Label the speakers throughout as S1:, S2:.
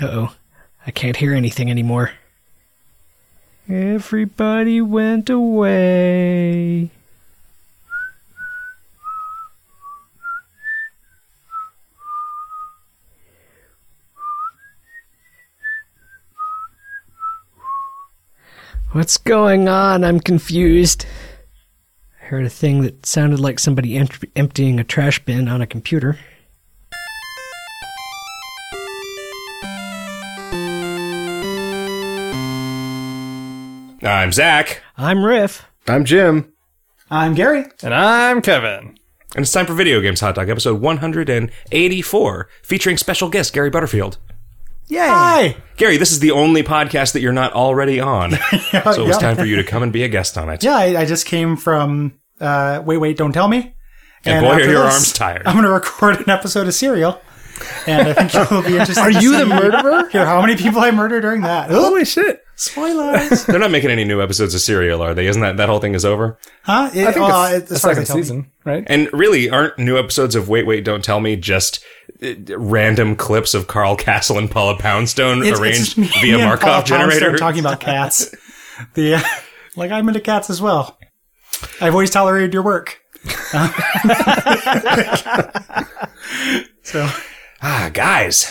S1: Uh-oh. I can't hear anything anymore.
S2: Everybody went away.
S1: What's going on? I'm confused. I heard a thing that sounded like somebody empt- emptying a trash bin on a computer.
S3: I'm Zach,
S1: I'm Riff.
S4: I'm Jim.
S5: I'm Gary.
S2: And I'm Kevin.
S3: and it's time for Video Games Hot Dog, episode 184, featuring special guest Gary Butterfield.
S2: Yay!
S5: Hi.
S3: Gary, this is the only podcast that you're not already on, so it was
S5: Uh, yeah.
S3: time for you to come and be a guest on it.
S5: Yeah, I, I just came from uh, Wait, Wait, Don't Tell Me.
S3: And boy,
S5: after
S3: are your
S5: this,
S3: arms tired.
S5: I'm going to record an episode of Serial. And I think you'll be interested. Are
S4: You the murderer?
S5: Hear how many people I murder during that. Oh,
S4: Holy shit.
S5: spoilers.
S3: They're not making any new episodes of Serial, are they? Isn't that that whole thing is over?
S5: huh? It,
S2: I think
S5: well,
S2: it's
S5: it-
S2: the
S5: as far as
S2: second
S5: they tell me.
S2: season, right?
S3: And really, aren't new episodes of Wait, Wait, Don't Tell Me just uh, random clips of Carl Castle and Paula Poundstone
S5: It's-
S3: arranged
S5: it's me
S3: via
S5: and Paul
S3: Markov
S5: Poundstone
S3: generator?
S5: talking about cats. the uh, like I'm into cats as well. I've always tolerated your work. so
S3: Ah, guys,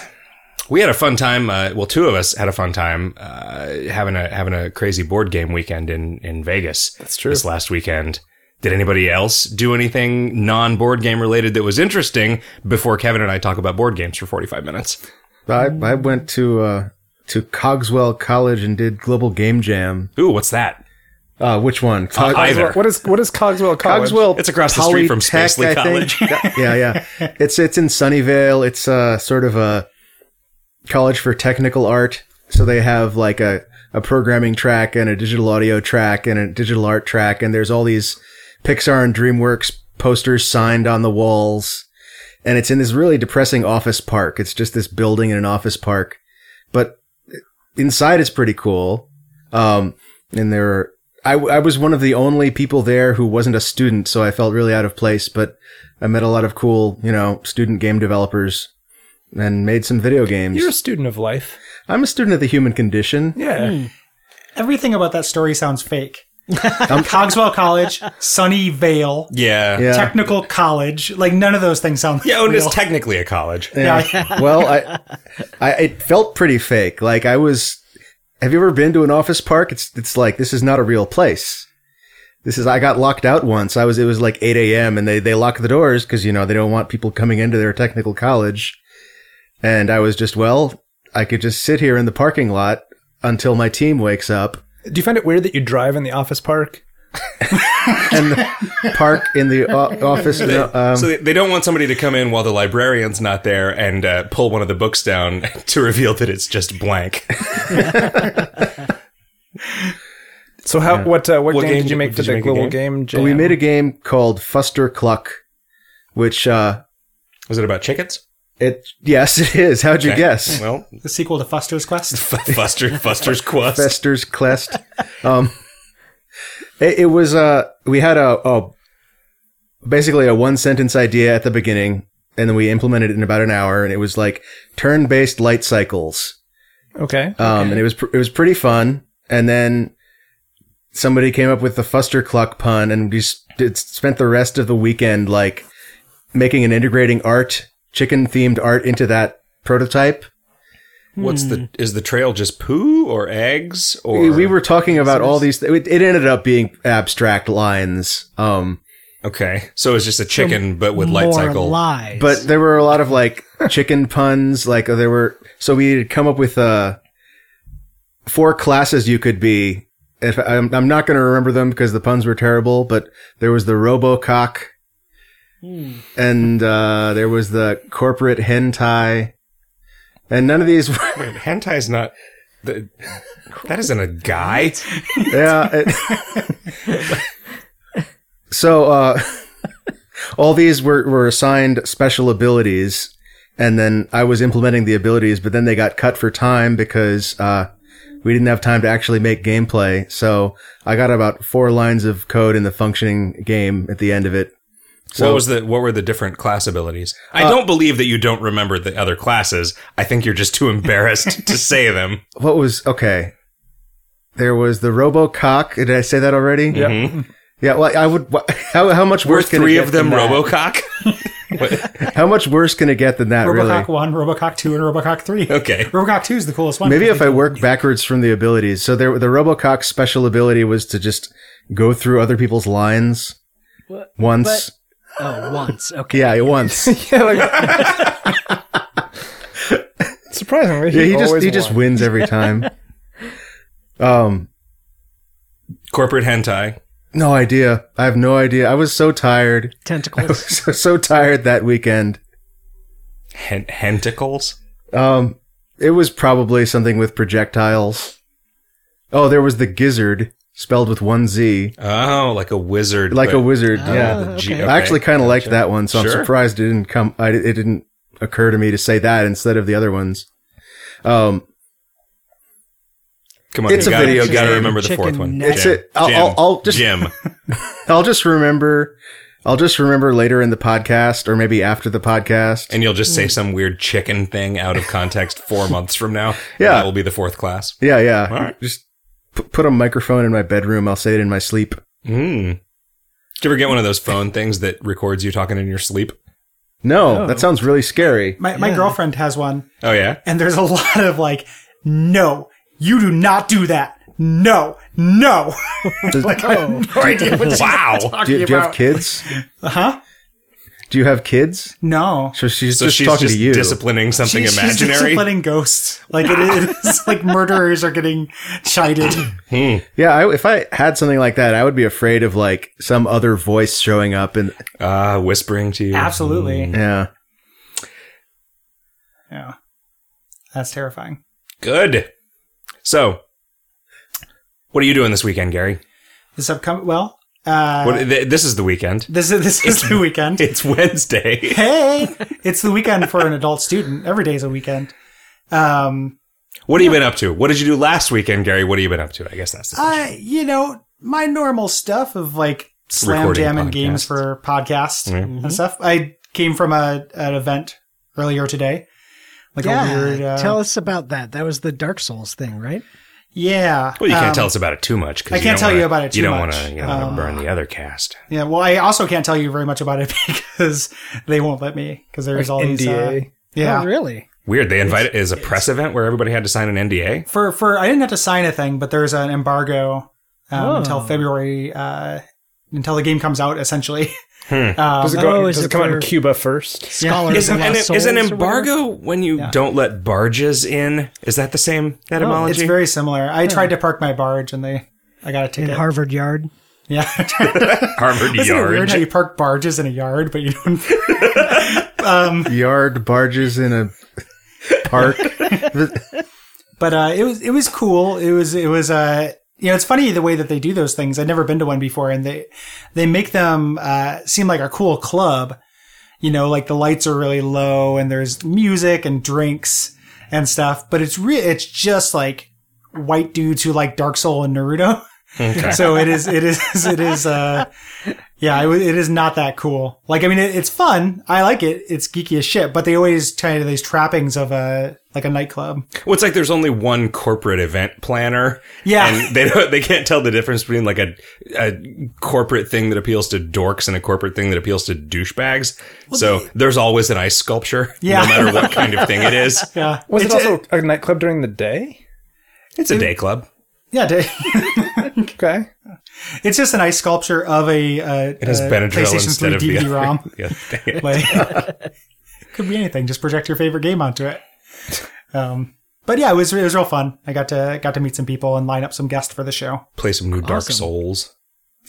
S3: we had a fun time. Uh, well, two of us had a fun time uh, having a having a crazy board game weekend in in Vegas. That's
S4: true.
S3: This last weekend. Did anybody else do anything non board game related that was interesting before Kevin and I talk about board games for 45 minutes?
S4: I, I went to uh, to Cogswell College and did Global Game Jam.
S3: Ooh, what's that?
S4: Uh, which one? Cog-
S3: either.
S2: What is what is Cogswell College?
S4: Cogswell.
S3: It's across the street from
S4: Polytech,
S3: Spacely
S4: I think. yeah, yeah. It's it's in Sunnyvale. It's uh, sort of a college for technical art. So they have like a, a programming track and a digital audio track and a digital art track, and there's all these Pixar and DreamWorks posters signed on the walls. And it's in this really depressing office park. It's just this building in an office park, but inside it's pretty cool. Um, and there are, I, w- I was one of the only people there who wasn't a student, so I felt really out of place, but I met a lot of cool, you know, student game developers and made some video games.
S2: You're a student of life.
S4: I'm a student of the human condition.
S2: Yeah.
S5: everything about that story sounds fake. Cogswell College, Sunny Vale,
S3: Yeah.
S4: Yeah.
S5: Technical College, like none of those things sound. Like
S3: Yeah, and
S5: real.
S3: it's technically a college.
S4: Yeah. well, I, I it felt pretty fake. Like I was. Have you ever been to an office park? It's it's like this is not a real place. This is I got locked out once. I was it was like eight a.m. and they they lock the doors because you know they don't want people coming into their technical college. And I was just well, I could just sit here in the parking lot until my team wakes up
S2: Do you find it weird that you drive in the office park?
S4: and park in the o- office. no, um,
S3: so they, they don't want somebody to come in while the librarian's not there and uh, pull one of the books down to reveal that it's just blank.
S2: So how what uh, what,
S3: What
S2: game,
S3: game
S2: did you make
S3: did
S2: for
S3: you
S2: the
S3: make a
S2: global
S3: game?
S2: game? jam?
S4: we made a game called Fuster Cluck, which uh,
S3: Was it about chickens?
S4: it yes it is. How'd you
S3: Okay.
S4: guess?
S3: Well,
S5: the sequel to Fuster's Quest.
S3: F- Fuster, Fuster's Quest.
S4: Fester's Quest. Um, it, it was uh, we had a, a basically a one sentence idea at the beginning, and then we implemented it in about an hour, and it was like turn based light cycles.
S2: Okay.
S4: Um, and it was pr- it was pretty fun. And then somebody came up with the Fuster Cluck pun, and we s- did, spent the rest of the weekend like making and integrating art, chicken themed art into that prototype.
S3: What's
S1: Hmm.
S3: the is the trail just poo or eggs or
S4: we, we were talking about all these. Th- it it ended up being abstract lines, um,
S3: okay? So it's just a chicken but with light
S1: More
S3: cycle.
S1: lies.
S4: but there were a lot of like chicken puns. Like there were, so we had come up with uh, four classes you could be. If I'm, I'm not going to remember them because the puns were terrible, but there was the RoboCock, and uh, there was the corporate hentai, and none of these. Were,
S3: Wait, hentai's not. The, that isn't a guy.
S4: yeah. it- so uh, all these were, were assigned special abilities, and then I was implementing the abilities, but then they got cut for time because uh, we didn't have time to actually make gameplay. So I got about four lines of code in the functioning game at the end of it.
S3: what was the what were the different class abilities? I
S4: Uh,
S3: don't believe that you don't remember the other classes. I think you're just too embarrassed to say them.
S4: What was okay? There was the RoboCock. Did I say that already? Yeah. Yeah. Well, I would. wha- How, how much
S3: Mm-hmm. Were
S4: worse can it
S3: three
S4: get
S3: of them
S4: than that?
S3: Robocock?
S4: How much worse can it get than that?
S5: Robocock 1,
S4: Really?
S5: Robocock 2, and Robocock 3.
S3: Okay.
S5: Robocock 2 is the coolest one.
S4: Maybe if I work backwards from the abilities. So there, the RoboCock's special ability was to just go through other people's lines
S1: What?
S4: once.
S1: Oh, once. Okay.
S4: yeah, once.
S2: yeah, like surprisingly,
S4: Yeah, he just
S2: always
S4: he just
S2: won.
S4: wins every time. um,
S3: Corporate hentai.
S4: no idea. I have no idea. I was so tired,
S1: Tentacles.
S4: so, so tired that weekend.
S3: Hen- hentacles?
S4: Um, it was probably something with projectiles. Oh, there was the gizzard spelled with one Z,
S3: Oh, like a wizard.
S4: like a
S3: but- Oh,
S4: wizard.
S2: Oh,
S4: yeah,
S1: okay.
S3: Gee,
S4: I actually kind of liked that one, so I'm
S3: Sure.
S4: surprised it didn't come. I, it didn't occur to me to say that instead of the other ones. Um,
S3: Come on,
S4: It's
S3: you
S4: a
S3: gotta,
S4: video
S3: you gotta
S4: game.
S3: remember the
S1: Chicken
S3: fourth one.
S1: neck.
S4: It's a- I'll- I'll- I'll just-
S3: Jim.
S4: I'll just remember. I'll just remember later in the podcast, or maybe after the podcast.
S3: And you'll just say some weird chicken thing out of context four months from now.
S4: Yeah.
S3: That will be the fourth class.
S4: Yeah, yeah.
S3: All right.
S4: Just p- put a microphone in my bedroom. I'll say it in my sleep.
S3: Mm. Did you ever get one of those phone things that records you talking in your sleep?
S5: Oh.
S4: No, that sounds really scary.
S5: My, my girlfriend has one,
S3: Oh, yeah?
S5: and there's a lot of like, no, you do not do that. No, no. like, I have no idea what she's
S3: Wow.
S4: Do
S5: talking
S4: you, do you have
S5: about.
S4: kids?
S5: Huh?
S4: Do you have kids?
S5: No.
S4: So she's
S3: So
S4: just
S3: she's
S4: talking
S3: just
S4: to you.
S3: disciplining something
S5: She's- she's
S3: imaginary.
S5: disciplining ghosts. Like it is like murderers are getting chided.
S3: Hmm.
S4: yeah, I, if I had something like that, I would be afraid of like some other voice showing up and
S3: Ah, whispering to you.
S5: Absolutely.
S4: yeah.
S5: Yeah. That's terrifying.
S3: Good. So, what are you doing this weekend, Gary?
S5: This upcoming well, uh
S3: What, th- this is the weekend.
S5: this is this is the weekend.
S3: It's Wednesday.
S5: Hey, it's the weekend for an adult student. Every day's a weekend. Um,
S3: What have you been up to? What did you do last weekend, Gary? What have you been up to? I guess that's the question.
S5: I, you know, my normal stuff of like slam
S3: Recording
S5: jam and games
S3: podcasts.
S5: for podcasts
S1: Mm-hmm.
S5: and stuff. I came from a an event earlier today, like
S1: Yeah,
S5: a weird. Uh,
S1: tell us about that. That was the Dark Souls thing, right?
S5: yeah.
S3: Well, you can't
S5: um,
S3: tell us about it too much. 'cause
S5: I can't
S3: don't
S5: tell you
S3: wanna-
S5: about it
S3: You
S5: too
S3: don't
S5: much. Uh,
S3: want to you don't wanna burn the other cast.
S5: Yeah. Well, I also can't tell you very much about it because they won't let me because there's all these. Uh,
S2: NDA.
S5: yeah.
S1: Oh, really?
S3: Weird. They invited is a press event where everybody had to sign an NDA.
S5: for for I didn't have to sign a thing, but there's an embargo um,
S1: Oh.
S5: until February uh, until the game comes out. Essentially, Um,
S2: Does it,
S1: Oh,
S2: go,
S1: is
S2: does it
S1: it
S2: come out in
S1: for-
S2: Cuba first?
S1: Scholars
S3: Is,
S1: of
S3: an,
S1: Lost
S3: is an
S1: Souls or whatever?
S3: embargo when you don't let barges in? Is that the same etymology?
S5: it's very similar. I tried to park my barge, and they I got a
S1: in
S5: ticket.
S1: Harvard Yard?
S5: yeah,
S3: Harvard
S5: isn't it weird how
S3: Yard.
S5: you park barges in a yard, but you don't?
S4: Yard barges in a park.
S5: But uh, it was it was cool. It was it was uh you know it's funny the way that they do those things. I'd never been to one before, and they they make them uh, seem like a cool club. You know, like the lights are really low, and there's music and drinks and stuff. But it's re- it's just like white dudes who like Dark Soul and Naruto. so it is it is it is uh yeah it, wa- it is not that cool like i mean it, it's fun i like it it's geeky as shit but they always tie to these trappings of a like a nightclub
S3: Well, it's like there's only one corporate event planner.
S5: Yeah.
S3: and they don't, they can't tell the difference between like a a corporate thing that appeals to dorks and a corporate thing that appeals to douchebags. so there's always an ice sculpture,
S5: Yeah.
S3: no matter what kind of thing it is.
S5: yeah
S2: Was it
S5: It's-
S2: also a nightclub during the day?
S3: It's a day club.
S5: Yeah, da-
S2: Okay.
S5: it's just an ice sculpture of a, uh,
S3: It has
S5: uh,
S3: Benadryl
S5: PlayStation
S3: instead
S5: 3
S3: of the
S5: DVD
S3: other-
S5: ROM.
S3: the other thing.
S5: Like, could be anything. Just project your favorite game onto it. Um, but yeah, it was it was real fun. I got to got to meet some people and line up some guests for the show.
S3: play some new Dark Souls.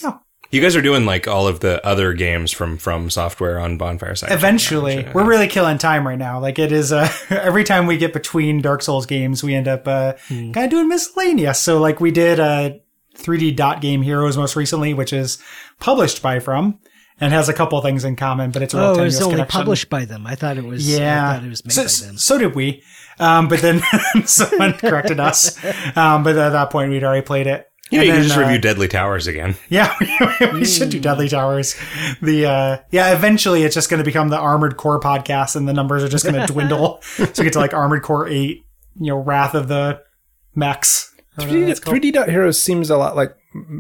S5: Yeah.
S3: You guys are doing like all of the other games from from software on Bonfire Side.
S5: Eventually, we're really killing time right now. Like it is uh, every time we get between Dark Souls games, we end up uh,
S1: Hmm.
S5: kind of doing miscellaneous. So like we did a 3D dot game Heroes most recently, which is published by From and has a couple things in common, but it's a real
S1: Oh, it
S5: tenuous
S1: was only
S5: connection.
S1: published by them. I thought it was. I
S5: Yeah,
S1: thought it was made
S5: so,
S1: by them.
S5: so did we, um, but then someone corrected us. Um, but at that point, we'd already played it.
S3: Yeah,
S5: And
S3: you can
S5: then,
S3: just
S5: uh,
S3: review Deadly Towers again.
S5: Yeah, we, we should do Deadly
S4: Hmm.
S5: Towers. The uh, yeah, eventually it's just going to become the Armored Core podcast, and the numbers are just going to dwindle. so we get to like Armored Core Eight, you know, Wrath of the Mechs. or whatever
S2: 3D,
S5: it's called.
S2: 3D dot heroes seems a lot like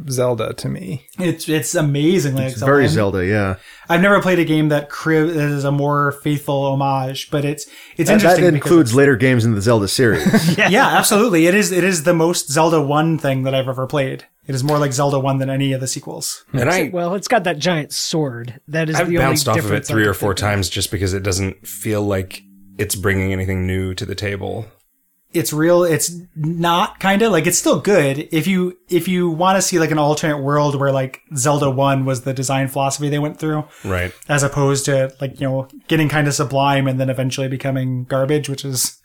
S2: Zelda to me.
S5: It's it's amazingly
S4: It's very
S5: excellent.
S4: Zelda, yeah.
S5: I've never played a game that crib that is a more faithful homage, but it's it's
S4: That, that
S5: interesting. because
S4: includes later games in the Zelda series.
S5: yeah. absolutely. It is it is the most Zelda one thing that I've ever played. It is more like Zelda one than any of the sequels.
S3: And I,
S1: well, it's got that giant sword. That is
S3: I've
S1: the
S3: bounced
S1: only
S3: off of it
S1: difference I
S3: three
S1: can
S3: or four
S1: think of.
S3: times just because it doesn't feel like it's bringing anything new to the table.
S5: it's real it's not kind of like it's still good if you if you want to see like an alternate world where like zelda 1 was the design philosophy they went through
S3: Right.
S5: as opposed to like you know getting kind of sublime and then eventually becoming garbage which is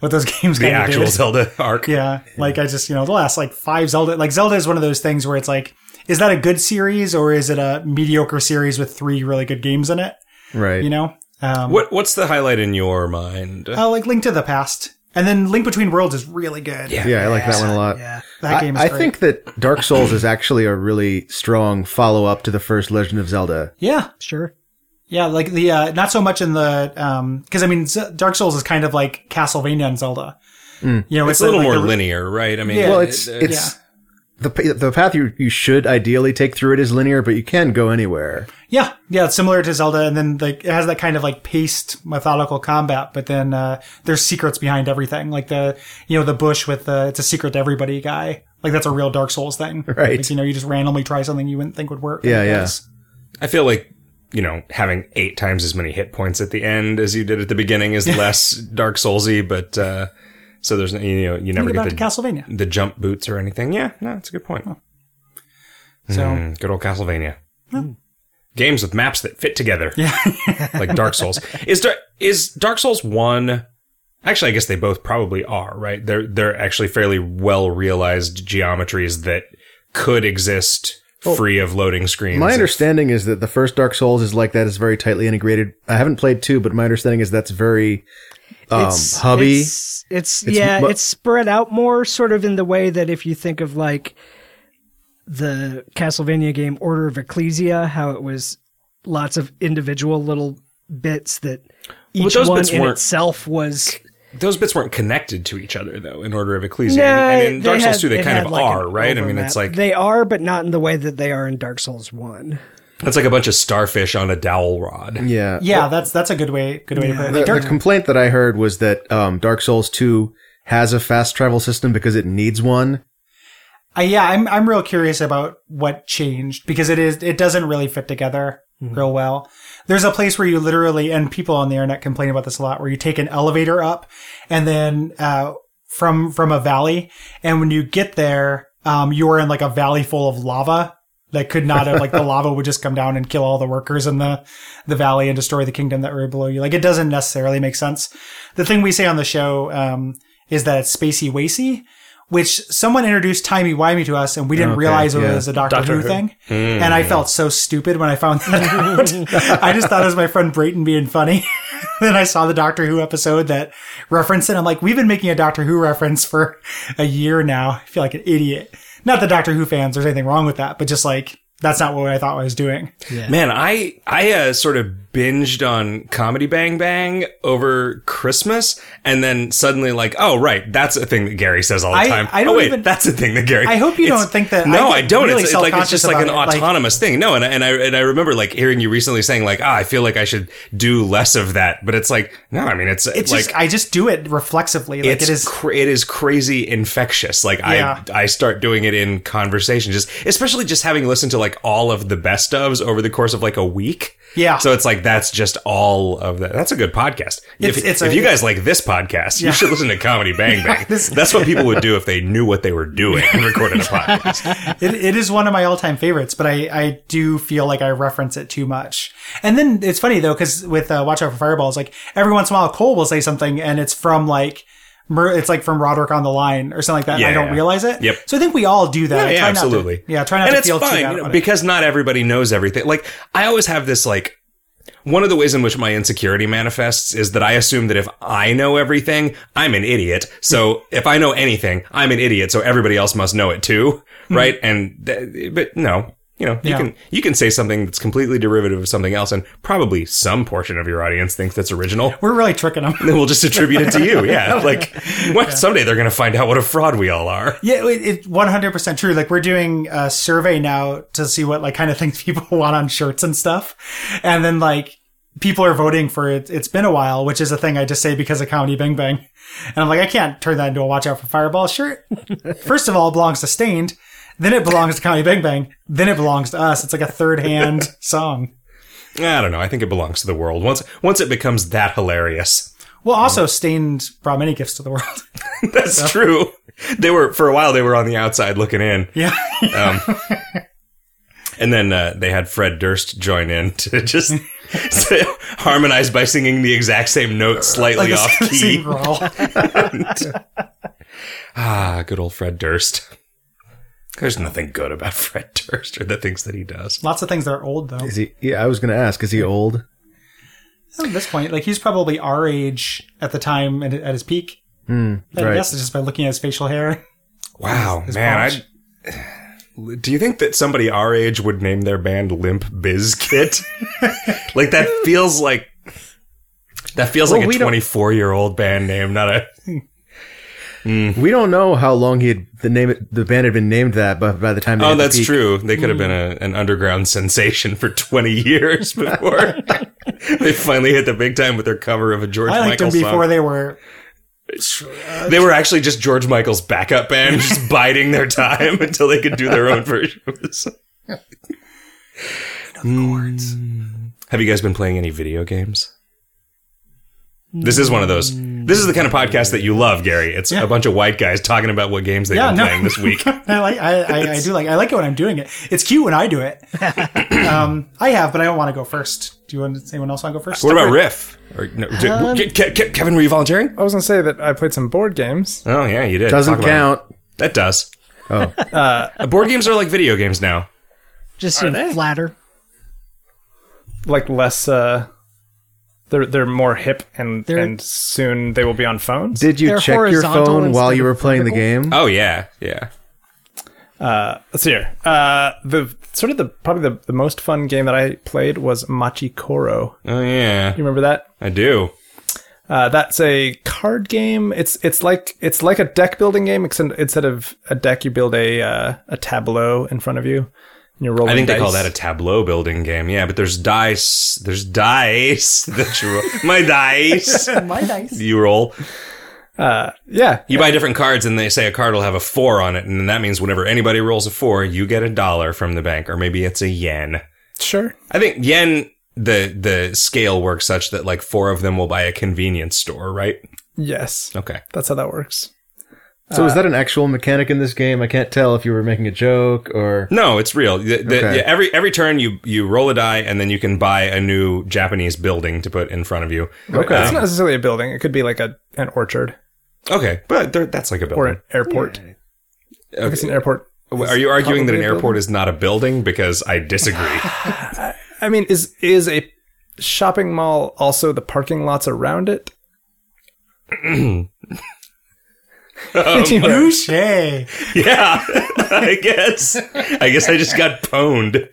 S5: what those games
S3: The
S5: kind of
S3: actual
S5: did.
S3: Zelda arc.
S5: yeah like i just you know the last like five zelda like zelda is one of those things where it's like is that a good series or is it a mediocre series with three really good games in it
S4: right.
S5: you know um
S3: What What's the highlight in your mind?
S5: uh, like link to the past and then link between worlds is really good
S3: Yeah.
S4: yeah, I like that one a lot.
S5: yeah that
S4: I-
S5: game is
S4: I,
S5: great.
S4: think that Dark Souls is actually a really strong follow up to the first Legend of Zelda.
S5: yeah
S1: Sure.
S5: Yeah, like the uh, not so much in the um because I mean Z- Dark Souls is kind of like Castlevania and Zelda.
S4: Mm.
S5: You know,
S3: It's, a little
S5: like
S3: more
S5: the-
S3: linear, right? I mean, uh,
S5: Yeah.
S4: Well,
S3: it-
S4: it's
S3: it-
S4: it's the pa- the path you, you should ideally take through it is linear, but you can go anywhere.
S5: Yeah, yeah, it's similar to Zelda, and then like it has that kind of like paced methodical combat, but then uh there's secrets behind everything, like the you know the bush with the it's a secret to everybody guy. Like that's a real Dark Souls thing,
S4: Right.
S5: Like, you know, you just randomly try something you wouldn't think would work.
S4: Yeah,
S5: I
S4: yeah.
S5: guess.
S3: I feel like you know having eight times as many hit points at the end as you did at the beginning is less Dark Soulsy, but uh, so there's no- you know you never
S5: Think
S3: get
S5: about
S3: the,
S5: Castlevania.
S3: the jump boots or anything. Yeah, no, that's a good point.
S5: So
S3: Mm, good old Castlevania. Games with maps that fit together. Yeah. like Dark Souls. Is Dar- is Dark Souls 1 Actually, I guess they both probably are, right? They're they're actually fairly well realized geometries that could exist free of loading screens.
S4: My understanding is that the first Dark Souls is like that is very tightly integrated. I haven't played two, but my understanding is that's very um,
S1: it's,
S4: hubby.
S1: It's, it's,
S4: It's
S1: yeah,
S4: mu-
S1: it's spread out more, sort of in the way that if you think of like the Castlevania game Order of Ecclesia, how it was lots of individual little bits that each
S3: those
S1: one
S3: bits
S1: in
S3: weren't-
S1: itself was.
S3: Those bits weren't connected to each other though in Order of Ecclesia.
S1: No,
S3: and, and in Dark
S1: they
S3: Souls
S1: had-
S3: 2 they kind
S1: had,
S3: of
S1: like, an
S3: are, right? I mean,
S1: overlap.
S3: it's like
S1: they are, but not in the way that they are in Dark Souls One.
S3: it's like a bunch of starfish on a dowel rod.
S4: Yeah,
S5: yeah, that's that's a good way good way to put it.
S4: The,
S5: Like, Uh, Dark-
S4: the complaint that I heard was that um, Dark Souls two has a fast travel system because it needs one.
S5: I, Uh, yeah, I'm I'm real curious about what changed because it is it doesn't really fit together
S4: Mm-hmm.
S5: real well. There's a place where you literally and people on the internet complain about this a lot, where you take an elevator up and then uh, from from a valley, and when you get there, um, you're in like a valley full of lava that could not have like the lava would just come down and kill all the workers in the the valley and destroy the kingdom that were below you. Like it doesn't necessarily make sense. The thing we say on the show um, is that it's spacey wacy, which someone introduced timey wimey to us, and we didn't
S4: Okay,
S5: realize it
S4: yeah.
S5: was a Doctor,
S2: Doctor
S5: Who,
S2: Who.
S5: thing. And I felt so stupid when I found that out. I just thought it was my friend Brayton being funny. then I saw the Doctor Who episode that referenced it. I'm like, we've been making a Doctor Who reference for a year now. I feel like an idiot. Not the Doctor Who fans. There's anything wrong with that, but just like that's not what I thought I was doing.
S3: Man, I I uh, sort of binged on Comedy Bang Bang over Christmas, and then suddenly like, oh right, that's a thing that Gary says all the
S5: I-
S3: time.
S5: I don't
S3: oh wait,
S5: even-
S3: that's a thing that Gary.
S5: I hope you
S3: It's-
S5: don't think that I
S3: No,
S5: get
S3: I, don't.
S5: really
S3: it's, it's like it's just like an
S5: self-conscious about it, like-
S3: autonomous thing. No, and I- and I and I remember like hearing you recently saying like, ah, I feel like I should do less of that, but it's like no, I mean it's
S5: It's
S3: like.
S5: just I just do it reflexively. Like
S3: it's
S5: it is
S3: cra- it is crazy infectious. Like
S5: Yeah.
S3: I I start doing it in conversation, just especially just having listened to like all of the best ofs over the course of like a week.
S5: Yeah.
S3: So it's like that's just all of that. That's a good podcast.
S5: It's-
S3: if
S5: it's
S3: if
S5: a-
S3: you guys like this podcast, you should listen to Comedy Bang Bang. that's what people would do if they knew what they were doing and recorded a podcast.
S5: it, it is one of my all-time favorites, but I, I do feel like I reference it too much. And then it's funny though, because with uh, Watch Out for Fireballs, like every once in a while, Cole will say something, and it's from like Mer- it's like from Roderick on the Line or something like that. and I
S3: Yeah.
S5: don't realize it.
S3: Yep.
S5: So I think we all do that. I
S3: yeah,
S5: try not to-
S3: absolutely.
S5: yeah, try not
S3: and
S5: to
S3: it's
S5: feel too
S3: fine
S5: bad
S3: you know,
S5: about it.
S3: because not everybody knows everything. Like I always have this like one of the ways in which my insecurity manifests is that I assume that if I know everything, I'm an idiot. So
S5: Mm-hmm.
S3: if I know anything, I'm an idiot. So everybody else must know it too, right? And th- but no, you know, you
S5: Mm-hmm. Yeah.
S3: can you can say something that's completely derivative of something else, and probably some portion of your audience thinks that's original.
S5: We're really tricking them.
S3: Then we'll just attribute it to you. Yeah, like what, someday they're gonna find out what a fraud we all are.
S5: Yeah, it- it's one hundred percent true. Like we're doing a survey now to see what like kind of things people want on shirts and stuff, and then like people are voting for it. It's been a while, which is a thing I just say because of County Bing Bang, and I'm like I can't turn that into a Watch Out for Fireball shirt. First of all, it belongs to Stained, then it belongs to County Bing Bang, then it belongs to us. It's like a third hand song.
S3: I don't know. I think it belongs to the world. Once once it becomes that hilarious,
S5: Well, also Stained brought many gifts to the world.
S3: that's true. They were for a while. They were on the outside looking in.
S5: yeah,
S3: And then uh, they had Fred Durst join in to just say, harmonize by singing the exact same note slightly
S5: like
S3: off
S5: the
S3: key.
S5: same role.
S3: Ah, good old Fred Durst. There's nothing good about Fred Durst or the things that he does.
S5: Lots of things that are old though.
S4: Is he? Yeah, I was going to ask. Is he old?
S5: at this point, like he's probably our age at the time and at his peak. I
S4: right.
S5: guess just by looking at his facial hair.
S3: Wow,
S5: His
S3: man.
S5: polish.
S3: I, do you think that somebody our age would name their band Limp Bizkit? like that feels like that feels
S4: Well,
S3: like
S4: we
S3: a
S4: don't-
S3: 24 year old band name, not a Mm-hmm.
S4: We don't know how long he had the name. The band had been named that, but by the time they
S3: Oh,
S4: hit the
S3: that's
S4: peak-
S3: true. They could have been a, an underground sensation for 20 years before they finally hit the big time with their cover of a George
S5: I liked
S3: Michael
S5: him before
S3: song.
S5: they were.
S3: They-, were actually just George Michael's backup band, just biding their time until they could do their own version of the song. Mm. Have you guys been playing any video games? This is one of those. This is the kind of podcast that you love, Gary. It's
S5: Yeah.
S3: a bunch of white guys talking about what games they've
S5: Yeah,
S3: been
S5: no.
S3: playing this week.
S5: I like. I, I, I do like. I like it when I'm doing it. It's cute when I do it. um, I have, but I don't want to go first. Do you want anyone else want to go first?
S3: What about Riff? Or, no, d-
S5: Um,
S3: Ke- Ke- Ke- Kevin, were you volunteering?
S2: I was gonna say that I played some board games.
S3: Oh yeah, you did.
S4: Doesn't
S3: Talk about it.
S4: count.
S3: That does.
S4: Oh,
S3: Uh, board games are like video games now.
S1: Just in flatter.
S2: Like less. uh They're they're more hip and
S1: They're-
S2: and soon they will be on phones.
S4: did you
S1: They're
S4: check your
S1: horizontal
S4: phone
S1: instead
S4: while you
S1: of
S4: were playing the game?
S3: Oh yeah, yeah.
S2: Let's hear. Uh, the sort of the probably the, the most fun game that I played was Machikoro.
S3: Oh yeah,
S2: You remember that?
S3: I do.
S2: Uh, that's a card game. It's it's like it's like a deck building game. Except instead of a deck, you build a uh, a tableau in front of you, and you're rolling.
S3: I think they
S2: dice.
S3: call that a tableau building game. Yeah, but there's dice. There's dice that you roll. My dice.
S5: my dice?
S3: You roll.
S2: yeah.
S3: You buy different cards, and they say a card will have a four on it, and then that means whenever anybody rolls a four, you get a dollar from the bank, or maybe it's a yen.
S2: Sure.
S3: I think yen. The the scale works such that like four of them will buy a convenience store, right?
S2: Yes.
S3: Okay.
S2: That's how that works.
S4: So is that an actual mechanic in this game? I can't tell if you were making a joke or
S3: No, it's real. The- the-
S4: Okay.
S3: yeah, every every turn you you roll a die, and then you can buy a new Japanese building to put in front of you. Uh,
S2: Okay. It's not necessarily a building. It could be like a an orchard
S3: Okay, but there- that's like a
S2: or
S3: building.
S2: an airport. If it's an airport.
S3: Are you arguing that an
S2: probably a
S3: airport is not a building? Because I disagree.
S2: I mean, is is a shopping mall also the parking lots around it? Anyway.
S5: Touche.
S3: Um, yeah, I guess. I guess I just got pwned.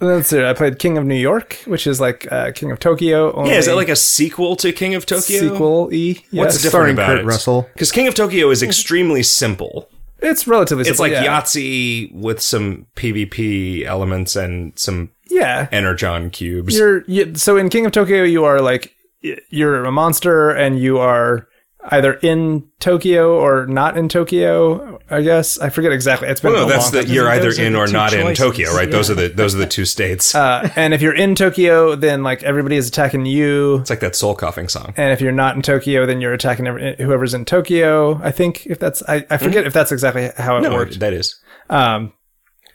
S2: Let's see. I played King of New York, which is like uh, King of Tokyo. Only
S3: Yeah, is that like a sequel to King of Tokyo?
S2: sequel? E.
S3: What's
S2: Yes.
S3: different
S4: starring
S3: about
S4: Kurt
S3: it?
S4: Russell?
S3: Because King of Tokyo is extremely simple.
S2: It's relatively.
S3: It's
S2: simple,
S3: like
S2: yeah.
S3: Yahtzee with some PvP elements and some
S2: Yeah.
S3: energon cubes.
S2: you're you, so in King of Tokyo, you are like y- you're a monster, and you are either in Tokyo or not in Tokyo. I guess I forget exactly. It's been
S3: Well,
S2: a
S3: no, that's
S2: long
S3: that
S2: time.
S3: you're either
S1: those are
S3: in
S1: the
S3: or
S1: two
S3: not in
S1: choices,
S3: Tokyo, right? Those are the those are the two states.
S2: Uh, and if you're in Tokyo, then like everybody is attacking you.
S3: it's like that soul coughing song.
S2: And if you're not in Tokyo, then you're attacking every, whoever's in Tokyo. I think if that's I, I forget if that's exactly how it
S3: Mm-hmm. No,
S2: worked.
S3: that is.
S2: Um,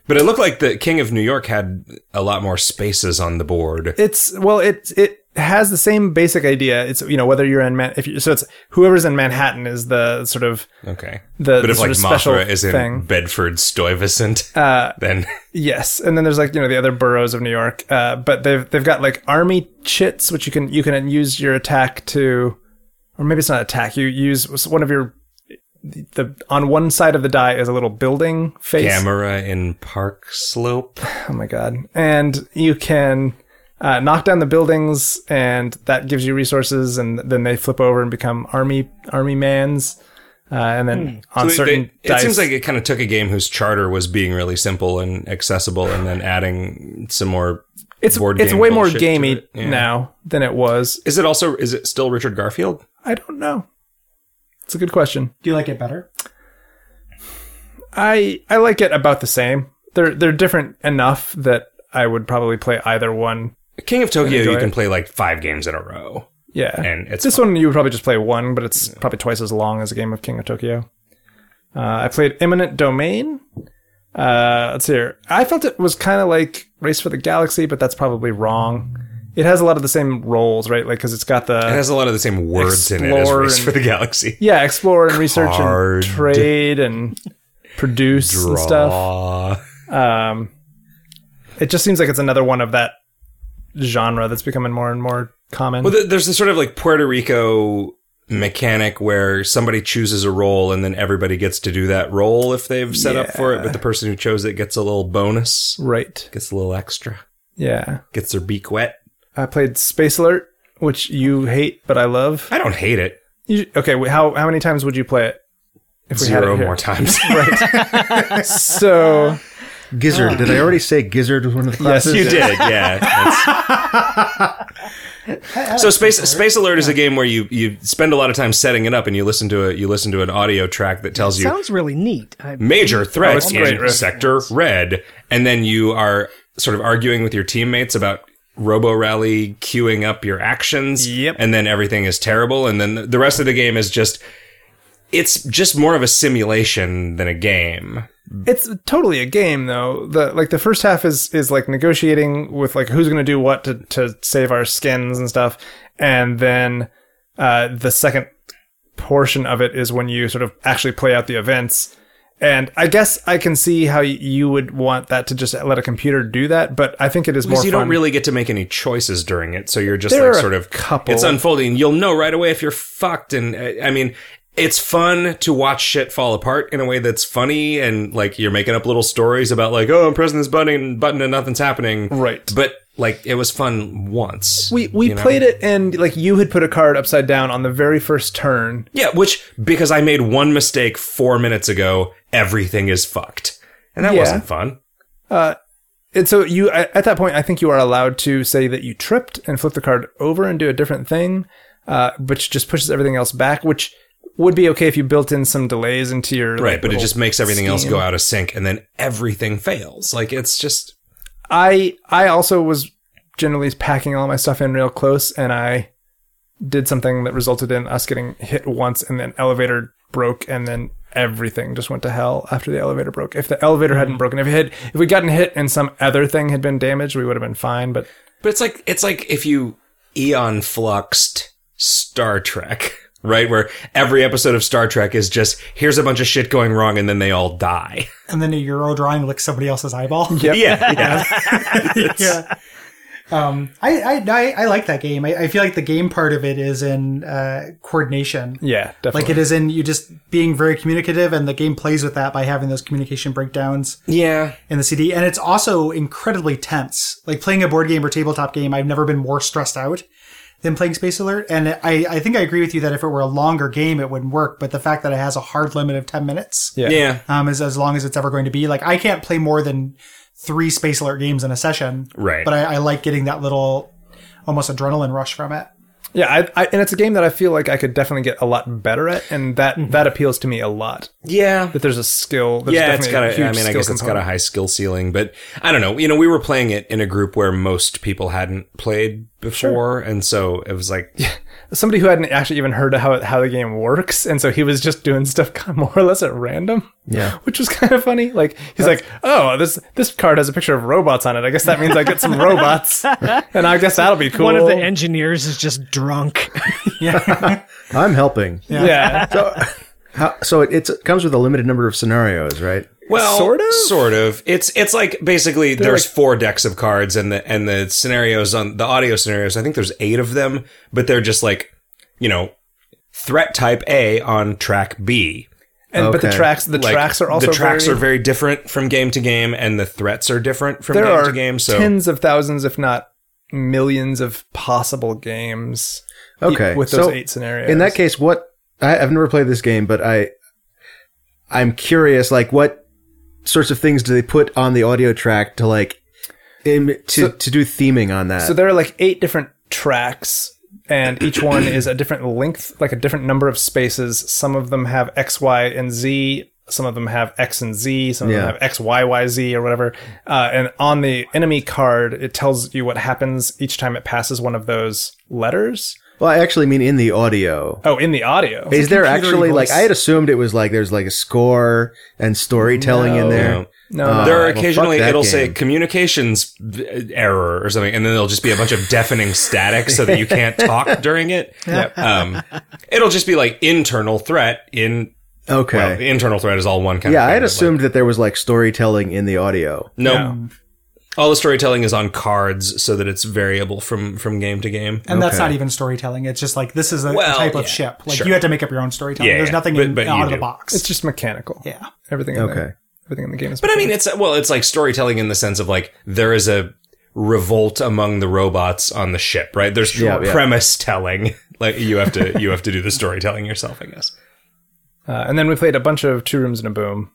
S3: But it looked like the King of New York had a lot more spaces on the board.
S2: it's well, it it has the same basic idea. It's you know whether you're in Man, if you, so it's whoever's in Manhattan is the sort of
S3: Okay.
S2: The-
S3: but
S2: the
S3: if
S2: sort
S3: like
S2: of special
S3: Mothra is in
S2: thing. Uh,
S3: Bedford Stuyvesant, then
S2: Yes, and then there's like you know the other boroughs of New York, uh, but they've they've got like army chits, which you can you can use your attack to, or maybe it's not attack. You use one of your the on one side of the die is a little building face.
S3: camera in Park Slope.
S2: Oh my god! And you can uh, knock down the buildings, and that gives you resources, and then they flip over and become army army mans, uh, and then on
S3: They-
S2: certain
S3: they- Hmm. it
S2: dice,
S3: seems like it kind of took a game whose charter was being really simple and accessible, and then adding some more.
S2: it's
S3: board
S2: it's
S3: game
S2: way more
S3: bullshit to
S2: gamey
S3: it. Yeah.
S2: now than it was.
S3: Is it also? Is it still Richard Garfield?
S2: I don't know. It's a good question.
S5: Do you like it better?
S2: I I like it about the same. They're they're different enough that I would probably play either one.
S3: King of Tokyo,
S2: enjoy
S3: you can
S2: it.
S3: play like five games in a row,
S2: Yeah.
S3: and it's
S2: this one you would probably just play one, but it's probably twice as long as a game of King of Tokyo. Uh, I played Imminent Domain. Uh, let's see here. I felt it was kind of like Race for the Galaxy, but that's probably wrong. It has a lot of the same roles, right? Like because it's got the
S3: it has a lot of the same words in it as
S2: Explore
S3: Race
S2: and-
S3: for the Galaxy.
S2: yeah explore and research
S3: Card.
S2: and trade and produce and stuff.
S3: Draw.
S2: um, it just seems like it's another one of that genre that's becoming more and more common.
S3: Well, th- there's this sort of like Puerto Rico mechanic where somebody chooses a role and then everybody gets to do that role if they've set up for it, but the person who chose it gets a little bonus,
S2: right.
S3: gets a little extra,
S2: Yeah.
S3: gets their beak wet.
S2: I played Space Alert, which you hate but I love.
S3: I don't hate it.
S2: You, okay, wait, how how many times would you play it? If
S3: Zero more times.
S2: So
S4: Gizzard. Did I already say Gizzard was one of the
S2: Yes,
S4: classes?
S3: you did, yeah. That's- so space space alert is a game where you you spend a lot of time setting it up and you listen to a you listen to an audio track that tells you
S1: Sounds really neat. I,
S3: major
S2: it's
S3: threat in
S2: Oh, great, right.
S3: sector red and then you are sort of arguing with your teammates about robo rally queuing up your actions
S2: Yep.
S3: and then everything is terrible and then the rest of the game is just it's just more of a simulation than a game
S2: it's totally a game though. The like the first half is is like negotiating with like who's gonna do what to, to save our skins and stuff. And then uh the second portion of it is when you sort of actually play out the events. And I guess I can see how y- you would want that to just let a computer do that, but I think it is more
S3: because you
S2: fun.
S3: don't really get to make any choices during it so you're just
S2: There
S3: like
S2: are a
S3: sort of
S2: couple.
S3: it's unfolding you'll know right away if you're fucked and uh, i mean it's fun to watch shit fall apart in a way that's funny and like you're making up little stories about like oh i'm pressing this button button and nothing's happening
S2: Right.
S3: but like it was fun once
S2: we we played it and like you had put a card upside down on the very first turn.
S3: yeah which because i made one mistake four minutes ago everything is fucked and that
S2: Yeah.
S3: wasn't fun
S2: And so you at at that point I think you are allowed to say that you tripped and flip the card over and do a different thing, uh, which just pushes everything else back, which would be okay if you built in some delays into your like,
S3: right but it
S2: little-
S3: just makes everything else go out of sync and then everything fails like it's just
S2: I I also was generally packing all my stuff in real close and I did something that resulted in us getting hit once and then elevator broke and then everything just went to hell after the elevator broke. If the elevator
S3: Mm.
S2: hadn't broken, if it had, if we'd gotten hit and some other thing had been damaged, we would have been fine. But
S3: But it's like it's like if you eon fluxed Star Trek, right? Where every episode of Star Trek is just here's a bunch of shit going wrong and then they all die.
S5: And then a Euro drawing licks somebody else's eyeball.
S3: Yeah, yeah.
S5: yeah. Um, I, I, I, I like that game. I, I feel like the game part of it is in uh, coordination.
S2: yeah, definitely.
S5: Like it is in you just being very communicative, and the game plays with that by having those communication breakdowns
S3: yeah.
S5: in the CD. And it's also incredibly tense. Like playing a board game or tabletop game, I've never been more stressed out than playing Space Alert. And I, I think I agree with you that if it were a longer game, it wouldn't work. But the fact that it has a hard limit of 10 minutes
S2: Yeah.
S5: um, is as long as it's ever going to be. Like I can't play more than three Space Alert games in a session.
S3: Right.
S5: But I, I like getting that little almost adrenaline rush from it.
S2: Yeah, I, I, and it's a game that I feel like I could definitely get a lot better at, and that
S3: Mm-hmm.
S2: that appeals to me a lot.
S3: Yeah.
S2: That there's a skill. There's
S3: yeah, it's
S2: definitely
S3: got.
S2: a
S3: A,
S2: huge
S3: I mean, I
S2: skill
S3: guess it's got a
S2: component.
S3: high skill ceiling, but I don't know. You know, we were playing it in a group where most people hadn't played before, and so it was like
S2: Somebody who hadn't actually even heard of how how the game works, and so he was just doing stuff kind of more or less at random.
S4: Yeah.
S2: which was kind of funny. Like he's like, "Oh, this this card has a picture of robots on it. I guess that means I get some robots, and I guess that'll be cool."
S1: One of the engineers is just drunk.
S4: I'm helping.
S2: yeah,
S4: How, so it it's, it comes with a limited number of scenarios, right?
S3: Well,
S2: Sort of?
S3: sort of. It's it's like basically there's four decks of cards, and the and the scenarios on the audio scenarios. I think there's eight of them, but they're just like you know, threat type A on track B.
S2: and but the
S4: Okay.
S2: tracks the
S3: Like,
S2: tracks are also
S3: the tracks
S2: very,
S3: are very different from game to game, and the threats are different from
S2: there
S3: game
S2: are
S3: to game. So
S2: tens of thousands, if not millions, of possible games.
S4: Okay.
S2: with those
S4: So,
S2: eight scenarios.
S4: In that case, what I, I've never played this game, but I I'm curious, like what sorts of things do they put on the audio track to like im- to to do theming on that?
S2: So there are like eight different tracks, and each one is a different length, like a different number of spaces. Some of them have X, Y, and Z. Some of them have X and Z. Some of
S4: Yeah.
S2: them have X, Y, Y, Z, or whatever. Uh, and on the enemy card, it tells you what happens each time it passes one of those letters.
S4: well, I actually mean in the audio.
S2: Oh, in the audio.
S4: Is there
S5: computery
S4: actually
S5: voice.
S4: like I had assumed it was like there's like a score and storytelling in there?
S3: No.
S2: No,
S3: there are
S4: Ah, well, fuck
S3: occasionally
S4: that
S3: it'll say
S4: game.
S3: communications uh, error or something, and then there'll just be a bunch of deafening static so that you can't talk during it. Um, it'll just be like internal threat in.
S4: Okay.
S3: Well, internal threat is all one kind
S4: yeah,
S3: of.
S4: I
S3: thing,
S4: had
S3: but, like,
S4: assumed that there was like storytelling in the audio.
S3: No. All the storytelling is on cards so that it's variable from from game to game.
S5: And that's
S4: Okay.
S5: not even storytelling. It's just like this is a
S3: Well,
S5: type of
S3: yeah,
S5: ship. Like
S3: sure.
S5: you have to make up your own storytelling.
S3: Yeah,
S5: There's
S3: yeah,
S5: nothing
S3: but-
S5: in,
S3: but you
S5: out of the
S3: do.
S5: box.
S2: it's just mechanical.
S5: yeah.
S2: Everything. In
S4: Okay.
S2: The, everything in the game is.
S3: But I mean it's well it's like storytelling in the sense of like there is a revolt among the robots on the ship, right? There's
S4: Yeah, yeah.
S3: premise telling. Like you have to you have to do the storytelling yourself, I guess.
S2: uh, and then we played a bunch of two rooms in a boom.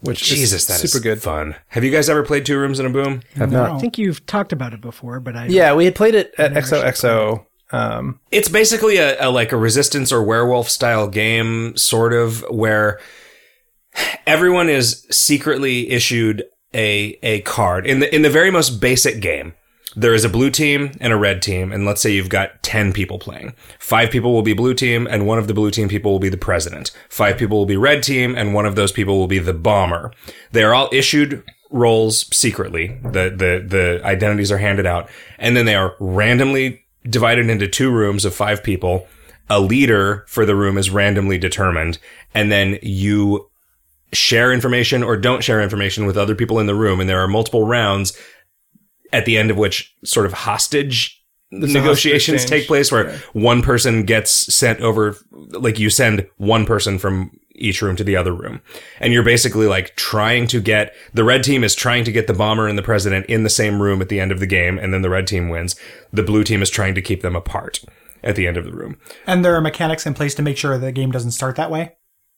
S2: Which
S3: Jesus,
S2: is
S3: that is
S2: super good.
S3: fun. Have you guys ever played Two Rooms in a Boom?
S4: Have
S1: I
S4: not.
S1: think you've talked about it before, but I
S2: Yeah, we had played it at XOXO. Um,
S3: It's basically a, a like a resistance or werewolf style game, sort of, where everyone is secretly issued a a card. In the in the very most basic game, there is a blue team and a red team, and let's say you've got ten people playing. Five people will be blue team, and one of the blue team people will be the president. Five people will be red team, and one of those people will be the bomber. They are all issued roles secretly. The the the identities are handed out, and then they are randomly divided into two rooms of five people. A leader for the room is randomly determined, and then you share information or don't share information with other people in the room. And there are multiple rounds at the end of which sort of hostage
S2: a
S3: negotiations
S2: hostage
S3: take place where one person gets sent over, like you send one person from each room to the other room. And you're basically like trying to get the red team is trying to get the bomber and the president in the same room at the end of the game. And then the red team wins. The blue team is trying to keep them apart at the end of the room.
S5: And there are mechanics in place to make sure the game doesn't start that way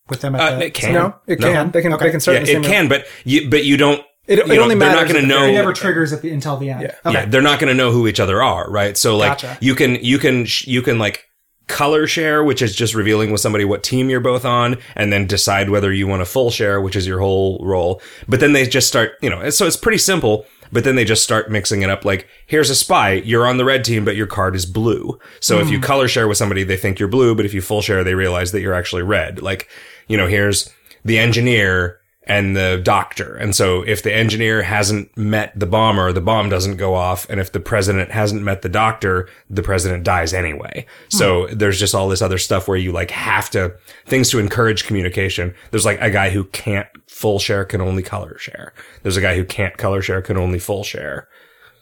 S5: with them at
S3: Uh,
S5: the
S3: it can.
S2: No, it
S5: No.
S2: can. They can. They can start.
S3: Yeah,
S2: in the same
S3: it
S2: room.
S3: can, but you, but you don't.
S2: It-
S3: you
S2: it
S3: know,
S2: only
S3: they're not
S2: matters
S3: going to
S2: at the
S3: know.
S2: very
S5: It never triggers at the, until the end.
S2: Yeah.
S5: Okay.
S3: Yeah, they're not going to know who each other are, right? So like
S5: Gotcha.
S3: you can you can sh- you can like color share, which is just revealing with somebody what team you're both on, and then decide whether you want a full share, which is your whole role. But then they just start, you know, so it's pretty simple. But then they just start mixing it up. Like, here's a spy. You're on the red team, but your card is blue. So if you
S5: Hmm.
S3: color share with somebody, they think you're blue. But if you full share, they realize that you're actually red. Like, you know, here's the engineer and the doctor. And so if the engineer hasn't met the bomber, the bomb doesn't go off. And if the president hasn't met the doctor, the president dies anyway. So
S5: Hmm.
S3: there's just all this other stuff where you like have to things to encourage communication. There's like a guy who can't full share can only color share. There's a guy who can't color share can only full share.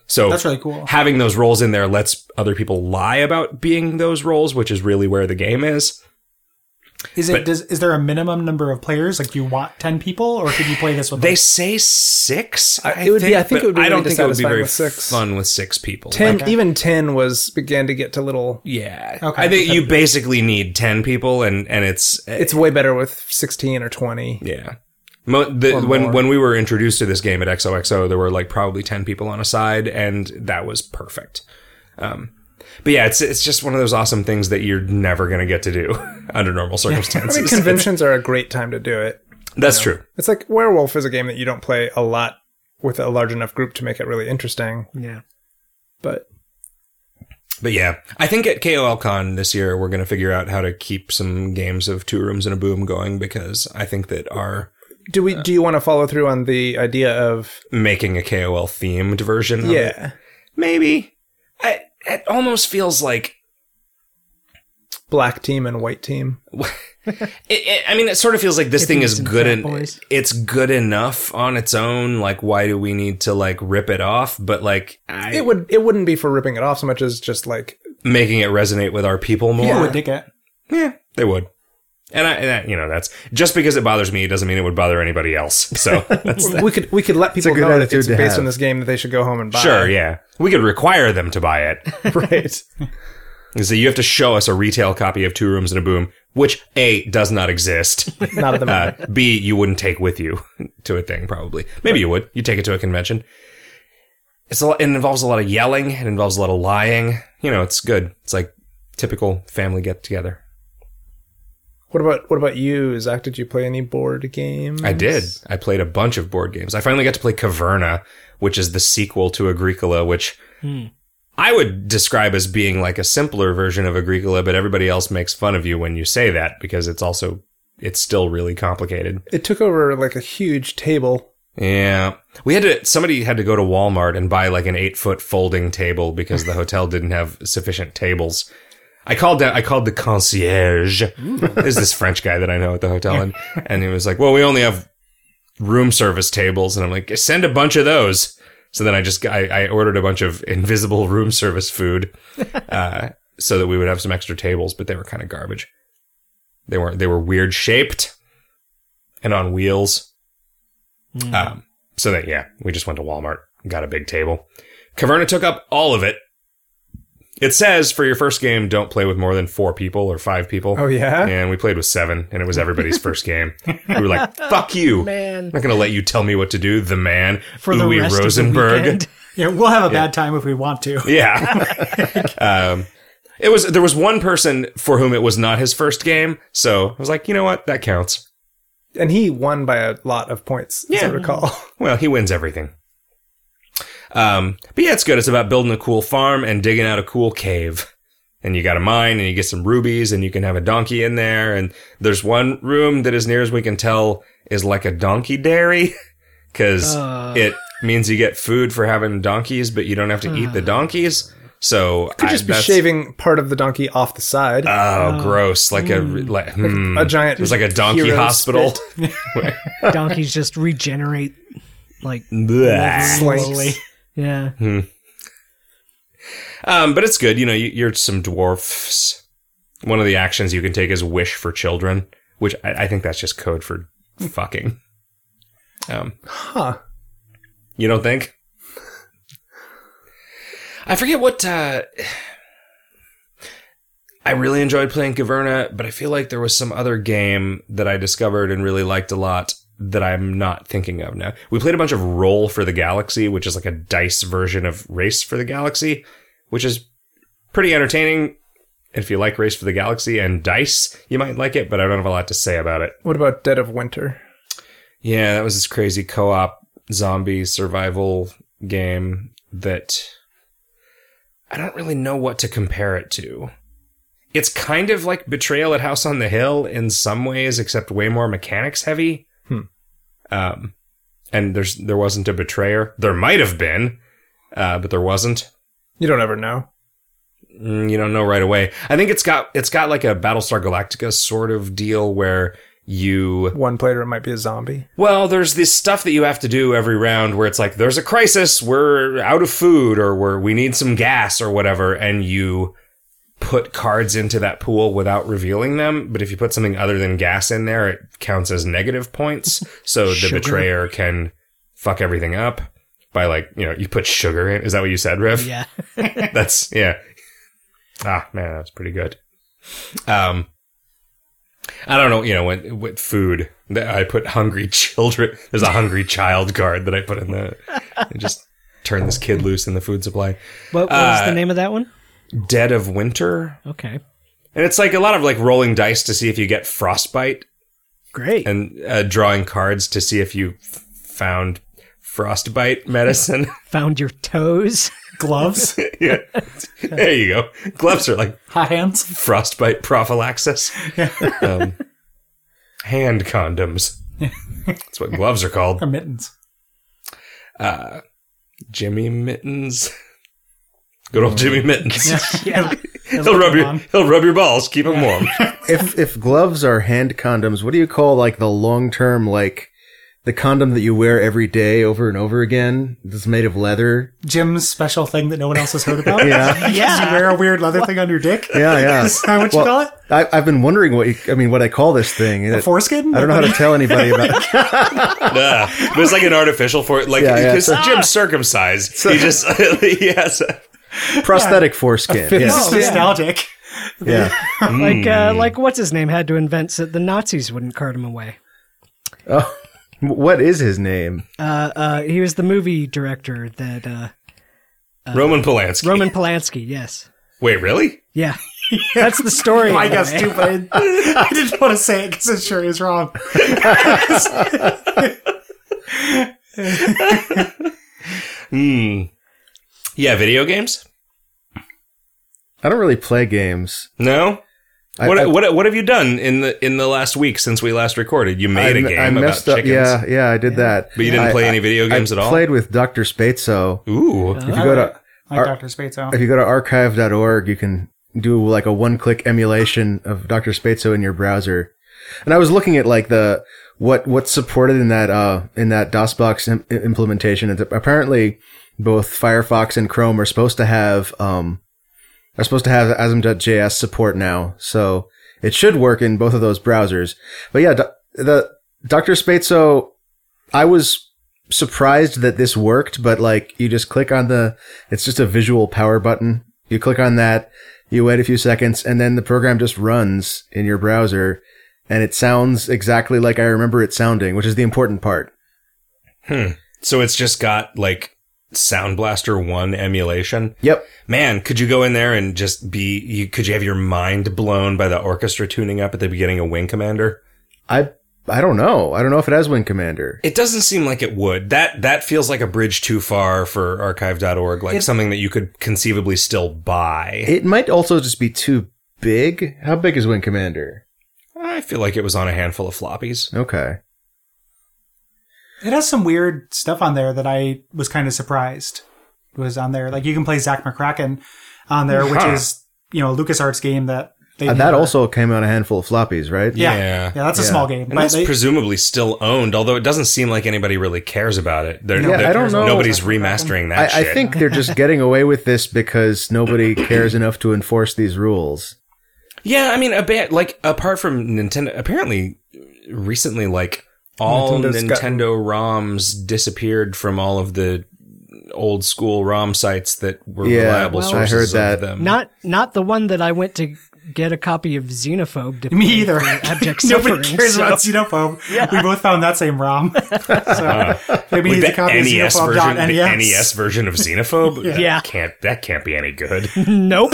S3: So
S5: That's really cool.
S3: Having those roles in there lets other people lie about being those roles, which is really where the game is.
S5: Is it?
S3: But-
S5: does, is there a minimum number of players? Like, do you want ten people, or could you play this with?
S3: They
S5: like,
S3: say six. I
S2: Uh, it would be-
S3: think,
S2: I think
S3: but
S2: it would be
S3: I don't
S2: really
S3: think it would be
S2: dissatisfying
S3: very
S2: with six.
S3: fun with six people.
S2: Ten, e-
S3: Like,
S2: even ten, was began to get to little.
S3: yeah.
S5: Okay.
S3: I think you basically need ten people, and and it's uh,
S2: It's way better with sixteen or twenty.
S3: yeah. Mo- the, when when we were introduced to this game at XOXO, there were like probably ten people on a side, and that was perfect. Um, but yeah, it's it's just one of those awesome things that you're never gonna get to do under normal
S2: I mean,
S3: circumstances.
S2: conventions are a great time to do it.
S3: That's true.
S2: It's like Werewolf is a game that you don't play a lot with a large enough group to make it really interesting,
S1: yeah.
S2: but
S3: But yeah, I think at KOLCon this year, we're going to figure out how to keep some games of two rooms and a boom going because I think that our
S2: Do we? Do you want to follow through on the idea of?
S3: making a KOL themed version of it,
S2: Oh, Yeah,
S3: maybe. I, it almost feels like
S2: black team and white team.
S3: It, it, I mean, it sort of feels like this
S1: If
S3: thing
S1: you
S3: is
S1: listen to
S3: good
S1: Fat
S3: and
S1: Boys.
S3: it's good enough on its own. Like, why do we need to like rip it off? But like, I,
S2: It would. It wouldn't be for ripping it off so much as just like
S3: making it resonate with our people more.
S5: People would dig it.
S3: Yeah, they would. And I, and I- you know, that's just because it bothers me it doesn't mean it would bother anybody else. So that's
S2: we could we could let people
S4: good
S2: know that
S4: attitude
S2: it's
S4: to
S2: based
S4: have.
S2: on this game that they should go home and buy.
S3: sure, yeah, we could require them to buy it.
S2: right.
S3: So you have to show us a retail copy of Two Rooms and a Boom, which a does not exist.
S2: Not at the moment.
S3: Uh, B, you wouldn't take with you to a thing, probably. Maybe you would. You take it to a convention. It's a lot, it involves a lot of yelling. It involves a lot of lying. You know, it's good. It's like typical family get together.
S2: What about what about you, Zach? Did you play any board games?
S3: I did. I played a bunch of board games. I finally got to play Caverna, which is the sequel to Agricola, which I would describe as being like a simpler version of Agricola, but everybody else makes fun of you when you say that because it's also it's still really complicated.
S2: It took over like a huge table.
S3: Yeah. We had to, somebody had to go to Walmart and buy like an eight foot folding table because the hotel didn't have sufficient tables. I called down, I called the concierge. Is this French guy that I know at the hotel? And, and he was like, well, we only have room service tables. And I'm like, send a bunch of those. So then I just, I, I ordered a bunch of invisible room service food, uh, so that we would have some extra tables, but they were kind of garbage. They weren't, they were weird shaped and on wheels.
S2: Hmm.
S3: Um, so that yeah, we just went to Walmart, got a big table. Caverna took up all of it. It says for your first game, don't play with more than four people or five people.
S2: Oh yeah.
S3: And we played with seven, and it was everybody's first game. We were like, "Fuck you! I'm
S1: Man.
S3: not gonna let you tell me what to do." The man,
S1: For the
S3: Louis
S1: rest of the
S3: Rosenberg.
S1: weekend.
S5: Yeah, we'll have a bad time if we want to.
S3: Yeah. um, it was there was one person for whom it was not his first game, so I was like, you know what, that counts.
S2: And he won by a lot of points, as I
S3: Yeah.
S2: recall.
S3: Well, he wins everything. Um, but yeah, it's good. It's about building a cool farm and digging out a cool cave. And you got a mine and you get some rubies and you can have a donkey in there. And there's one room that, as near as we can tell, is like a donkey dairy because
S1: Uh.
S3: it means you get food for having donkeys, but you don't have to eat the donkeys. So
S2: Uh. Could just be shaving part of the donkey off the side.
S3: Oh, gross! Like a like, hmm.
S2: a giant
S3: It was like a donkey
S2: hero
S3: hospital.
S1: Donkeys just regenerate, like
S3: Blech.
S2: Slowly.
S1: yeah.
S3: Um, but it's good. You know, you, you're some dwarfs. One of the actions you can take is wish for children, which I, I think that's just code for fucking. Um,
S2: Huh.
S3: you don't think? I forget what. Uh, I really enjoyed playing Caverna, but I feel like there was some other game that I discovered and really liked a lot that I'm not thinking of now. We played a bunch of Roll for the Galaxy, which is like a dice version of Race for the Galaxy, which is pretty entertaining. If you like Race for the Galaxy and dice, you might like it, but I don't have a lot to say about it.
S2: What about Dead of Winter?
S3: Yeah, that was this crazy co-op zombie survival game that I don't really know what to compare it to. It's kind of like Betrayal at House on the Hill in some ways, except way more mechanics heavy.
S2: Hmm.
S3: Um, and there's there wasn't a betrayer. There might have been, uh, but there wasn't.
S2: You don't ever know.
S3: Mm, you don't know right away. I think it's got it's got like a Battlestar Galactica sort of deal where you
S2: One player it might be a zombie.
S3: well, there's this stuff that you have to do every round where it's like there's a crisis, we're out of food or we're we need some gas or whatever and you put cards into that pool without revealing them, but if you put something other than gas in there, it counts as negative points, so the
S1: Sugar.
S3: betrayer can fuck everything up by like, you know, you put sugar in. Is that what you said, Riff?
S1: Yeah.
S3: That's yeah. Ah man, that's pretty good. Um, I don't know, you know, with, with food, that I put hungry children. There's a hungry child card that I put in the. And just turn this kid loose in the food supply.
S1: What was
S3: Uh,
S1: the name of that one?
S3: Dead of winter,
S1: Okay.
S3: and it's like a lot of like rolling dice to see if you get frostbite,
S1: Great.
S3: and uh, drawing cards to see if you f- found frostbite medicine.
S1: Found your toes.
S5: gloves,
S3: yeah. There you go. Gloves are like
S5: hot hands.
S3: frostbite prophylaxis. Um, hand condoms. That's what gloves are called.
S5: Or mittens.
S3: Uh, Jimmy Mittens. Good old Jimmy Mittens.
S1: Yeah.
S3: he'll rub
S5: them
S3: your
S5: on.
S3: he'll rub your balls. Keep them warm.
S4: if if gloves are hand condoms, what do you call like the long term like the condom that you wear every day over and over again that's made of leather?
S5: Jim's special thing that no one else has heard about.
S4: Yeah.
S5: yeah. You wear a weird leather thing on your dick.
S4: Yeah, yeah.
S5: Is that what you
S4: Well,
S5: call it?
S4: I, I've been wondering what you, I mean. What I call this thing?
S5: A foreskin?
S4: I don't know how to tell anybody about. it.
S3: Ah, but it's like an artificial for it. Like
S4: Yeah, yeah.
S3: because Jim's circumcised, he just he has a-
S4: Uh, prosthetic foreskin. Yeah,
S5: It's Oh, nostalgic.
S4: yeah.
S1: like uh,
S3: Hmm.
S1: like what's his name had to invent so that the Nazis wouldn't cart him away.
S4: Oh, what is his name?
S1: Uh, uh, he was the movie director that uh,
S3: Roman Polanski.
S1: Roman Polanski. Yes,
S3: Wait, really?
S1: yeah, that's the story.
S5: I
S1: in a
S5: got
S1: way.
S5: stupid. I didn't want to say it because it sure is wrong.
S3: Hmm. Yeah, video games.
S4: I don't really play games.
S3: No.
S4: I-
S3: what,
S4: I-
S3: what what have you done in the in the last week since we last recorded? You made a
S4: I-
S3: game
S4: I
S3: about
S4: messed
S3: chickens,
S4: up. Yeah, yeah, I did that.
S3: but you didn't
S4: I-
S3: play any video games
S4: I
S3: at all.
S4: Played with Doctor Spatzo.
S3: Ooh,
S4: If you go to
S5: Like
S4: Are-
S5: Dr. Spatzo.
S4: if you go to archive.org, you can do like a one-click emulation of Doctor Spatzo in your browser. And I was looking at like the what what's supported in that uh in that DOSBox im- implementation. And apparently, both Firefox and Chrome are supposed to have um are supposed to have ASM.js support now, so it should work in both of those browsers. But yeah, do- the Doctor Spatzo, I was surprised that this worked, but like you just click on the it's just a visual power button. You click on that, you wait a few seconds, and then the program just runs in your browser, and it sounds exactly like I remember it sounding, which is the important part.
S3: so it's just got like Sound Blaster One emulation.
S4: Yep.
S3: Man, could you go in there and just be? You, could you have your mind blown by the orchestra tuning up at the beginning of Wing Commander?
S4: I I don't know. I don't know if it has Wing Commander.
S3: It doesn't seem like it would. That that feels like a bridge too far for Archive.org. Like
S5: It-
S3: something that you could conceivably still buy.
S4: It might also just be too big. How big is Wing Commander?
S3: I feel like it was on a handful of floppies.
S4: Okay.
S5: It has some weird stuff on there that I was kind of surprised was on there. Like you can play Zach McCracken on there, which
S3: Huh.
S5: is you know LucasArts game that they
S4: Uh, that
S5: never-
S4: also came on a handful of floppies, right?
S5: yeah
S3: Yeah.
S5: yeah, that's a
S4: Yeah.
S5: small game,
S3: And
S5: but
S3: that's
S5: they,
S3: presumably still owned, although it doesn't seem like anybody really cares about it. They're,
S4: Yeah,
S3: they're-
S4: I don't know.
S3: Nobody's remastering that
S4: I, I
S3: shit.
S4: think they're just getting away with this because nobody cares enough to enforce these rules.
S3: Yeah, I mean, a bit like apart from Nintendo, apparently recently, like all
S2: Nintendo's gotten-
S3: Nintendo ROMs disappeared from all of the old school ROM sites that were
S4: Yeah,
S3: reliable
S4: well, I
S3: sources
S4: heard
S3: of
S4: that.
S3: them.
S1: Not not the one that I went to get a copy of Xenophobe. To
S5: me
S1: play
S5: either.
S1: for Abject
S5: Nobody
S1: suffering.
S5: cares
S1: so-
S5: about Xenophobe. We both found that same ROM. so maybe
S3: Wait,
S5: he's a
S3: Uh, the
S5: copy
S3: NES
S5: of
S3: version, the E
S5: Xenophobe.NES.
S3: NES version of Xenophobe, That
S1: Yeah.
S3: can't that can't be any good?
S1: Nope.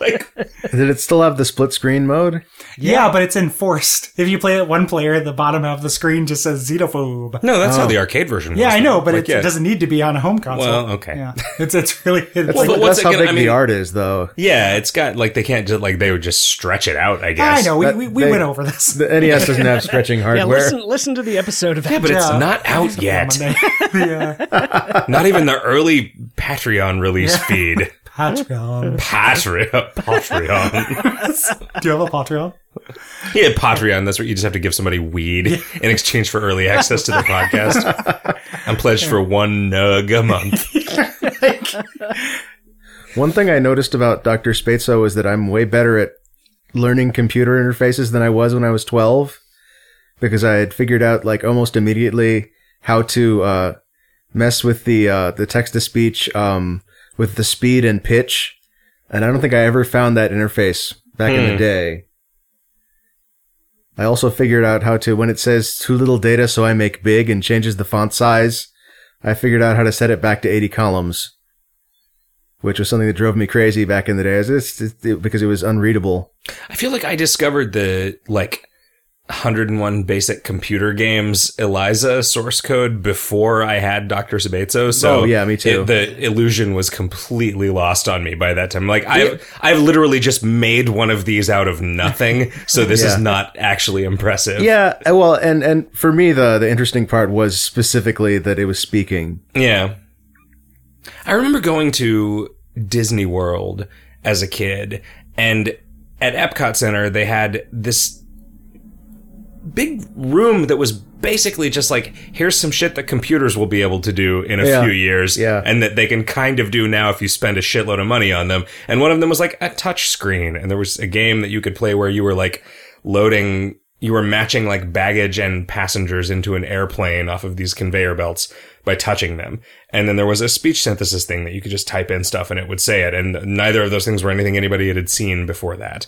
S3: like,
S4: Did it still have the split screen mode?
S5: Yeah. but it's enforced. If you play it one player, the bottom half of the screen just says xenophobe.
S3: no, that's how
S4: Oh.
S3: the arcade version.
S5: Yeah,
S3: was,
S5: I know, but
S3: Like,
S5: it,
S3: yeah.
S5: it doesn't need to be on a home console.
S3: Well, okay.
S5: Yeah, it's it's really it's
S4: That's,
S5: like,
S3: but
S4: like,
S3: what's
S4: that's
S3: it
S4: how
S3: gonna-
S4: big
S3: I
S4: the
S3: mean-
S4: art is, though.
S3: Yeah, it's got like they can't just like they would just stretch it out. I guess.
S5: I know we,
S4: That-
S5: we, we
S4: they-
S5: went over this.
S4: The NES doesn't have stretching
S1: yeah,
S4: hardware.
S1: listen listen to the episode of
S3: Yeah, but it's
S5: Yeah.
S3: not out yet.
S5: yeah.
S3: Not even the early Patreon release feed.
S5: Patreon.
S3: Patreon. Patreon.
S5: Do you have a Patreon?
S3: yeah, Patreon. That's where you just have to give somebody weed in exchange for early access to the podcast. I'm pledged for one nug a month.
S4: One thing I noticed about Dr. Spatzo is that I'm way better at learning computer interfaces than I was when I was 12 because I had figured out like almost immediately how to uh, mess with the uh, the text to speech um, with the speed and pitch and I don't think I ever found that interface back in the day. I also figured out how to when it says too little data so I make big and changes the font size, I figured out how to set it back to 80 columns which was something that drove me crazy back in the day. It's, it's, it, because it was unreadable.
S3: I feel like I discovered the like 101 basic computer games Eliza source code before I had Dr. Sabato. So
S4: Oh, yeah, me too.
S3: it- the illusion was completely lost on me by that time. Like I've I've literally just made one of these out of nothing. So this is
S4: Yeah.
S3: not actually impressive.
S4: Yeah, uh, well, and and for me the the interesting part was specifically that it was speaking.
S3: Yeah. I remember going to Disney World as a kid, and at Epcot Center, they had this big room that was basically just like here's some shit that computers will be able to do in a
S4: Yeah.
S3: few years
S4: Yeah.
S3: and that they can kind of do now if you spend a shitload of money on them and one of them was like a touch screen and there was a game that you could play where you were like loading you were matching like baggage and passengers into an airplane off of these conveyor belts by touching them and then there was a speech synthesis thing that you could just type in stuff and it would say it and neither of those things were anything anybody had seen before that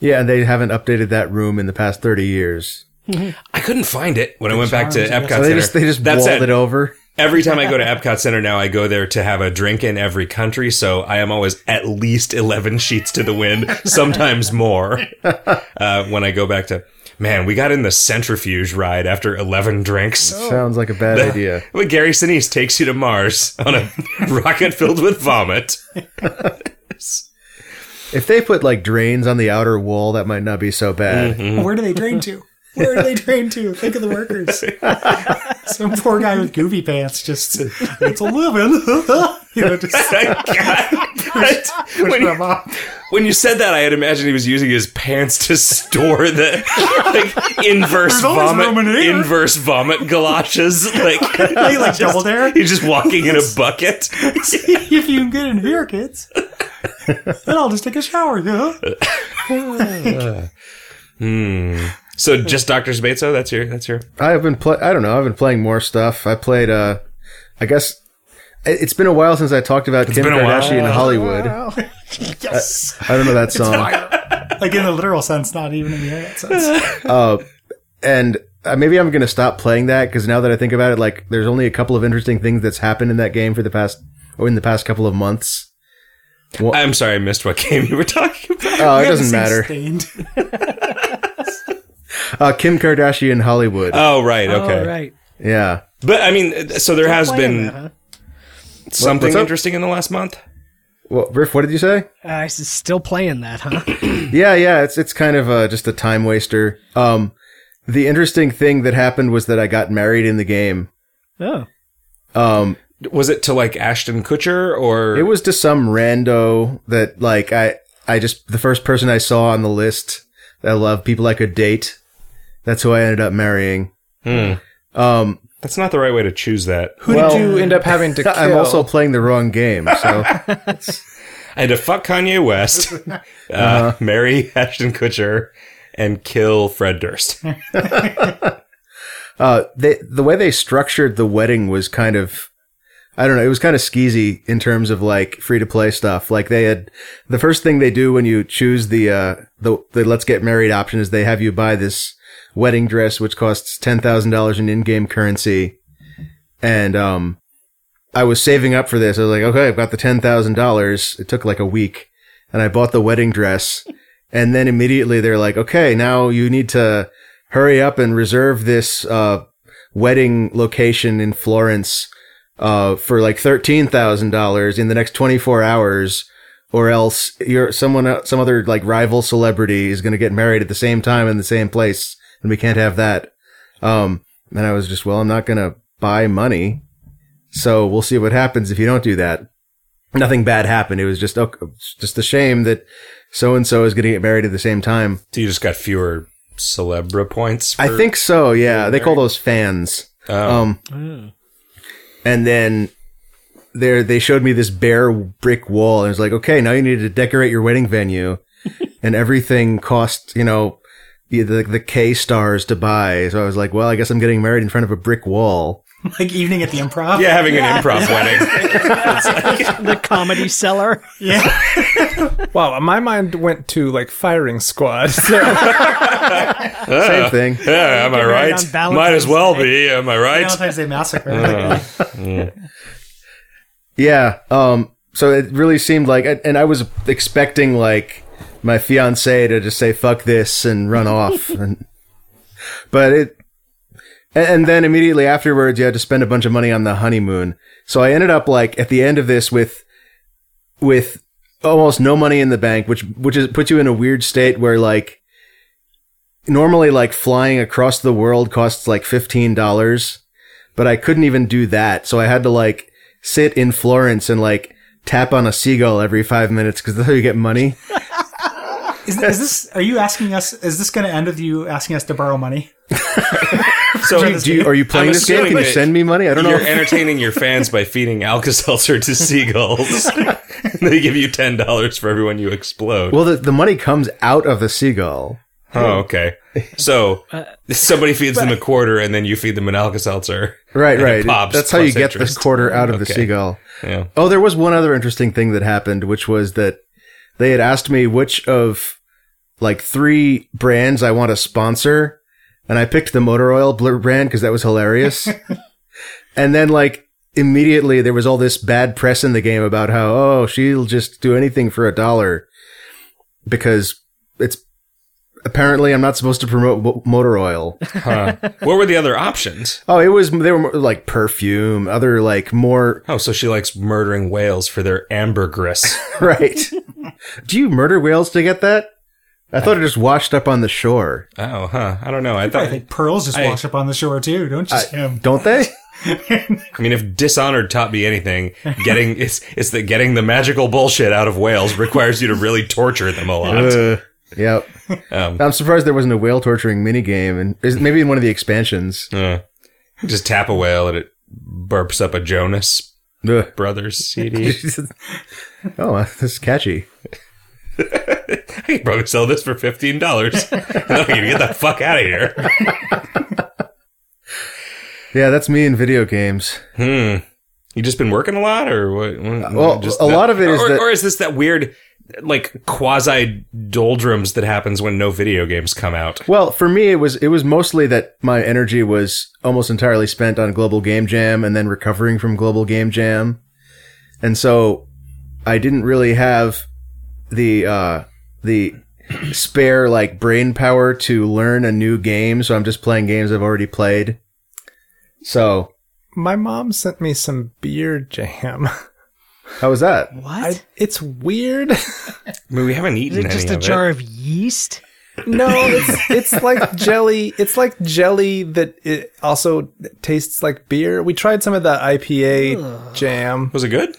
S4: Yeah, and they haven't updated that room in the past thirty years.
S3: I couldn't find it when I went back to
S5: charms, I
S3: Epcot
S5: guess.
S4: So
S3: Center.
S4: they just they just
S3: That's
S4: walled it.
S3: it.
S4: over.
S3: Every time I go to Epcot Center now, I go there to have a drink in every country. So I am always at least 11 sheets to the wind, sometimes more. Uh, when I go back to, man, we got in the centrifuge ride after 11 drinks.
S4: Sounds like a bad idea.
S3: When Gary Sinise takes you to Mars on a rocket filled with vomit.
S4: If they put like drains on the outer wall, that might not be so bad.
S3: Mm-hmm. Mm.
S5: Where do they drain to? Where do they drain to? Think of the workers. Some poor guy with goofy pants just it's a living. you know, just
S3: when,
S5: them
S3: you,
S5: off.
S3: when you said that, I had imagined he was using his pants to store the like inverse
S5: There's always
S3: vomit,
S5: room in here.
S3: inverse vomit galoshes. Like
S5: They like double dare.
S3: He's just walking in a bucket.
S5: if you can get in here, kids. then I'll just take a shower, you know?
S3: so just Doctor Spateso. That's your. That's your.
S4: I have been play. I don't know. I've been playing more stuff. I played. Uh, I guess it- it's been a while since I talked about Kim
S3: been a while.
S4: Kardashian in Hollywood.
S3: Uh,
S5: Yes.
S4: I don't know that song.
S5: like in the literal sense, not even in the internet sense.
S4: And uh, maybe I'm going to stop playing that because now that I think about it, like there's only a couple of interesting things that's happened in that game for the past or in the past couple of months.
S3: I'm sorry, I missed what game you were talking about.
S4: Oh, it doesn't matter.
S5: Stained.
S4: Uh, Kim Kardashian in Hollywood.
S3: Oh right, okay.
S1: All right.
S4: yeah.
S3: But I mean, so there has been something
S4: What's up?
S3: interesting in the last month.
S4: Well, Riff, what did you say?
S1: I s- Uh, still playing that, huh?
S4: Yeah, yeah, it's it's kind of uh, just a time waster. Um, the interesting thing that happened was that I got married in the game.
S1: Oh,
S4: Um,
S3: Was it to like Ashton Kutcher or
S4: it was to some rando that like I I just the first person I saw on the list that I love people I could date. That's who I ended up marrying. Um,
S3: that's not the right way to choose that.
S2: Who
S4: Well-
S2: did you end up having to kill?
S4: I'm also playing the wrong game. So
S3: I had to fuck Kanye West, uh, marry Ashton Kutcher, and kill Fred Durst.
S4: uh, they, the way they structured the wedding was kind of I don't know, it was kind of skeezy in terms of like free to play stuff. Like they had the first thing they do when you choose the uh the, the let's get married option is they have you buy this wedding dress which costs ten thousand dollars in in game currency. And um I was saving up for this. I was like, okay, I've got the ten thousand dollars. It took like a week and I bought the wedding dress. And then immediately they're like, okay, now you need to hurry up and reserve this uh, wedding location in Florence uh, for like thirteen thousand dollars in the next twenty four hours, or else you're someone el- some other like rival celebrity is going to get married at the same time in the same place, and we can't have that. Um, and I was just, well, I'm not going to buy money, so we'll see what happens if you don't do that. Nothing bad happened. It was just oh, it's just a shame that so and so is going to get married at the same time.
S3: So you just got fewer celebra points. For,
S4: I think so. Yeah, they call those fans.
S3: Oh.
S4: Um, and then there they showed me this bare brick wall, and it was like, okay, now you need to decorate your wedding venue, and everything cost you know the the, the K stars to buy. So I was like, well, I guess I'm getting married in front of a brick wall.
S5: Like evening at the improv.
S3: yeah, having an improv wedding.
S1: the comedy seller.
S2: Wow, my mind went to like firing squad.
S4: Same thing.
S3: Yeah, am I
S1: Get married on
S3: right?
S1: Valentine's
S3: Might as well be. Am I right?
S5: Valentine's Day massacre.
S4: Yeah. Um. So it really seemed like, and I was expecting like my fiance to just say fuck this and run off. And but it, and, and then immediately afterwards, you had to spend a bunch of money on the honeymoon. So I ended up like at the end of this with, with almost no money in the bank, which which is puts you in a weird state where like normally like flying across the world costs like fifteen dollars, but I couldn't even do that, so I had to like sit in Florence and like tap on a seagull every five minutes because that's how you get money.
S5: Is, is this? Are you asking us? Is this going to end with you asking us to borrow money?
S3: So
S4: Do you, do you- are you playing
S3: I'm
S4: this game? Can you
S3: assuming that
S4: send me money? I don't know.
S3: You're entertaining your fans by feeding Alka-Seltzer to seagulls. they give you ten dollars for everyone you explode.
S4: Well, the, the money comes out of the seagull.
S3: oh, okay. So somebody feeds them a quarter, and then you feed them an Alka-Seltzer.
S4: Right,
S3: And it
S4: right.
S3: pops
S4: That's how you
S3: plus
S4: get the
S3: interest.
S4: quarter out of the
S3: Okay.
S4: seagull.
S3: Yeah.
S4: Oh, there was one other interesting thing that happened, which was that they had asked me which of like three brands I want to sponsor, and I picked the motor oil bl- brand because that was hilarious. and then like immediately there was all this bad press in the game about how oh she'll just do anything for a dollar because it's apparently I'm not supposed to promote mo- motor oil.
S3: Huh. what were the other options?
S4: Oh, it was they were more, like perfume, other like more
S3: Oh, so she likes murdering whales for their ambergris.
S4: right. Do you murder whales to get that? I thought it just washed up on the shore.
S3: oh, huh. I don't know. I
S5: I
S3: thought.
S5: think pearls just
S3: I-
S5: wash up on the shore too, don't just him.
S4: Don't they?
S3: I mean, if Dishonored taught me anything, getting it's it's that getting the magical bullshit out of whales requires you to really torture them a lot.
S4: Uh, yep.
S3: Um,
S4: I'm surprised there wasn't a whale torturing minigame, and is- maybe in one of the expansions.
S3: uh, just tap a whale and it burps up a Jonas
S4: Ugh.
S3: Brothers CD.
S4: oh, this is catchy.
S3: I can probably sell this for fifteen dollars. I'm gonna get the fuck out of here.
S4: Yeah, that's me in video games.
S3: Hmm. You just been working a lot, or what? what-
S4: Well,
S3: just
S4: a lot of it is
S3: or,
S4: that-
S3: or is this that weird, like quasi doldrums that happens when no video games come out?
S4: Well, for me, it was it was mostly that my energy was almost entirely spent on Global Game Jam and then recovering from Global Game Jam, and so I didn't really have the uh, the spare like brain power to learn a new game. So I'm just playing games I've already played. So
S2: My mom sent me some beer jam.
S4: how was that?
S2: I,
S1: What?
S2: it's weird.
S3: I mean, we haven't
S1: Is
S3: eaten
S1: it
S3: any
S1: just a
S3: of
S1: jar of yeast?
S2: No, it's it's like jelly. It's like jelly that it also tastes like beer. We tried some of that IPA jam.
S3: it. Was it good?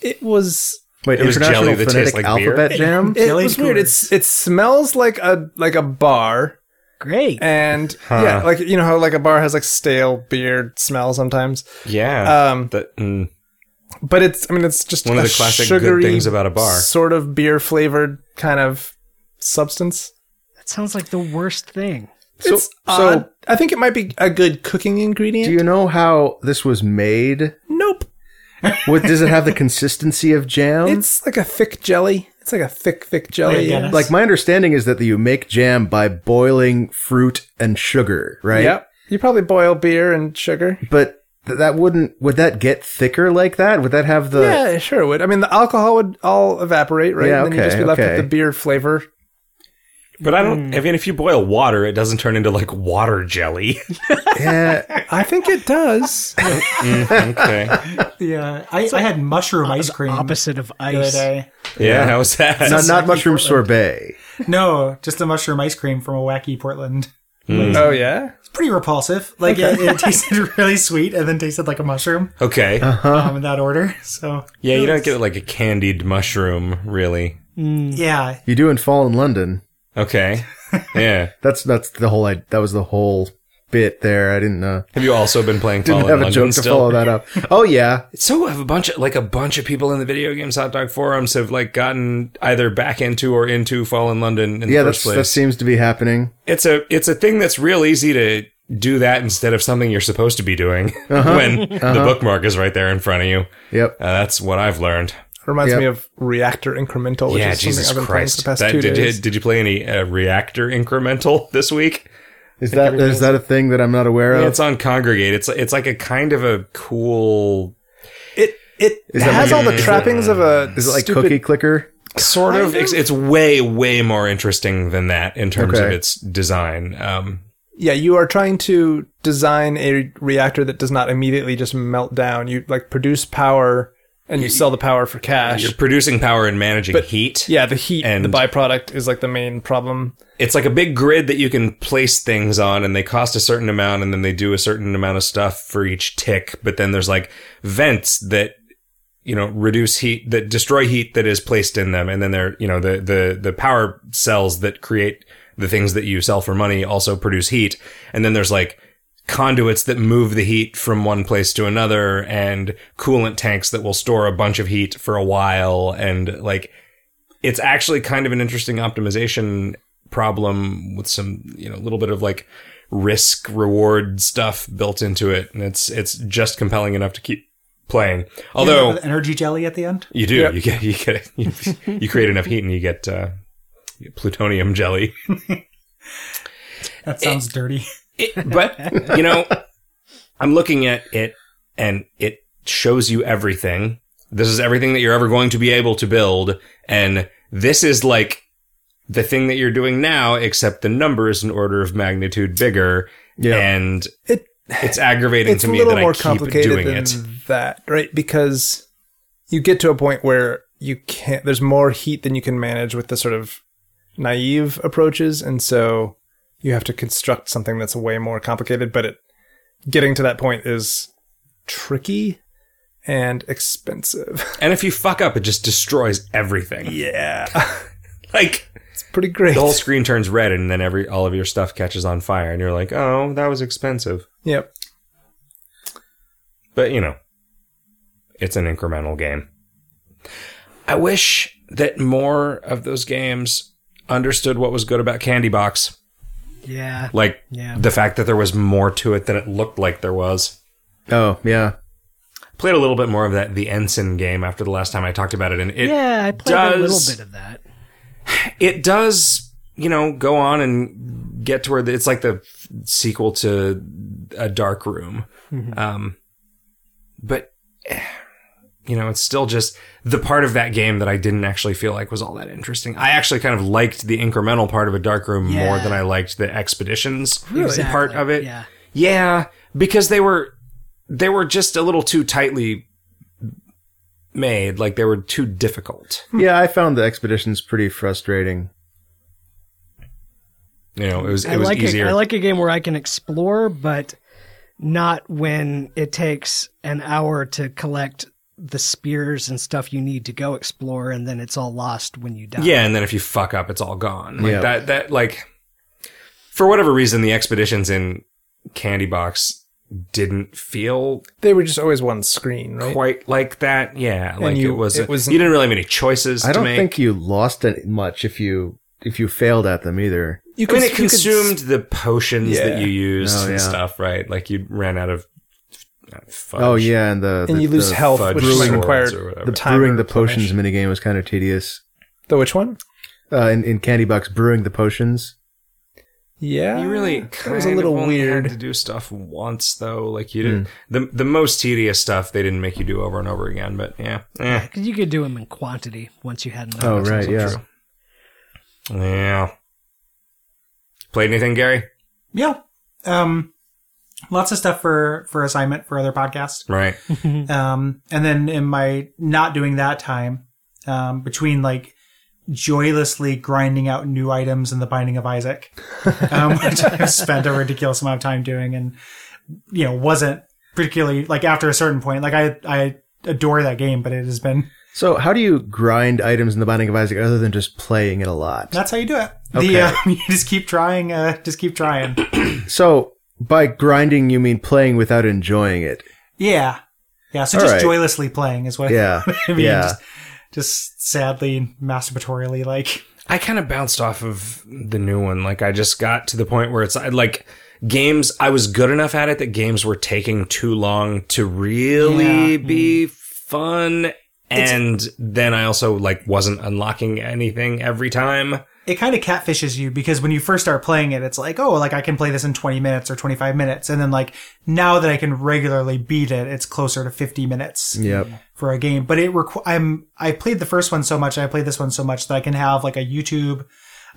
S2: It was
S4: Wait,
S3: It was
S4: international
S3: jelly that tastes
S4: phonetic
S3: like beer?
S4: alphabet jam.
S2: it
S5: Jelly
S2: was weird.
S5: Coors.
S2: It's it smells like a like a bar
S1: Great.
S2: and yeah, like you know how like a bar has like stale beer smell sometimes.
S3: Yeah.
S2: Um,
S3: That- mm.
S2: but it's I mean it's just
S3: One of
S2: a
S3: the classic good
S2: sugary
S3: things about a bar.
S2: sort of beer flavored kind of substance.
S1: That sounds like the worst thing.
S4: So-
S2: it's
S4: so-
S2: odd. I think it might be a good cooking ingredient.
S4: Do you know how this was made?
S2: nope.
S4: What does it have the consistency of jam?
S2: It's like a thick jelly. It's like a thick, thick jelly.
S5: Like a Guinness?
S4: Like my understanding is that you make jam by boiling fruit and sugar, right?
S2: Yep. You probably boil beer and sugar.
S4: But th- that wouldn't would that get thicker like that? Would that have the
S2: yeah, it sure would. I mean, the alcohol would all evaporate, right?
S4: Yeah,
S2: and then
S4: okay,
S2: you'd just be left
S4: okay.
S2: with the beer flavor.
S3: But I don't. I mean, if you boil water, it doesn't turn into like water jelly.
S4: yeah,
S2: I think it does.
S3: Hmm. okay.
S5: Yeah, I, I had mushroom ice cream
S1: Opposite of
S5: the other
S1: ice.
S3: eh?
S5: day.
S3: Yeah. How was that?
S4: not, not mushroom sorbet?
S5: No, just a mushroom ice cream from a wacky Portland.
S2: oh yeah.
S5: It's pretty repulsive. Like it, it tasted really sweet, and then tasted like a mushroom.
S3: okay.
S5: Um, in that order. So
S3: yeah, you don't get like a candied mushroom, really.
S5: yeah,
S4: You do in fall in London.
S3: Okay. Yeah.
S4: That's that's the whole. I, that was the whole bit there. I didn't uh,
S3: Have you also been playing Fall in
S4: didn't have a
S3: London
S4: joke to
S3: still?
S4: follow that up. Oh yeah,
S3: So have a bunch of like a bunch of people in the video games hot dog forums have like gotten either back into or into Fall in London in
S4: yeah.
S3: the first
S4: That's
S3: place.
S4: that seems to be happening.
S3: it's a it's a thing that's real easy to do that instead of something you're supposed to be doing when the bookmark is right there in front of you.
S4: Yep.
S3: Uh, that's what I've learned.
S2: Reminds
S4: Yep.
S2: me of Reactor Incremental. Which
S3: yeah,
S2: is
S3: Jesus
S2: something I've been playing for
S3: Christ.
S2: The past
S3: That-
S2: two
S3: did,
S2: days.
S3: did, did you play any uh, Reactor Incremental this week?
S4: Is that is that a thing that I'm not aware
S3: Yeah,
S4: of?
S3: it's on Congregate. It's it's like a kind of a cool
S2: It it
S4: that
S2: has
S4: like
S2: all the trappings of a
S4: Is it like
S2: stupid
S4: Cookie Clicker?
S3: sort of. It's, it's way, way more interesting than that in terms of
S4: Okay.
S3: its design. Um,
S2: Yeah, you are trying to design a reactor that does not immediately just melt down. You like produce power and you sell the power for cash.
S3: you're producing power and managing heat.
S2: Yeah, the heat and the
S3: And-
S2: byproduct is like the main problem.
S3: It's like a big grid that you can place things on, and they cost a certain amount, and then they do a certain amount of stuff for each tick. But then there's like vents that you know reduce heat that destroy heat that is placed in them, and then there you know the the the power cells that create the things that you sell for money also produce heat, and then there's like conduits that move the heat from one place to another and coolant tanks that will store a bunch of heat for a while and like it's actually kind of an interesting optimization problem with some you know a little bit of like risk reward stuff built into it and it's it's just compelling enough to keep playing although
S5: With energy jelly at the end.
S3: you do you get you get you, you create enough heat and you get uh you get plutonium jelly
S5: That sounds dirty.
S3: It- but you know, I'm looking at it, and it shows you everything. This is everything that you're ever going to be able to build, and this is like the thing that you're doing now, except the number is an order of magnitude bigger.
S4: Yeah.
S3: and
S2: It-
S3: it's aggravating
S2: it's
S3: to
S2: a
S3: me
S2: little
S3: that
S2: more
S3: I keep
S2: complicated
S3: doing
S2: than
S3: it.
S2: that, right? Because you get to a point where you can't. There's more heat than you can manage with the sort of naive approaches, and so you have to construct something that's way more complicated. But it getting to that point is tricky and expensive.
S3: And if you fuck up, it just destroys everything.
S2: Yeah,
S3: Like
S2: it's pretty great.
S3: the whole screen turns red, and then every all of your stuff catches on fire, and you're like, oh, that was expensive.
S2: Yep.
S3: But you know, it's an incremental game. I wish that more of those games understood what was good about Candy Box,
S1: Yeah.
S3: like
S1: Yeah.
S3: the fact that there was more to it than it looked like there was.
S4: Oh, yeah.
S3: Played a little bit more of that the Ensign game after the last time I talked about it, and it
S1: yeah, I played a little
S3: does-
S1: bit of that.
S3: it does you know go on and get to where the, it's like the f- sequel to a dark room
S1: Mm-hmm.
S3: um but eh, you know it's still just the part of that game that i didn't actually feel like was all that interesting i actually kind of liked the incremental part of a dark room more
S1: Yeah.
S3: than i liked the expeditions part
S1: Exactly,
S3: of it
S1: Yeah.
S3: yeah, because they were they were just a little too tightly made like they were too difficult
S4: Yeah, I found the expeditions pretty frustrating.
S3: you know it was it
S1: I
S3: was
S1: like
S3: easier
S1: A, I like a game where I can explore, but not when it takes an hour to collect the spears and stuff you need to go explore, and then it's all lost when you die.
S3: Yeah, and then if you fuck up, it's all gone. Like
S4: Yeah.
S3: that that like for whatever reason the expeditions in Candy Box didn't feel
S2: They were just always one screen, right?
S3: quite like that. Yeah, like
S2: you-
S3: it was
S2: it was-
S3: you didn't really have any choices
S4: I
S3: to
S4: don't
S3: make.
S4: think you lost it much if you if you failed at them either.
S2: You
S3: I mean,
S2: could-
S3: it
S2: you could s-
S3: consumed the potions that
S2: Yeah.
S3: you used
S4: Oh,
S3: and
S4: yeah.
S3: stuff, right? Like you ran out of uh, fudge.
S4: Oh yeah, and the,
S2: and
S4: the-
S2: you lose
S4: the
S2: health,
S3: fudge
S2: which is
S4: brewing-
S2: required
S3: swords or whatever.
S4: The
S2: time
S4: brewing
S2: to
S4: the
S2: replenish.
S4: potions minigame was kind of tedious.
S2: The which one?
S4: Uh, in, in Candy Box, brewing the potions.
S2: Yeah,
S3: You really
S2: That
S3: kind
S2: was a little
S3: of only had to
S2: weird. Hmm.
S3: do stuff once though. Like you didn't the the most tedious stuff they didn't make you do over and over again. But yeah, eh.
S1: 'Cause you could do them in quantity once you had enough.
S4: Oh right, yeah.
S3: Yeah. Played anything, Gary?
S5: Yeah. Um, lots of stuff for for assignment for other podcasts.
S3: Right.
S5: Um, and then in my not doing that time, um, between like joylessly grinding out new items in the Binding of Isaac, um, which I've spent a ridiculous amount of time doing, and you know wasn't particularly like after a certain point. Like I I adore that game, but it has been
S4: So how do you grind items in the Binding of Isaac other than just playing it a lot?
S5: that's how you do it.
S4: Okay.
S5: The uh, you just keep trying, uh, just keep trying.
S4: So by grinding you mean playing without enjoying it.
S5: Yeah, yeah. So
S4: All
S5: just
S4: right.
S5: joylessly playing is what.
S4: Yeah.
S5: I mean,
S4: yeah.
S5: just, just sadly masturbatorily like
S3: I kind of bounced off of the new one. Like I just got to the point where it's I- like games I was good enough at it that games were taking too long to really
S4: Mm.
S5: Yeah.
S3: be fun and then I also like wasn't unlocking anything every time.
S5: it kind of catfishes you because when you first start playing it, it's like, oh, like I can play this in 20 minutes or 25 minutes. And then like now that I can regularly beat it, it's closer to 50 minutes
S4: Yep.
S5: for a game. But it requ- I'm, I played the first one so much. I played this one so much that I can have like a YouTube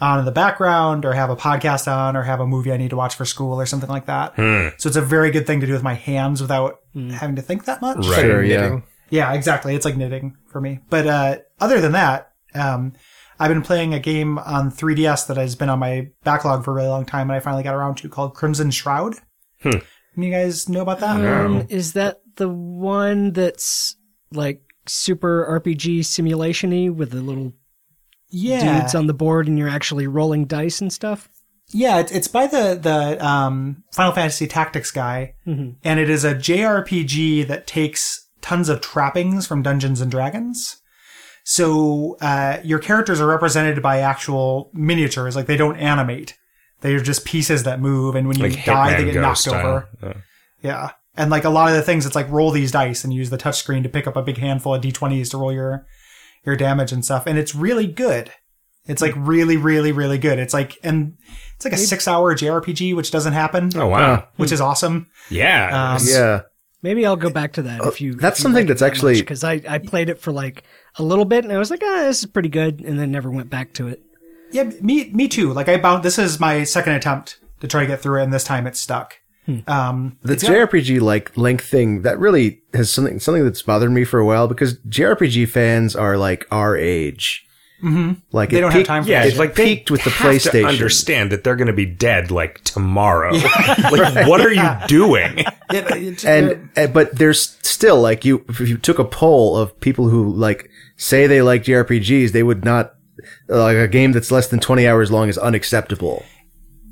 S5: on in the background or have a podcast on or have a movie I need to watch for school or something like that.
S3: Hmm.
S5: So it's a very good thing to do with my hands without having to think that much.
S3: Right.
S4: Sure, yeah.
S2: Knitting.
S5: Yeah, exactly. It's like knitting for me. But uh, other than that, um, I've been playing a game on 3DS that has been on my backlog for a really long time, and I finally got around to called Crimson Shroud. You guys know about that?
S1: Um, is that the one that's like super RPG simulation-y with the little
S5: Yeah,
S1: dudes on the board and you're actually rolling dice and stuff?
S5: yeah. It's, it's by the the um, Final Fantasy Tactics guy, and it is a JRPG that takes tons of trappings from Dungeons and Dragons. So uh, your characters are represented by actual miniatures, like they don't animate; they are just pieces that move. And when you
S3: Like
S5: die, they
S3: Hitman
S5: get
S3: Go
S5: knocked
S3: style.
S5: over. Yeah. And like a lot of the things, it's like roll these dice and use the touchscreen to pick up a big handful of d20s to roll your your damage and stuff. And it's really good. It's like really, really, really good. It's like and it's like a six hour JRPG, which doesn't happen,
S3: Oh wow.
S5: which is awesome.
S3: yeah.
S5: Um,
S4: Yeah.
S1: Maybe I'll go back to that if you.
S4: that's something that's actually-
S1: because I, I played it for like a little bit and I was like, ah, this is pretty good, and then never went back to it.
S5: Yeah, me me too. Like I bound this is my second attempt to try to get through it, and this time it's stuck. Um,
S4: The JRPG like length thing that really has something something that's bothered me for a while because JRPG fans are like our age. Mm-hmm. Like
S5: they
S4: it
S5: don't have
S4: peaked-
S5: time for
S3: yeah,
S5: that.
S4: it
S3: it's like
S4: peaked
S3: they
S4: with the
S3: have
S4: PlayStation.
S3: To understand that they're going to be dead like tomorrow. like, what are you doing?
S5: Yeah, it's-
S4: and and- but there's still like you if you took a poll of people who like say they like JRPGs, they would not like a game that's less than 20 hours long is unacceptable.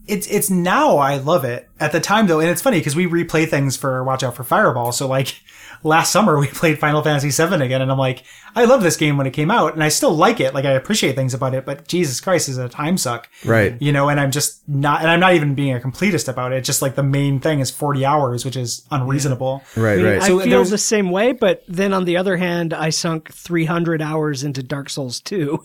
S5: it's it's now I love it. At the time though, and it's funny because we replay things for Watch Out for Fireball. So like last summer we played Final Fantasy VII again, and I'm like, I love this game when it came out, and I still like it. Like I appreciate things about it, but Jesus Christ, is a time suck,
S4: Right.
S5: You know, and I'm just not, and I'm not even being a completist about it. Just like the main thing is 40 hours, which is unreasonable.
S4: Right, right.
S1: I
S5: So
S1: feel
S5: there's-
S1: the same way, but then on the other hand, I sunk 300 hours into Dark Souls 2.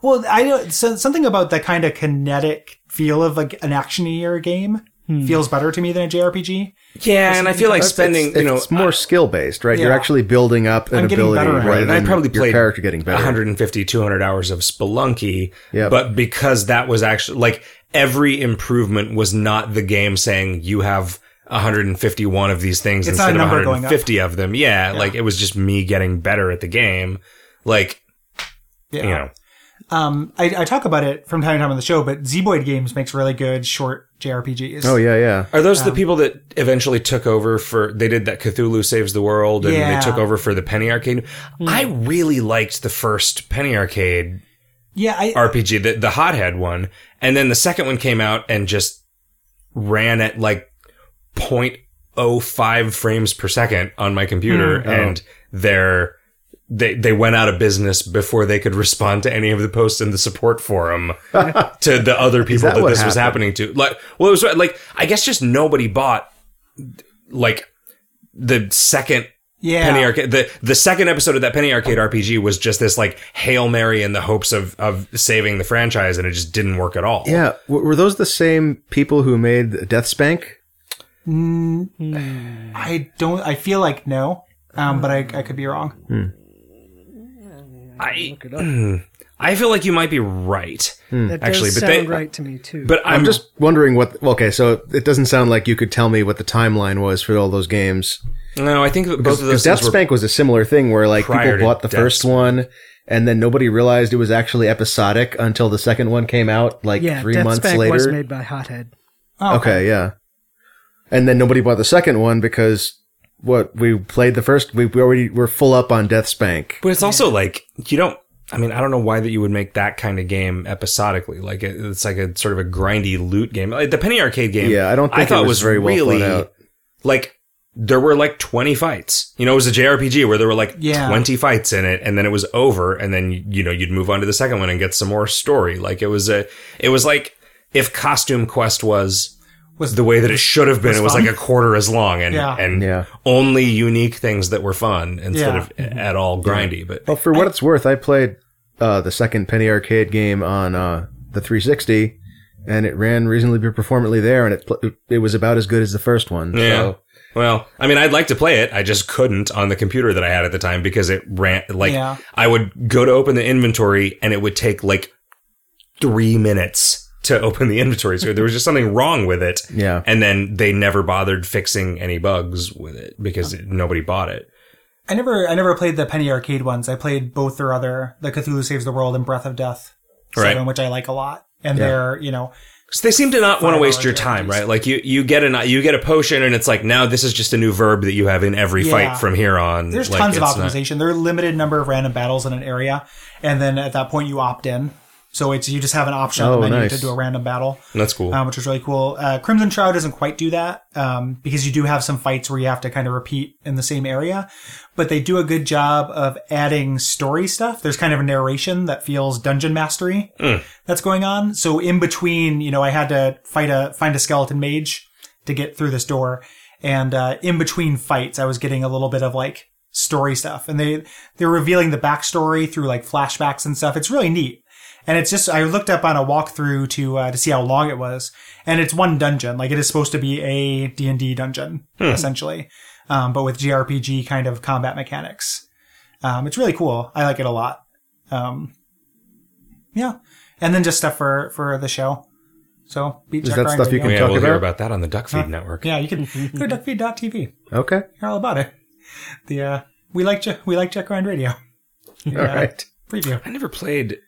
S5: Well, I don't- so something about the kind of kinetic feel of like an actionier game
S1: Hmm.
S5: feels better to me than a JRPG.
S3: yeah, and I feel like spending,
S4: it's,
S3: you know,
S4: it's more skill based, right? You're
S5: Yeah.
S4: actually building up an
S5: I'm getting
S4: ability,
S5: better at it.
S4: rather
S3: and I
S4: than
S3: probably
S4: your
S3: played
S4: character getting better.
S3: 150, 200 hours of Spelunky.
S4: Yeah.
S3: But because that was actually like every improvement was not the game saying you have 151 of these things
S5: It's not a
S3: instead of
S5: number going up.
S3: 150 of them. Yeah, Like it was just me getting better at the game. Like, you know,
S5: Um, I, I talk about it from time to time on the show, but Zboid Games makes really good short JRPGs.
S4: Oh yeah, yeah.
S3: Are those the
S5: Um,
S3: people that eventually took over for? They did that Cthulhu Saves the World, and
S5: Yeah. Mm.
S3: they took over for the Penny Arcade. I really liked the first Penny Arcade
S5: yeah, I,
S3: RPG, the the Hothead one, and then the second one came out and just ran at like 0.05 frames per second on my computer,
S4: Hmm, oh.
S3: and their they they went out of business before they could respond to any of the posts in the support forum to the other people
S4: that
S3: that,
S4: what
S3: this was happening to. Like, well, it was like I guess just nobody bought like the second
S5: yeah,
S3: Penny Arcade. The the second episode of that Penny Arcade RPG was just this like hail mary in the hopes of of saving the franchise, and it just didn't work at all.
S4: Yeah, w- were those the same people who made Death Spank?
S5: I don't. I feel like no, um, but I, I could be wrong.
S3: I hmm, I feel like you might be right,
S1: That
S3: Actually,
S1: does
S3: but they-
S1: sound right to me too.
S3: but I'm,
S4: I'm
S3: just
S4: just wondering what. well, Okay, so it doesn't sound like you could tell me what the timeline was for all those games.
S3: no. I think that both of those
S4: Because Death
S3: things were
S4: Spank was a similar thing where like
S3: prior
S4: people
S3: to
S4: bought the
S3: Death
S4: first
S3: Spank.
S4: one and then nobody realized it was actually episodic until the second one came out like
S1: yeah,
S4: three
S1: Death
S4: months
S1: Spank
S4: later.
S1: was made by Hothead.
S5: Oh,
S4: okay, yeah. And then nobody bought the second one because what we played the first we, we already were full up on Death Spank.
S3: But it's also like you don't. I mean, I don't know why that you would make that kind of game episodically. Like it, it's like a sort of a grindy loot game. Like the Penny Arcade game.
S4: Yeah, I don't think it was very well thought out.
S3: Like there were like twenty fights. You know, it was a JRPG where there were like
S5: Yeah.
S3: twenty fights in it, and then it was over, and then you know you'd move on to the second one and get some more story. Like it was a. It was like if Costume Quest was.
S5: Was-
S3: Was the way that it should have been. it was
S5: fun?
S3: like a quarter as long, and
S5: Yeah.
S3: and
S4: Yeah.
S3: only unique things that were fun instead
S5: Yeah.
S3: of at all grindy. But
S4: Well, for what it's worth, I played uh, the second Penny Arcade game on uh, the 360, and it ran reasonably performantly there, and it pl- it was about as good as the first one.
S3: Yeah.
S4: So
S3: Well, I mean, I'd like to play it. I just couldn't on the computer that I had at the time because it ran like
S5: Yeah.
S3: I would go to open the inventory and it would take like three minutes to open the inventory. So there was just something wrong with it.
S4: yeah,
S3: And then they never bothered fixing any bugs with it because it- nobody bought it.
S5: I never I never played the Penny Arcade ones. I played both their other the Cthulhu Saves the World and Breath of Death
S3: Right.
S5: seven, which I like a lot. And
S4: Yeah.
S5: they're you know
S3: So they seem to not want to
S5: Five
S3: waste your
S5: hours,
S3: time,
S5: yeah.
S3: right? Like you, you get an you get a potion and it's like now this is just a new verb that you have in every
S5: Yeah.
S3: fight from here on.
S5: there's
S3: Like,
S5: tons of
S3: it's not-
S5: optimization. there are a limited number of random battles in an area, and then at that point you opt in. So it's you just have an option on
S4: Oh,
S5: the menu
S4: nice.
S5: to do a random battle.
S3: That's cool.
S5: um, which was really cool. Uh, Crimson Shroud doesn't quite do that um, because you do have some fights where you have to kind of repeat in the same area, but they do a good job of adding story stuff. There's kind of a narration that feels dungeon mastery that's going on. So in between, you know, I had to fight a find a skeleton mage to get through this door, and uh, in between fights, I was getting a little bit of like story stuff, and they they're revealing the backstory through like flashbacks and stuff. It's really neat. And it's just I looked up on a walkthrough to uh, to see how long it was, and it's one dungeon. Like it is supposed to be a D and D dungeon
S4: Hmm.
S5: essentially, um, but with GRPG kind of combat mechanics. Um, it's really cool. I like it a lot. Um, yeah, and then just stuff for for the show. So beat
S4: Is
S5: Jack
S4: that
S5: Ryan
S4: stuff you
S5: video.
S4: can
S3: yeah,
S4: talk
S3: we'll hear
S4: about-
S3: about that on the Duckfeed Network.
S5: Yeah, you can go to duckfeed.tv.
S4: okay,
S5: Hear all about it. The uh, we like Ja- we like Jack Ryan Radio.
S4: all
S5: Yeah.
S4: right.
S5: Preview.
S3: I never played.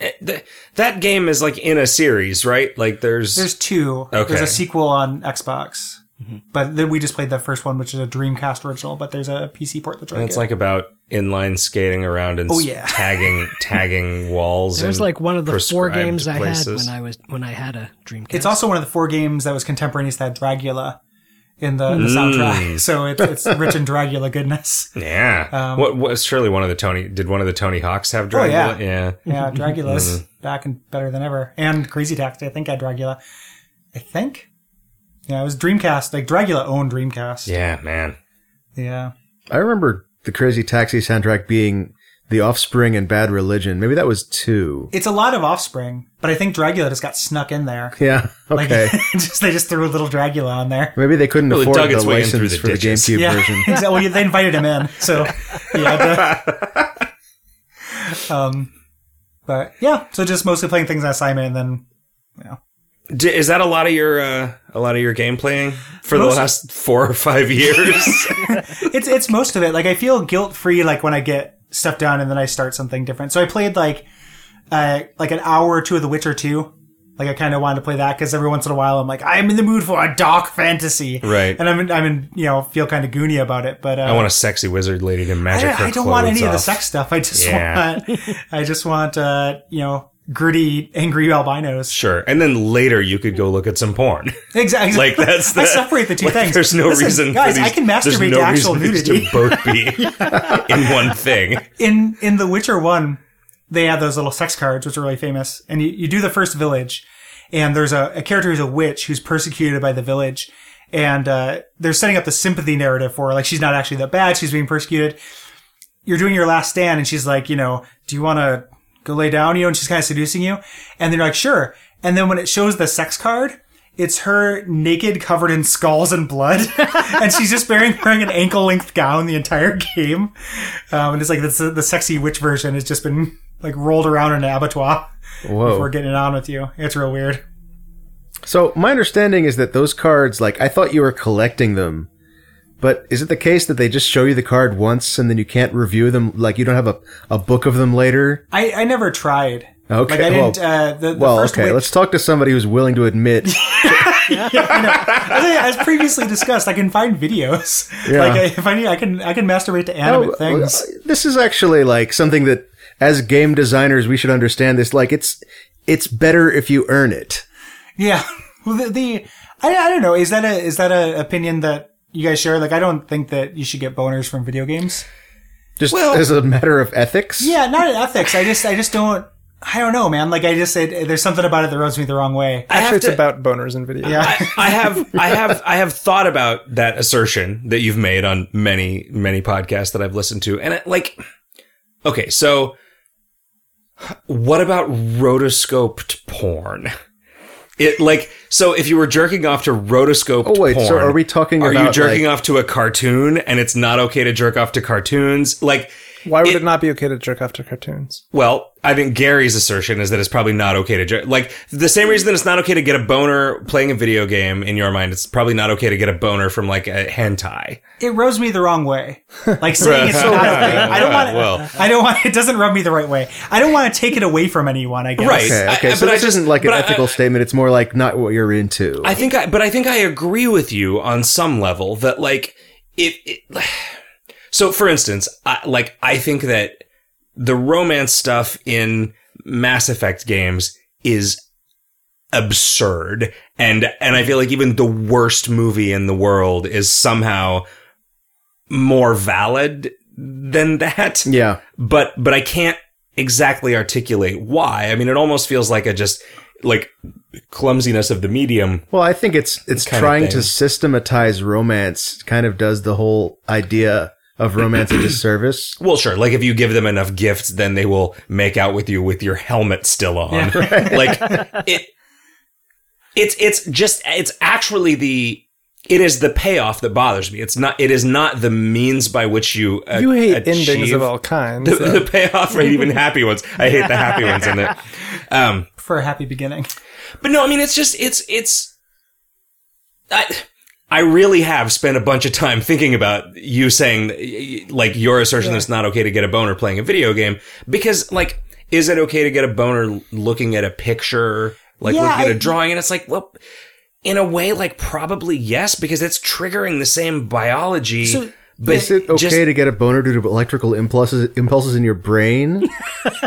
S3: eh, th- That game is like in a series, right? Like there's,
S5: There's two.
S3: Okay.
S5: There's a sequel on Xbox,
S3: Mm-hmm.
S5: but then we just played the first one, which is a Dreamcast original. But there's a PC port that's
S3: and
S5: really
S3: it's
S5: good.
S3: like about inline skating around and
S5: Oh,
S3: s-
S5: yeah.
S3: tagging tagging walls.
S1: It was
S3: and
S1: like one of the four
S3: prescribed
S1: games I had
S3: places.
S1: when I was when I had a Dreamcast.
S5: it's also one of the four games that was contemporaneous to that Dracula in the,
S3: Mm.
S5: the soundtrack. So it's, it's rich in Dracula goodness.
S3: yeah.
S5: Um, Oh,
S3: what was surely one of the Tony? Did one of the Tony Hawks have Dracula?
S5: yeah.
S3: yeah.
S5: Yeah, Dracula's
S3: Mm-hmm.
S5: back and better than ever. And Crazy Taxi, I think had Dracula. I think. Yeah, it was Dreamcast. Like Dracula owned Dreamcast.
S3: Yeah, man.
S5: Yeah.
S4: I remember the Crazy Taxi soundtrack being The Offspring and Bad Religion. Maybe that was two.
S5: It's a lot of offspring, but I think Dracula just got snuck in there.
S4: Yeah.
S5: Like
S4: Okay.
S5: just, they just threw a little Dracula on there.
S4: Maybe they couldn't
S3: Really
S4: afford
S3: dug
S4: the
S3: its way in through
S4: license
S3: the
S4: for the
S3: ditches.
S4: GameCube
S5: yeah,
S4: version.
S5: exactly. Well, they invited him in, so yeah. the- um, but yeah, so just mostly playing things on assignment, and then
S3: D- is that a lot of your uh, a lot of your game playing for
S5: Most-
S3: the last four or five years?
S5: it's it's most of it. Like I feel guilt free, like when I get stuff done, and then I start something different. So I played like uh like an hour or two of The Witcher Two. Like I kind of wanted to play that because every once in a while I'm like I'm in the mood for a dark fantasy,
S3: Right.
S5: And I'm in, I'm in you know feel kind of goony about it, but uh,
S3: I want a sexy wizard lady to
S5: I
S3: magic
S5: don't,
S3: her
S5: I don't want
S3: clothes
S5: any of the
S3: off.
S5: sex stuff. I just
S3: Yeah.
S5: want, I just want, uh, you know, gritty, angry albinos.
S3: Sure, and then later you could go look at some porn.
S5: Exactly.
S3: Like that's the,
S5: I separate the two
S3: like,
S5: things.
S3: There's no
S5: Listen,
S3: reason,
S5: guys.
S3: For these,
S5: I can
S3: there's
S5: masturbate
S3: no
S5: to actual
S3: reason for these
S5: nudity.
S3: to both be in one thing.
S5: in in The Witcher One, they had those little sex cards, which are really famous. And you, you do the first village, and there's a, a character who's a witch who's persecuted by the village, and uh, they're setting up the sympathy narrative for her. Like she's not actually that bad; she's being persecuted. You're doing your last stand, and she's like, you know, do you want to go lay down? You know, and she's kind of seducing you, and they're like, sure. And then when it shows the sex card. It's her naked, covered in skulls and blood, and she's just wearing, wearing an ankle-length gown the entire game. Um, and it's like this, the sexy witch version has just been like rolled around in an abattoir before
S4: Whoa.
S5: getting it on with you. It's real weird.
S4: So my understanding is that those cards, like, I thought you were collecting them. But is it the case that they just show you the card once and then you can't review them? Like, you don't have a, a book of them later?
S5: I, I never tried.
S4: Okay.
S5: Like I
S4: well,
S5: didn't. uh, the, the
S4: well,
S5: first
S4: okay.
S5: witch,
S4: Let's talk to somebody who's willing to admit.
S5: as previously discussed, I can find videos.
S4: Yeah.
S5: Like I, if I need, I can I can masturbate to animate
S4: Oh,
S5: things.
S4: uh, This is actually like something that, as game designers, we should understand this. Like, it's it's better if you earn it.
S5: Yeah. Well, the, the I, I don't know. Is that a is that a opinion that you guys share? Like I don't think that you should get boners from video games.
S4: Just as a matter of ethics.
S5: Yeah, not in ethics. I just I just don't. I don't know, man. Like I just said, there's something about it that rubs me the wrong way.
S3: I have
S2: Actually, it's
S3: to-
S2: about boners in video.
S5: Yeah.
S3: I, I have I have I have thought about that assertion that you've made on many many podcasts that I've listened to, and it, like, okay, so What about rotoscoped porn? It like so if you were jerking off to rotoscoped
S4: Oh, wait, so
S3: porn,
S4: are we talking
S3: Are you
S4: about,
S3: jerking
S4: like-
S3: off to a cartoon and it's not okay to jerk off to cartoons? Like
S2: Why would
S3: It-
S2: it, not be okay to jerk off to cartoons?
S3: well, I think Gary's assertion is that it's probably not okay to jer- like the same reason that it's not okay to get a boner playing a video game. In your mind, it's probably not okay to get a boner from like a hentai.
S5: It rubs me the wrong way. Like saying it's
S3: Right.
S5: not. I don't want.
S3: Well.
S5: I don't want. It doesn't rub me the right way. I don't want to take it away from anyone. I guess.
S3: Right.
S4: Okay,
S3: I-
S4: okay.
S3: I-
S4: so
S3: but I
S4: this
S3: just-
S4: isn't like an
S3: but I-
S4: ethical statement. It's more like not what you're into.
S3: I think, I, but I think I agree with you on some level that like it. it so, for instance, I, like I think that the romance stuff in Mass Effect games is absurd, and and I feel like even the worst movie in the world is somehow more valid than that
S4: yeah.
S3: but but I can't exactly articulate why. I mean, it almost feels like a just like clumsiness of the medium.
S4: Well, I think it's it's
S3: Kind of
S4: trying to
S3: thing.
S4: systematize romance. Kind of does the whole idea of romance a disservice.
S3: Well, sure. Like if you give them enough gifts, then they will make out with you with your helmet still on.
S5: Yeah.
S3: like it, it's it's just it's actually the it is the payoff that bothers me. It's not it is not the means by which you a-
S2: You hate
S3: achieve
S2: endings of all kinds.
S3: the,
S2: so-
S3: the payoff or even happy ones. I hate the happy ones in it. Um,
S5: For a happy beginning.
S3: But no, I mean, it's just, it's, it's, I, I really have spent a bunch of time thinking about you saying, y- y- like, your assertion that it's not okay to get a boner playing a video game because, like, is it okay to get a boner looking at a picture, like
S5: Yeah,
S3: looking at
S5: I-
S3: a drawing? And it's like, well, in a way, like, probably yes, because it's triggering the same biology.
S5: So-
S3: but
S4: Is it okay
S3: just-
S4: to get a boner due to electrical impulses impulses in your brain?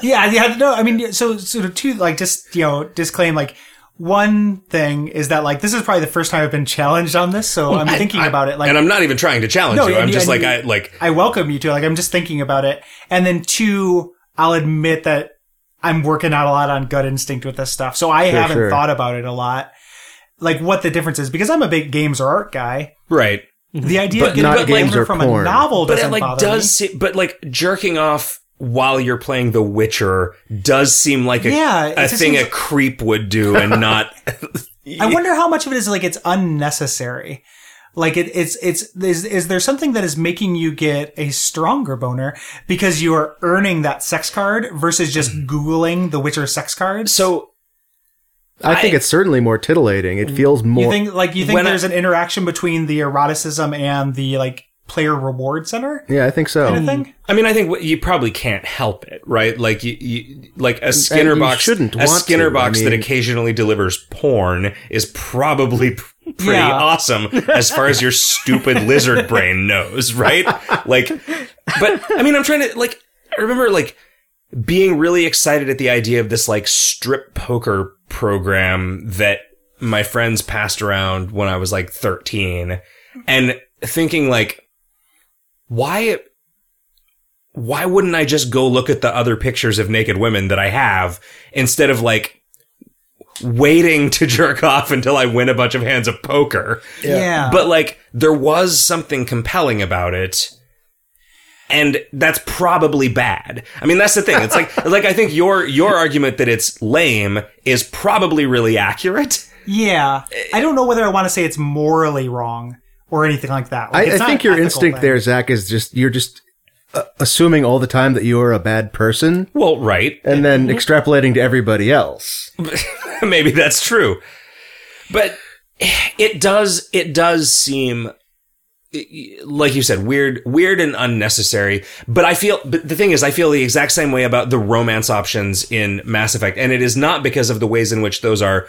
S5: yeah, yeah, no, I mean, so, so to like, just, you know, disclaim, like, one thing is that, like, this is probably the first time I've been challenged on this, so I'm thinking about it. Like,
S3: and I'm not even trying to challenge
S5: No,
S3: you.
S5: and
S3: I'm
S5: you-
S3: just like,
S5: and you-
S3: I, like,
S5: I welcome you to, like, I'm just thinking about it. And then two, I'll admit that I'm working out a lot on gut instinct with this stuff, so I haven't
S4: sure.
S5: thought about it a lot. Like, what the difference is, because I'm a big games or art guy.
S3: right.
S5: The idea
S3: But
S5: of getting
S3: not
S5: a boner
S4: games or
S5: from a
S4: porn.
S5: novel
S3: but
S5: doesn't
S3: it like
S5: bother me.
S3: does se- but like jerking off while you're playing The Witcher does seem like a,
S5: Yeah, it
S3: a
S5: just
S3: thing
S5: seems-
S3: a creep would do and not
S5: I wonder how much of it is like it's unnecessary. Like it, it's it's is is there something that is making you get a stronger boner because you are earning that sex card versus just googling the Witcher sex card?
S3: so
S4: I think it's certainly more titillating. It feels
S5: you
S4: more.
S5: think like you think
S3: When I-
S5: there's an interaction between the eroticism and the like player reward center
S4: yeah, I think so.
S5: kind of thing?
S3: I mean I think what, you probably can't help it right like you, you like a Skinner
S4: you
S3: box
S4: shouldn't
S3: a
S4: want
S3: Skinner
S4: to. I
S3: box that
S4: mean-
S3: occasionally delivers porn is probably p- pretty
S5: Yeah.
S3: awesome as far as your stupid lizard brain knows right like but I mean I'm trying to like I remember like being really excited at the idea of this like strip poker program that my friends passed around when I was like 13 and thinking like why why wouldn't I just go look at the other pictures of naked women that I have instead of like waiting to jerk off until I win a bunch of hands of poker
S5: Yeah.
S3: but like there was something compelling about it and that's probably bad i mean that's the thing it's like like i think your your argument that it's lame is probably really accurate
S5: yeah, I don't know whether I want to say it's morally wrong or anything like that. Like,
S4: I,
S5: it's
S4: I
S5: not
S4: think
S5: an
S4: your
S5: ethical
S4: instinct
S5: thing.
S4: there, Zach, is just you're just uh, assuming all the time that you are a bad person,
S3: well right
S4: and then extrapolating to everybody else.
S3: maybe that's true but it does it does seem like you said weird weird and unnecessary but i feel but the thing is i feel the exact same way about the romance options in mass effect and it is not because of the ways in which those are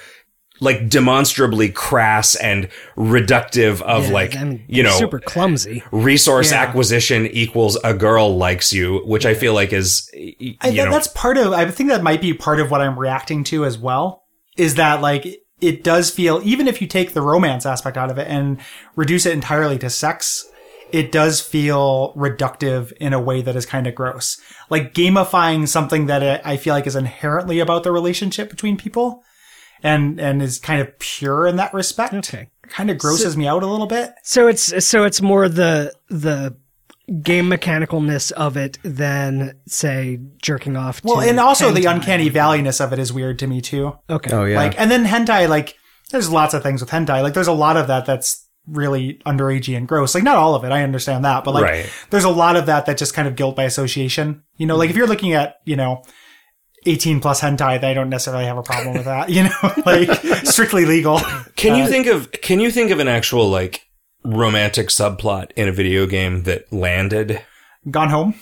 S3: like demonstrably crass and reductive of
S1: Yeah,
S3: like
S1: I mean,
S3: you know
S1: super clumsy.
S3: resource
S5: Yeah.
S3: acquisition equals a girl likes you which i feel like is y- you
S5: I, that,
S3: know
S5: that's part of i think that might be part of what i'm reacting to as well is that like it does feel even if you take the romance aspect out of it and reduce it entirely to sex it does feel reductive in a way that is kind of gross like gamifying something that I- i feel like is inherently about the relationship between people and and is kind of pure in that respect
S1: Okay.
S5: kind of grosses me out a little bit
S1: So it's so it's more the the game mechanicalness of it than say jerking off.
S5: Well,
S1: to
S5: and also the
S1: hentai.
S5: uncanny valleyness of it is weird to me too.
S1: Okay.
S4: Oh yeah.
S5: Like, and then hentai, like, there's lots of things with hentai. Like, there's a lot of that that's really underagey and gross. Like, not all of it. I understand that, but like,
S3: Right.
S5: there's a lot of that that just kind of guilt by association. You know, like
S4: Mm-hmm.
S5: if you're looking at, you know. 18 plus hentai, they don't necessarily have a problem with that, you know, like strictly legal.
S3: Can you think of can you think of an actual like romantic subplot in a video game that landed?
S5: Gone home.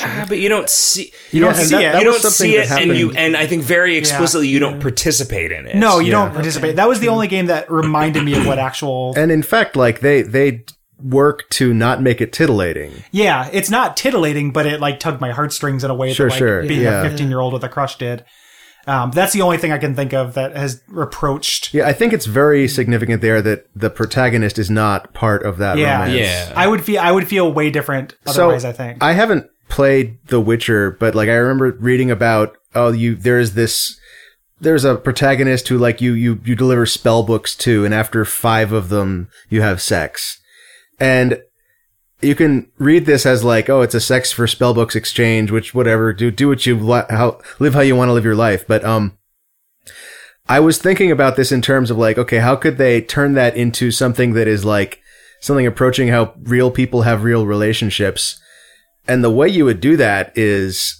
S3: Ah, but you don't see
S4: you
S5: don't see it.
S3: you
S4: was
S3: don't
S4: something
S3: see
S4: that
S3: it and you
S4: happened-
S3: and I think very explicitly you don't participate in it.
S5: No, you
S4: Yeah. Mm-hmm.
S5: don't participate. That was the only game that reminded me of what actual.
S4: and in fact, like they they work to not make it titillating.
S5: Yeah, it's not titillating, but it like tugged my heartstrings in a way
S4: Sure,
S5: that like
S4: sure,
S5: being
S4: yeah.
S5: a 15 year old with a crush did. Um, that's the only thing I can think of that has reproached.
S4: Yeah, I think it's very significant there that the protagonist is not part of that
S5: Yeah.
S4: romance.
S3: Yeah.
S5: I would feel I would feel way different otherwise. I think
S4: I haven't played The Witcher, but like I remember reading about oh you there is this there's a protagonist who like you you you deliver spell books to and after 5 of them you have sex. And you can read this as like oh it's a sex for spell books exchange which whatever do do what you li- how live how you want to live your life but um I was thinking about this in terms of like okay how could they turn that into something that is like something approaching how real people have real relationships and the way you would do that is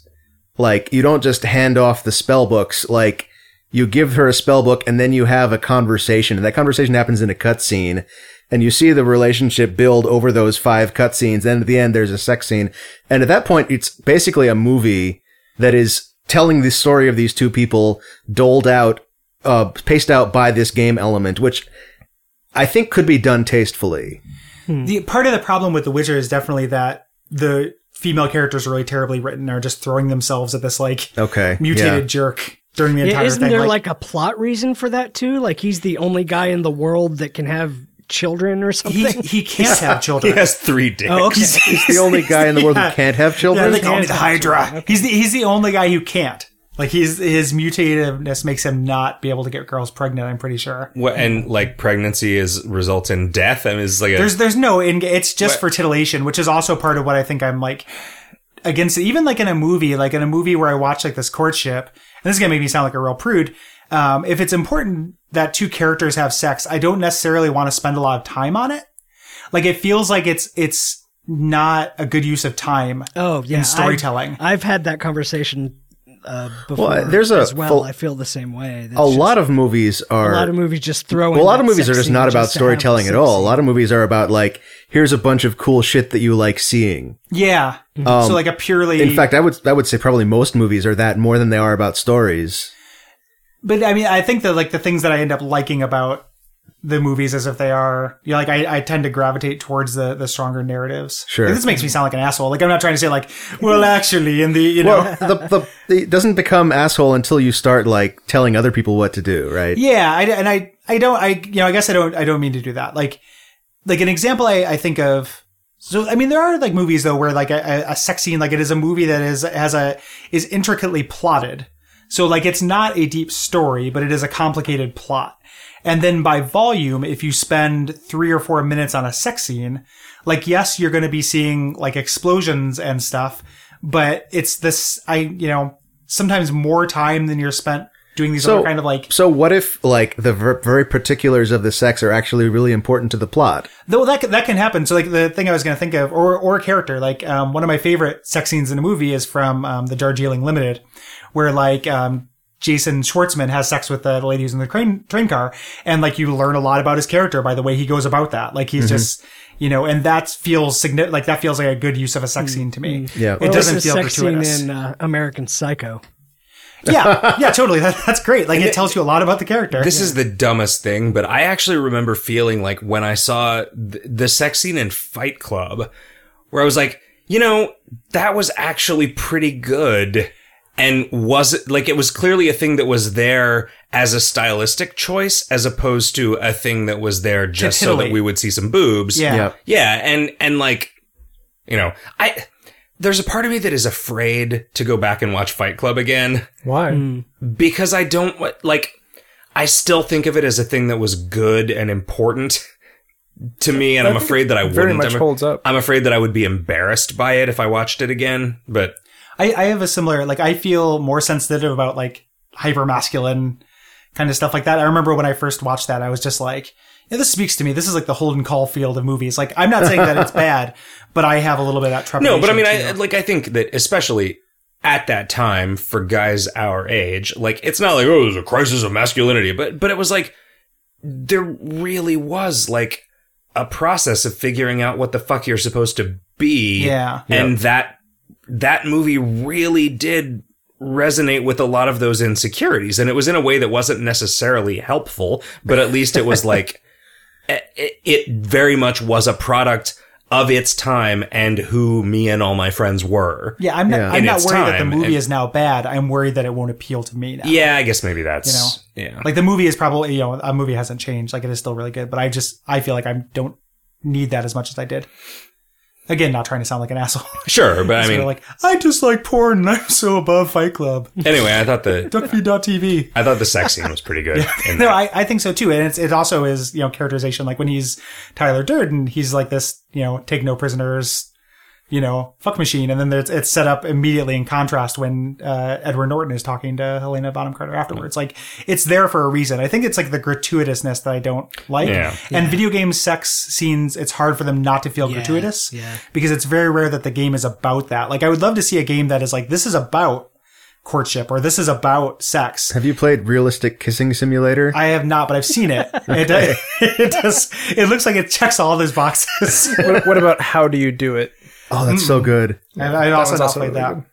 S4: like you don't just hand off the spell books. Like you give her a spell book and then you have a conversation. And that conversation happens in a cutscene. And you see the relationship build over those five cutscenes. Then at the end, there's a sex scene. And at that point, it's basically a movie that is telling the story of these two people doled out, uh, paced out by this game element, which I think could be done tastefully.
S1: Mm.
S5: the part of the problem with The Witcher is definitely that the female characters are really terribly written are just throwing themselves at this like
S4: Okay.
S5: mutated jerk during the
S1: Yeah,
S5: entire
S1: isn't
S5: thing.
S1: there like,
S5: like-
S1: a plot reason for that too? Like he's the only guy in the world that can have children or something.
S5: he he can't have children.
S3: He has three dicks.
S1: oh, okay.
S4: Yeah. The only guy in the world
S5: Yeah.
S4: who can't have children.
S5: Yeah, they call me
S1: hands
S5: the
S1: on
S5: Hydra. He's the he's the only guy who can't. Like he's his mutativeness makes him not be able to get girls pregnant. I'm pretty sure.
S3: What, and like pregnancy is results in death. I mean, it's like a,
S5: There's there's no in. It's just
S3: What?
S5: for titillation, which is also part of what I think I'm like against. Even like in a movie, like in a movie where I watch like this courtship, and this is gonna make me sound like a real prude. Um, if it's important that two characters have sex, I don't necessarily want to spend a lot of time on it. Like it feels like it's it's not a good use of time.
S1: oh yeah,
S5: in storytelling.
S1: I've, I've had that conversation uh, before.
S4: Well, there's a
S1: as well.
S4: full-
S1: I feel the same way. That's
S4: a
S1: just-
S4: lot of movies
S1: a
S4: are
S1: lot of movies just throw.
S4: well,
S1: in
S4: a lot
S1: that
S4: of movies are
S1: sex
S4: just
S1: scene
S4: not about
S1: to have a
S4: storytelling at
S1: sex
S4: all. A
S1: scene.
S4: lot of movies are about like here's a bunch of cool shit that you like seeing.
S5: Yeah.
S4: Um,
S5: Mm-hmm. so like a purely
S4: in fact, I would I would say probably most movies are that more than they are about stories.
S5: But I mean, I think that like the things that I end up liking about the movies is if they are, you know, like I, I tend to gravitate towards the the stronger narratives.
S4: Sure.
S5: Like, this makes me sound like an asshole. Like I'm not trying to say like, well, actually, in the you know,
S4: Well, the, the, it doesn't become asshole until you start like telling other people what to do, right?
S5: yeah. I, and I I don't I you know I guess I don't I don't mean to do that. Like like an example I I think of. So I mean, there are like movies though where like a, a a sex scene, like it is a movie that is has a is intricately plotted. So like it's not a deep story, but it is a complicated plot. And then by volume, if you spend three or four minutes on a sex scene, like yes, you're going to be seeing like explosions and stuff, but it's this, I, you know, sometimes more time than you're spent doing these
S4: So-
S5: other kind of like,
S4: So what if like the ver- very particulars of the sex are actually really important to the plot?
S5: though that, can- that can happen. So like the thing I was going to think of or, or a character, like, um, one of my favorite sex scenes in a movie is from, um, the Darjeeling Limited where like, um, Jason Schwartzman has sex with the lady who's in the train, train car. And like you learn a lot about his character by the way he goes about that. Like
S1: Mm-hmm.
S5: he's just, you know, and that feels significant. Like that feels like a good use of a sex scene to me.
S4: Yeah.
S5: It
S1: Mm-hmm. Well,
S5: doesn't
S1: there's a
S5: feel
S1: sex scene
S5: gratuitous.
S1: in uh, American Psycho.
S5: yeah. Yeah, totally. That, that's great. Like it tells you a lot about the character.
S3: This is the dumbest thing, but I actually remember feeling like when I saw th- the sex scene in Fight Club, where I was like, you know, that was actually pretty good. And was it like it was clearly a thing that was there as a stylistic choice as opposed to a thing that was there just so that
S5: titillate.
S3: we would see some boobs?
S5: yeah.
S4: Yeah.
S3: Yeah, and and like, you know, I there's a part of me that is afraid to go back and watch Fight Club again
S2: Why?
S3: Hmm. because I don't wa- like. I still think of it as a thing that was good and important, to me, and I'm
S2: think
S3: afraid that I wouldn't.
S2: very much
S3: I'm,
S2: holds up.
S3: I'm afraid that I would be embarrassed by it if I watched it again. But
S5: I, I have a similar like I feel more sensitive about like hyper masculine kind of stuff like that. I remember when I first watched that, I was just like, yeah, this speaks to me. This is like the Holden Caulfield of movies. Like I'm not saying that it's bad, but I have a little bit of that
S3: no,
S5: trepidation.
S3: but I mean, I
S5: too.
S3: like I think that especially at that time for guys our age, like it's not like oh, there's a crisis of masculinity, but but it was like there really was like a process of figuring out what the fuck you're supposed to be.
S5: yeah.
S3: and that that movie really did resonate with a lot of those insecurities and it was in a way that wasn't necessarily helpful but at least it was like it, it very much was a product of its time and who me and all my friends were
S5: Yeah, I'm not,
S4: Yeah.
S5: I'm
S3: In
S5: not
S3: its
S5: worried that the
S3: time,
S5: movie
S3: and-
S5: is now bad. I'm worried that it won't appeal to me now.
S3: yeah i guess maybe that's yeah
S5: Like the movie is probably, you know, a movie hasn't changed. Like it is still really good, but I just, I feel like I don't need that as much as I did. Again, not trying to sound like an asshole.
S3: sure but i
S5: I
S3: mean
S5: like, I just like porn and I'm so above Fight Club.
S3: anyway i thought the
S5: Duckfeed.tv.
S3: i thought the sex scene was pretty good in
S5: No,
S3: that.
S5: I, I think so too. And it's, it also is, you know, characterization. Like when he's Tyler Durden, he's like this, you know, take no prisoners, you know, fuck machine. And then there's, it's set up immediately in contrast when uh, Edward Norton is talking to Helena Bonham Carter afterwards. Like it's there for a reason. I think it's like the gratuitousness that I don't like.
S3: Yeah.
S5: And video game sex scenes, it's hard for them not to feel gratuitous
S1: Yeah.
S5: because it's very rare that the game is about that. Like I would love to see a game that is like, this is about courtship or this is about sex.
S4: Have you played Realistic Kissing Simulator?
S5: I have not, but I've seen it. It does, it does. It looks like it checks all those boxes.
S2: what, what about how do you do it?
S4: oh, that's so good.
S5: I've, I've
S2: That
S5: also
S2: one's
S5: not
S2: also
S5: played
S2: really
S5: that.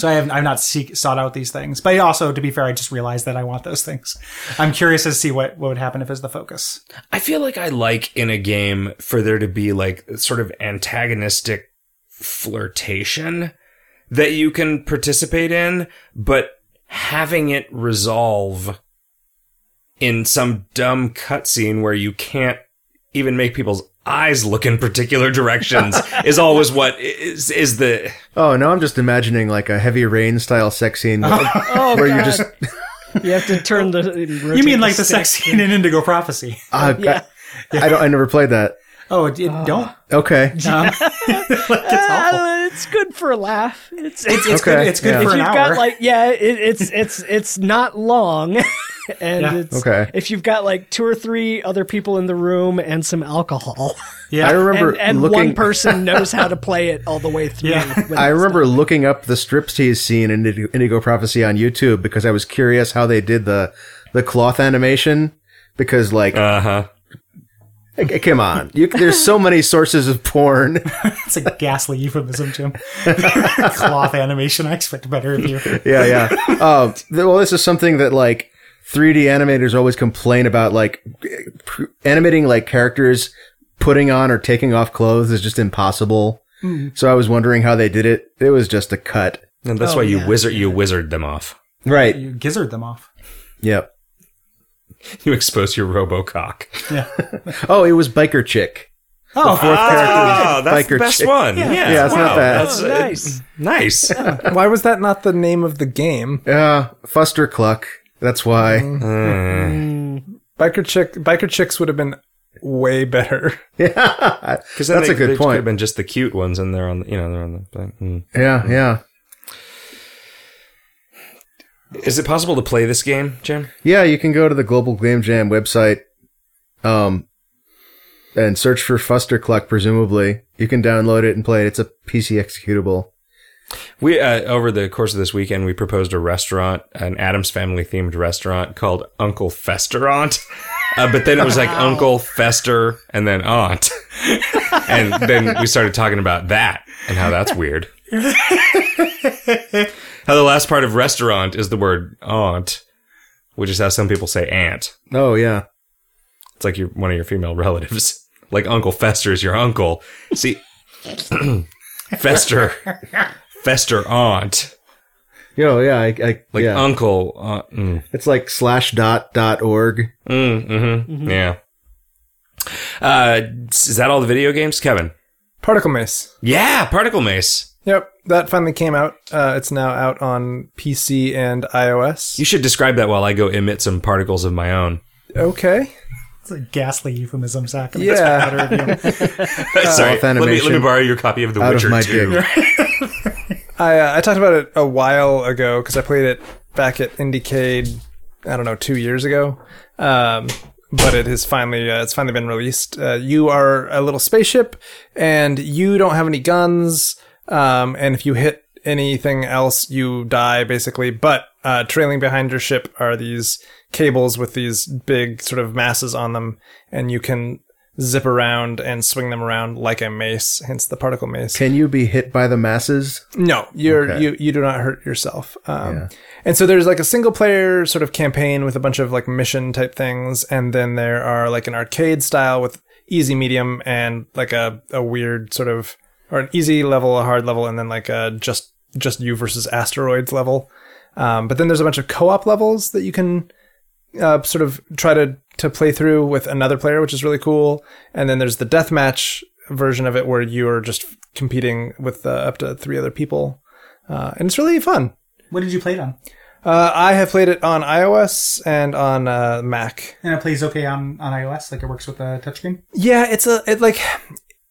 S5: So I have I've not seek, sought out these things. But I also, to be fair, I just realized that I want those things. I'm curious to see what, what would happen if it's the focus.
S3: I feel like I like in a game for there to be like sort of antagonistic flirtation that you can participate in, but having it resolve in some dumb cutscene where you can't even make people's eyes look in particular directions is always what is is the
S4: Oh, no, I'm just imagining like a heavy rain style sex scene with-
S1: Oh,
S4: where
S1: God.
S4: you just.
S1: you have to turn the. rotate
S5: You mean like the
S1: stick.
S5: sex scene in Indigo Prophecy?
S4: Ah, God.
S1: Yeah.
S4: I don't. I never played that.
S5: Oh, it, it- don't.
S4: Okay.
S5: Um, like, it's awful.
S1: Ah, it's good for a laugh. It's,
S5: It's, it's
S4: Okay,
S5: good. It's good
S4: yeah.
S5: for
S4: If
S5: an
S1: you've
S5: hour.
S1: got like yeah it, it's it's it's not long and
S5: Yeah.
S1: it's
S4: Okay.
S1: if you've got like two or three other people in the room and some alcohol
S5: yeah.
S4: I remember
S1: and, and
S4: looking.
S1: one person knows how to play it all the way through
S5: Yeah.
S1: with-
S4: I remember looking up the striptease scene in Indigo, Indigo Prophecy on YouTube because I was curious how they did the the cloth animation. Because like,
S3: uh-huh
S4: c- come on, you, there's so many sources of porn.
S5: It's a ghastly euphemism, Jim. Cloth animation. I expect better of you.
S4: yeah, yeah. Um, th- well, this is something that like 3D animators always complain about. Like pr- animating like characters putting on or taking off clothes is just impossible. So I was wondering how they did it. It was just a cut,
S3: and that's
S1: Oh,
S3: why you
S1: yeah.
S3: wizard you wizard them off
S4: right?
S5: You gizzard them off.
S4: Yep.
S3: you expose your robocock
S5: Yeah.
S4: Oh, it was biker chick.
S5: Oh,
S3: ah, that's the
S4: Biker
S3: best
S4: chick.
S3: one yeah,
S4: Yeah, it's not
S3: wow,
S4: bad.
S3: that's
S1: Oh,
S3: uh,
S1: nice.
S3: nice
S2: Why was that not the name of the game?
S4: Yeah, Fuster Cluck. That's why.
S3: Hmm. Uh,
S2: Biker chick, biker chicks would have been way better.
S4: Yeah,
S3: Because
S4: That's a good
S3: Could
S4: point.
S3: have been just the cute ones, and they're on, the, you know, they're on the. But, mm.
S4: yeah, yeah,
S3: Is it possible to play this game, Jim?
S4: yeah. You can go to the Global Game Jam website, um, and search for Fuster Cluck. Presumably, you can download it and play it. It's a PC executable.
S3: We uh, over the course of this weekend, we proposed a restaurant, an Adams Family themed restaurant called Uncle Festerant. Uh, but then it was like Uncle Fester and then Aunt, and then we started talking about that and how that's weird. how the last part of restaurant is the word aunt, which is how some people say aunt.
S4: Oh yeah.
S3: It's like your one of your female relatives. Like Uncle Fester is your uncle. See, Fester, Fester aunt,
S4: Yo, yeah, I, I
S3: like
S4: yeah.
S3: uncle. Uh, mm,
S4: it's like slash dot dot org.
S3: mm, hmm Yeah. Uh, is that all the video games, Kevin?
S2: Particle Mace.
S3: Yeah, Particle Mace.
S2: Yep, that finally came out. Uh, it's now out on PC and iOS.
S3: You should describe that while I go emit some particles of my own.
S2: Okay.
S5: It's a ghastly euphemism, Zach.
S2: Yeah.
S3: Sorry, let me, let me
S4: animation
S3: borrow your copy of The
S4: Uh, out
S3: Witcher
S4: of my
S3: 2.
S4: dick.
S2: I, uh, I talked about it a while ago because I played it back at IndieCade. I don't know, two years ago. Um, but it has finally uh, it's finally been released. Uh, you are a little spaceship, and you don't have any guns. Um, and if you hit anything else, you die basically. But uh, trailing behind your ship are these cables with these big sort of masses on them, and you can zip around and swing them around like a mace. Hence the particle mace.
S4: Can you be hit by the masses?
S2: No, you're
S4: Okay.
S2: you you do not hurt yourself. Um, And so there's like a single player sort of campaign with a bunch of like mission type things, and then there are like an arcade style with easy, medium, and like a a weird sort of or an easy level, a hard level, and then like a just just you versus asteroids level. Um, but then there's a bunch of co-op levels that you can uh, sort of try to to play through with another player, which is really cool. And then there's the deathmatch version of it where you're just competing with uh, up to three other people, uh, and it's really fun.
S5: What did you play it on?
S2: Uh, I have played it on iOS and on uh, Mac.
S5: And it plays okay on, on iOS, like it works with the touchscreen.
S2: Yeah, it's a it like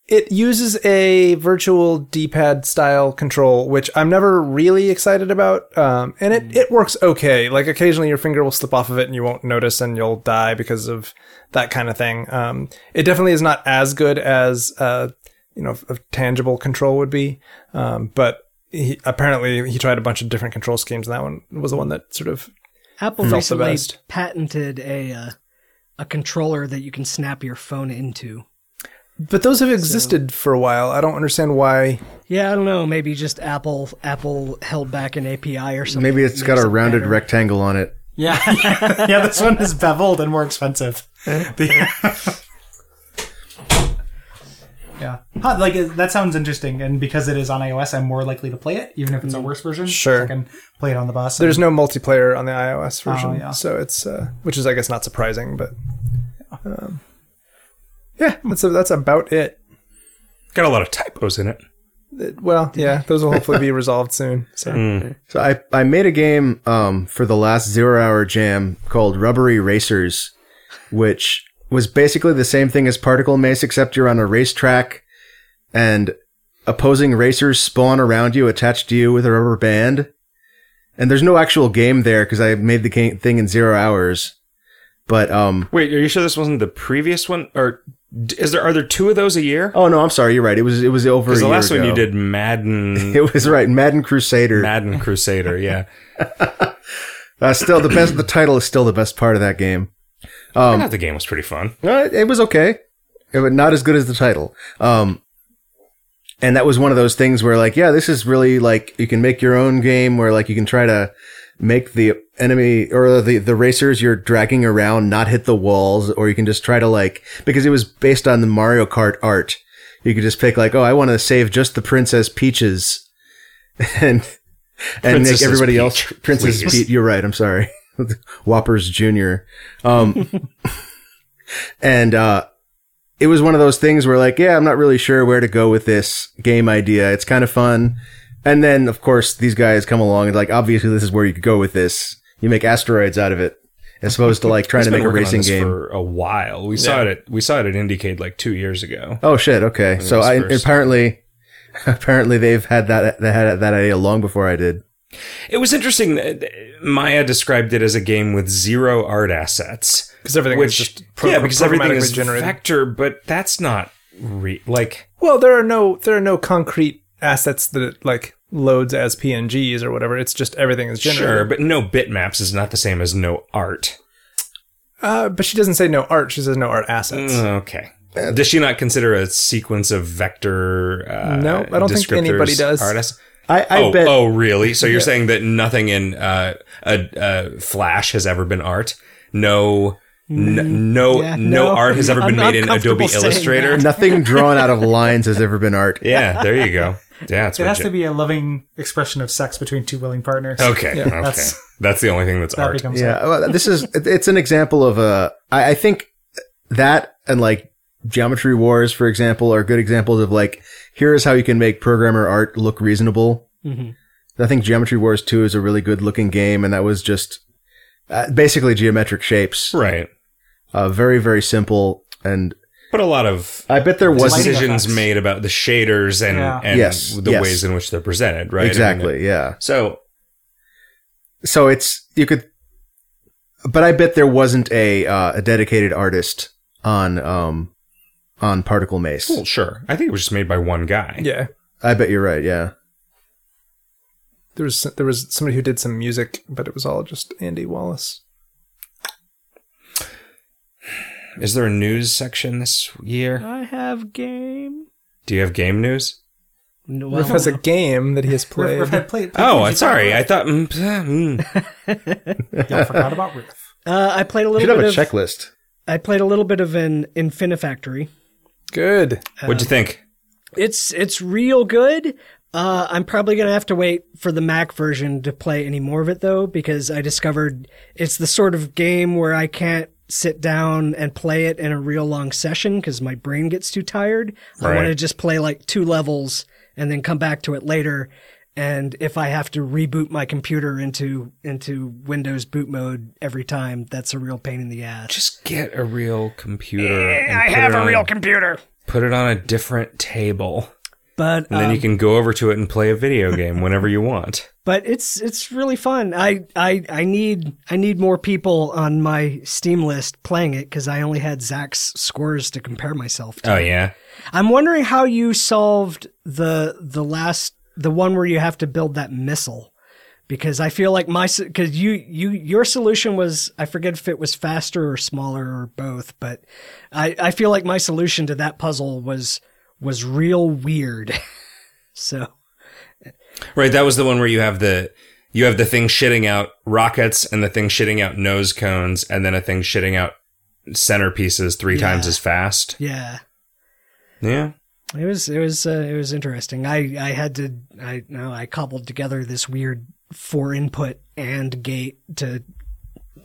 S2: it uses a virtual D-pad style control, which I'm never really excited about. Um, and it it works okay. Like occasionally your finger will slip off of it and you won't notice and you'll die because of that kind of thing. Um, it definitely is not as good as uh, you know a tangible control would be. Um, but he, apparently he tried a bunch of different control schemes, and that one was the one that sort of
S1: Apple
S2: Felt the
S1: recently
S2: best.
S1: patented a uh, a controller that you can snap your phone into.
S2: But those have existed for a while. I don't understand why.
S1: Yeah, I don't know. Maybe just Apple Apple held back an API or something.
S4: Maybe
S1: that
S4: it's got
S1: makes
S4: a
S1: it
S4: rounded
S1: better.
S4: rectangle on it.
S5: Yeah. yeah, this one is beveled and more expensive. The- yeah. Huh, like uh, that sounds interesting and because it is on iOS I'm more likely to play it even if it's a worse version.
S2: Sure.
S5: I can play it on the bus.
S2: There's no multiplayer on the iOS version,
S5: yeah.
S2: so it's uh, which is I guess not surprising, but um, yeah, that's that's about it.
S3: Got a lot of typos in it.
S2: It- Well, yeah, those will hopefully be resolved soon. So
S3: Mm.
S4: So I, I made a game um, for the last zero hour jam called Rubbery Racers, which was basically the same thing as Particle Mace, except you're on a racetrack and opposing racers spawn around you, attached to you with a rubber band. And there's no actual game there because I made the game thing in zero hours. But, um,
S3: Wait, are you sure this wasn't the previous one? Or d- is there are there two of those a year?
S4: oh no, I'm sorry, you're right. It was, it was over a
S3: Because the
S4: year
S3: last one
S4: ago.
S3: you did Madden,
S4: It was right, Madden Crusader.
S3: Madden Crusader. Yeah,
S4: uh, still, the best. the title is still the best part of that game.
S3: I thought the game was pretty fun.
S4: No, it, it was okay, It was not as good as the title. Um, and that was one of those things where, like, yeah, this is really like you can make your own game where, like, you can try to make the enemy or the the racers you're dragging around not hit the walls, or you can just try to like because it was based on the Mario Kart art. You could just pick like, oh, I want to save just the Princess Peaches, and and
S3: Princesses
S4: make everybody
S3: Peach,
S4: else Princess
S3: please.
S4: Pete. You're right. I'm sorry, Whoppers Junior. Um, and uh, it was one of those things where like, yeah, I'm not really sure where to go with this game idea. It's kind of fun. And then of course these guys come along and like, obviously this is where you could go with this. You make asteroids out of it as opposed to like trying
S3: It's
S4: to
S3: been
S4: make a
S3: working on
S4: racing
S3: this
S4: game.
S3: for a while. We saw it. At, we saw it at Indiecade like two years ago.
S4: oh shit. Okay. So
S3: was
S4: I
S3: first.
S4: apparently, apparently they've had that, they had that idea long before I did.
S3: It was interesting. that Maya described it as a game with zero art assets,
S2: because everything is
S3: which
S2: just pro-
S3: yeah, because everything
S2: programmatically
S3: is
S2: generated.
S3: vector, but that's not re- like
S2: well, there are no there are no concrete assets that it like loads as PNGs or whatever. It's just everything is generated.
S3: sure. But no bitmaps is not the same as no art.
S2: uh, but she doesn't say no art. She says no art assets.
S3: Okay. Does she not consider a sequence of vector? Uh,
S2: No, I don't think
S3: descriptors
S2: anybody does.
S3: art ass-
S4: I, I
S3: oh,
S4: bet.
S3: oh, really? So you're saying that nothing in uh, a, a Flash has ever been art? No,
S2: Mm-hmm.
S3: n- no,
S1: yeah,
S3: no,
S1: no.
S3: art has ever been
S1: I'm
S3: made in
S1: uncomfortable
S3: Adobe
S1: saying
S3: Illustrator.
S4: Nothing drawn out of lines has ever been art.
S3: Yeah, there you go. Yeah, it's
S5: it has
S3: legit.
S5: to be a loving expression of sex between two willing partners.
S3: Okay, okay.
S5: That's-
S3: That's, the only thing that's
S5: That
S3: art.
S5: becomes
S4: Yeah, well, this is it- it's an example of a. I, I think that and like Geometry Wars, for example, are good examples of like here is how you can make programmer art look reasonable.
S1: Mhm.
S4: I think Geometry Wars Two is a really good looking game, and that was just uh, basically geometric shapes.
S3: right.
S4: Uh, very very simple, and
S3: But a lot of
S4: I bet there wasn't
S5: Lighting
S3: decisions
S5: effects.
S3: made about the shaders and,
S5: Yeah.
S3: and
S4: Yes,
S3: the
S4: yes.
S3: ways in which they're presented, right? I mean,
S4: exactly. yeah.
S3: so
S4: So it's you could, but I bet there wasn't a uh, a dedicated artist on um on Particle Mace.
S3: Well, sure. I think it was just made by one guy.
S2: Yeah.
S4: I bet you're right. Yeah.
S2: There was there was somebody who did some music, but it was all just Andy Wallace.
S3: Is there a news section this year?
S5: Uh,
S1: I have game.
S3: Do you have game news?
S1: No,
S2: Riff has a game that he has played.
S5: Riff had played.
S3: Oh,
S5: played-
S3: I'm sorry. I thought. Mm, mm.
S5: Y'all forgot about Riff.
S1: uh, I played a
S4: You
S1: little
S4: should have
S1: bit
S4: a
S1: of.
S4: checklist.
S1: I played a little bit of an Infinifactory.
S2: Good.
S3: What'd you think?
S1: It's it's real good. Uh, I'm probably gonna have to wait for the Mac version to play any more of it though, because I discovered it's the sort of game where I can't sit down and play it in a real long session because my brain gets too tired. I
S3: Right.
S1: want to just play like two levels and then come back to it later. And if I have to reboot my computer into into Windows boot mode every time, that's a real pain in the ass.
S3: Just get a real computer. and put it on
S1: computer.
S3: Put it on a different table,
S1: But uh,
S3: and then
S5: Um,
S3: you can go over to it and play a video game whenever you want.
S1: but it's it's really fun. I I I need I need more people on my Steam list playing it because I only had Zach's scores to compare myself to.
S3: Oh yeah.
S1: I'm wondering how you solved the the last the one where you have to build that missile because I feel like my because you you your solution was I forget if it was faster or smaller or both, but I I feel like my solution to that puzzle was was real weird. so
S3: Right. That was the one where you have the you have the thing shitting out rockets and the thing shitting out nose cones and then a thing shitting out centerpieces three times
S1: Yeah.
S3: as fast.
S1: yeah.
S3: Yeah.
S1: It was it was uh, it was interesting. I I had to I no I cobbled together this weird four input and gate to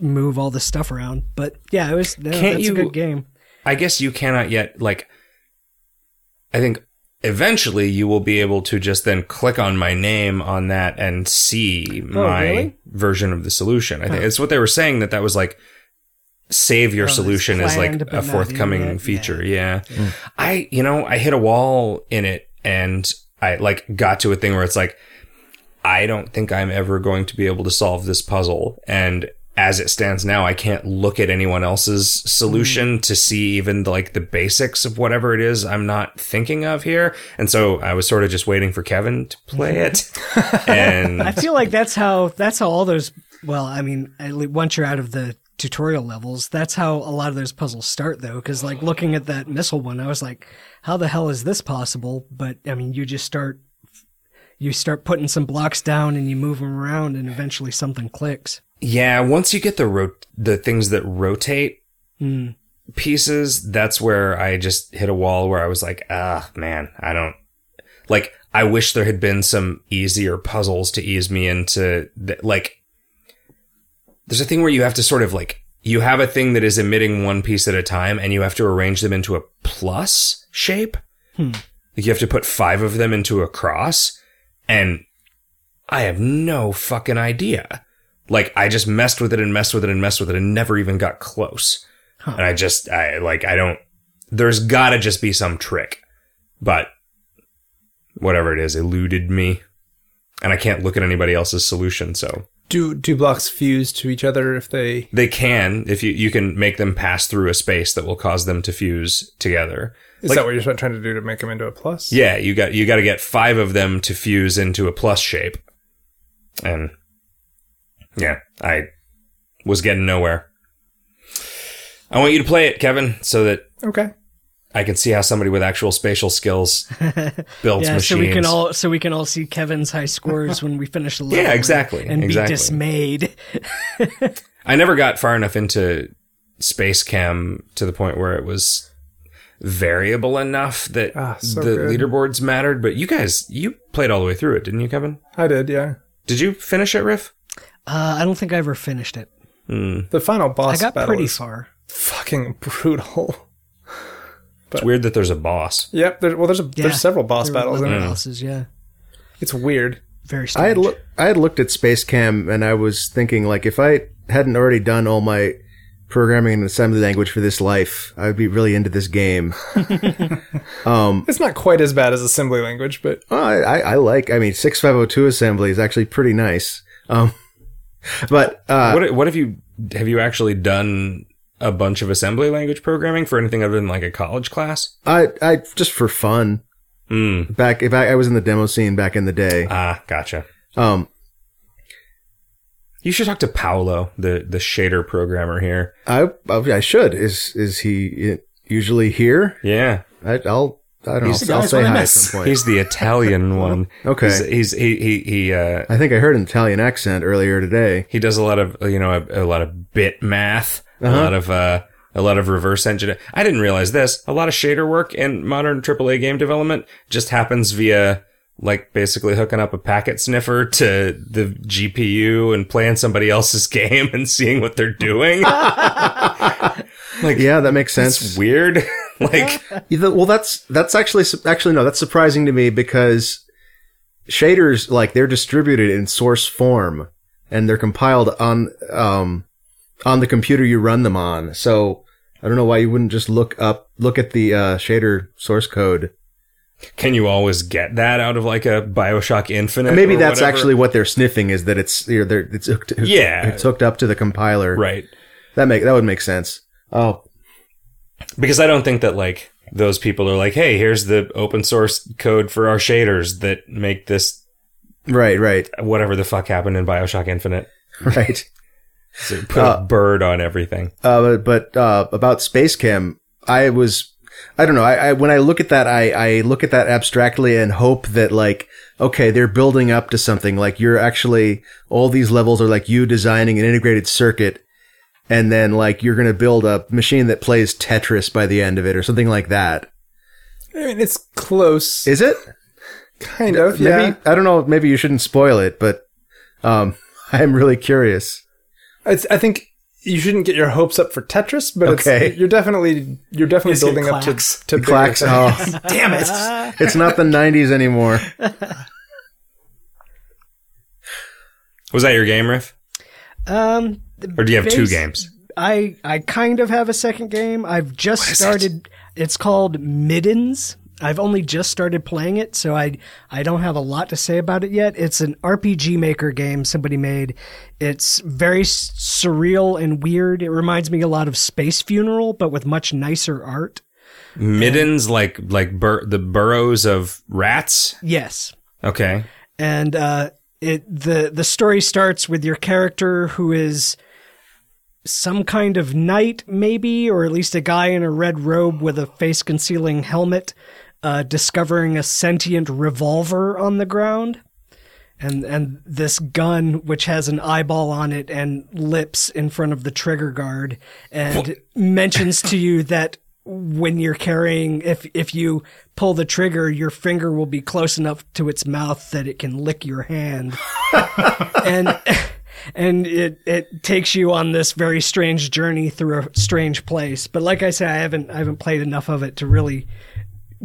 S1: move all the stuff around. But yeah, it was no,
S3: Can't
S1: that's
S3: you-
S1: a good game.
S3: I guess you cannot yet like I think eventually you will be able to just then click on my name on that and see my
S1: Oh, really?
S3: version of the solution. I think it's what they were saying that that was like save your
S1: Oh, it's
S3: solution is like
S1: planned, but
S3: a
S1: not
S3: forthcoming
S1: yet. Yeah.
S3: feature. Yeah. I you know, I hit a wall in it and I like got to a thing where it's like I don't think I'm ever going to be able to solve this puzzle. And as it stands now, I can't look at anyone else's solution to see even like the basics of whatever it is I'm not thinking of here. And so I was sort of just waiting for Kevin to play it.
S1: I
S3: and
S1: feel like that's how that's how all those well, I mean, at least once you're out of the tutorial levels, that's how a lot of those puzzles start though cuz like looking at that missile one, I was like how the hell is this possible? But I mean, you just start you start putting some blocks down and you move them around and eventually something clicks.
S3: yeah, once you get the ro- the things that rotate
S1: Hmm.
S3: pieces, that's where I just hit a wall where I was like, ah, man, I don't like. I wish there had been some easier puzzles to ease me into. Th- like, there's a thing where you have to sort of like you have a thing that is emitting one piece at a time, and you have to arrange them into a plus shape. Like you have to put five of them into a cross, and I have no fucking idea. Like I just messed with it and messed with it and messed with it and never even got close. And I just I like I don't there's gotta just be some trick. But whatever it is, eluded me. And I can't look at anybody else's solution, so
S2: Do do blocks fuse to each other if they
S3: they can if you you can make them pass through a space that will cause them to fuse together.
S2: Is
S3: Like-
S2: that what you're trying to do to make them into a plus?
S3: Yeah, you got you got to get five of them to fuse into a plus shape, and yeah, I was getting nowhere. I want you to play it, Kevin, so that
S2: Okay.
S3: I can see how somebody with actual spatial skills builds
S1: Yeah,
S3: machines.
S1: so we can all so we can all see Kevin's high scores when we finish the level.
S3: Yeah, exactly,
S1: And
S3: exactly.
S1: be dismayed.
S3: I never got far enough into space chem to the point where it was variable enough that
S2: Ah, so
S3: the
S2: good.
S3: leaderboards mattered. But you guys, you played all the way through it, didn't you, Kevin?
S2: I did, yeah.
S3: Did you finish it, Riff?
S1: Uh, I don't think I ever finished it.
S2: The final
S1: I
S2: boss
S1: got
S2: battle
S1: pretty
S2: is
S1: far.
S2: fucking brutal.
S3: It's weird that there's a boss.
S2: Yep. There, well, there's a,
S1: Yeah.
S2: there's several boss
S1: There were
S2: battles.
S1: little
S2: In it.
S1: bosses, yeah.
S2: It's weird.
S1: Very strange.
S4: I had looked. I had looked at Space Cam, and I was thinking, like, if I hadn't already done all my programming and assembly language for this life. I'd be really into this game.
S2: It's not quite as bad as assembly language, but
S4: Oh, I, I, I like. I mean, six five zero two assembly is actually pretty nice. Um, but uh,
S3: what what have you have you actually done a bunch of assembly language programming for anything other than like a college class?
S4: I, I just for fun
S3: Hmm.
S4: back if I, I was in the demo scene back in the day.
S3: Ah, gotcha.
S4: Um,
S3: You should talk to Paolo, the the shader programmer here.
S4: I, I I should is is he uh, usually here?
S3: Yeah,
S4: I, I'll I don't
S5: He's the
S4: know. I'll
S5: guy
S4: say
S5: from
S4: hi at
S5: MS.
S4: some point.
S3: he's the Italian one.
S4: Okay.
S3: he's, he's he he he uh,
S4: I think I heard an Italian accent earlier today.
S3: he does a lot of you know a, a lot of bit math,
S4: Uh-huh.
S3: a lot of uh, a lot of reverse engineering. I didn't realize this. A lot of shader work in modern AAA game development just happens via like basically hooking up a packet sniffer to the GPU and playing somebody else's game and seeing what they're doing.
S4: Yeah, that makes sense.
S3: That's weird. like
S4: Yeah, th- well, that's that's actually su- actually no, that's surprising to me because shaders like they're distributed in source form and they're compiled on um on the computer you run them on. So I don't know why you wouldn't just look up look at the uh, shader source code.
S3: Can you always get that out of like a Bioshock Infinite?
S4: Maybe
S3: or
S4: that's
S3: whatever?
S4: actually what they're sniffing is that it's you know, they're, it's hooked, hooked-
S3: Yeah.
S4: it's hooked up to the compiler.
S3: right
S4: That make that would make sense. Oh,
S3: because I don't think that like those people are like, hey, here's the open source code for our shaders that make this
S4: right, right,
S3: whatever the fuck happened in Bioshock Infinite.
S4: right.
S3: So put a bird on everything.
S4: Uh, but uh, about Space Cam, I was, I don't know. I, I when I look at that, I, I look at that abstractly and hope that like, okay, they're building up to something. Like you're actually all these levels are like you designing an integrated circuit, and then like you're gonna build a machine that plays Tetris by the end of it or something like that.
S2: I mean, it's close.
S4: Is it?
S2: kind of,
S4: Maybe
S2: yeah.
S4: I don't know. Maybe you shouldn't spoil it, but um, I'm really curious.
S2: It's, I think you shouldn't get your hopes up for Tetris, but
S4: Okay.
S2: it's, you're definitely you're definitely
S5: Let's get
S2: building up to
S5: clacks.
S2: to bigger
S4: Clacks.
S2: things.
S4: Oh,
S5: Damn it!
S4: it's not the '90s anymore.
S3: Was that your game, Riff?
S1: Um,
S3: Or do you have two
S1: Base-
S3: games?
S1: I I kind of have a second game. I've just started. It's called Middens. I've only just started playing it, so I I don't have a lot to say about it yet. It's an RPG Maker game somebody made. It's very s- surreal and weird. It reminds me a lot of Space Funeral, but with much nicer art.
S3: Middens, like like bur- the burrows of rats.
S1: Yes,
S3: Okay,
S1: and uh, it the the story starts with your character who is some kind of knight, maybe, or at least a guy in a red robe with a face concealing helmet, uh, discovering a sentient revolver on the ground. And, and this gun, which has an eyeball on it and lips in front of the trigger guard, and mentions to you that when you're carrying, if, if you pull the trigger, your finger will be close enough to its mouth that it can lick your hand and and it it takes you on this very strange journey through a strange place. But like I said, I haven't I haven't played enough of it to really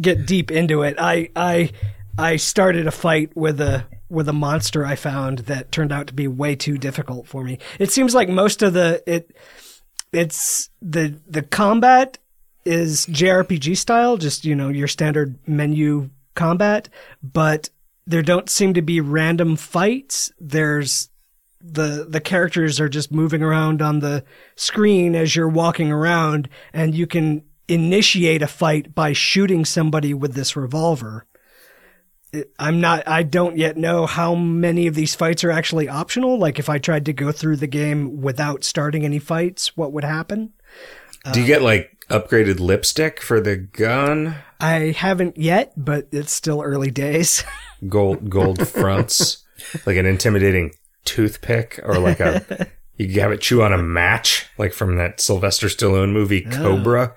S1: get deep into it. I I I started a fight with a with a monster I found that turned out to be way too difficult for me. It seems like most of the it it's the the combat is JRPG style, just you know your standard menu combat, but there don't seem to be random fights. There's the the characters are just moving around on the screen as you're walking around, and you can initiate a fight by shooting somebody with this revolver. It- I'm not. I don't yet know how many of these fights are actually optional. Like if I tried to go through the game without starting any fights, what would happen?
S3: do you get like upgraded lipstick for the gun?
S1: I haven't yet, but it's still early days.
S3: Gold gold fronts, like an intimidating toothpick, or like a you can have it chew on a match, like from that Sylvester Stallone movie Cobra.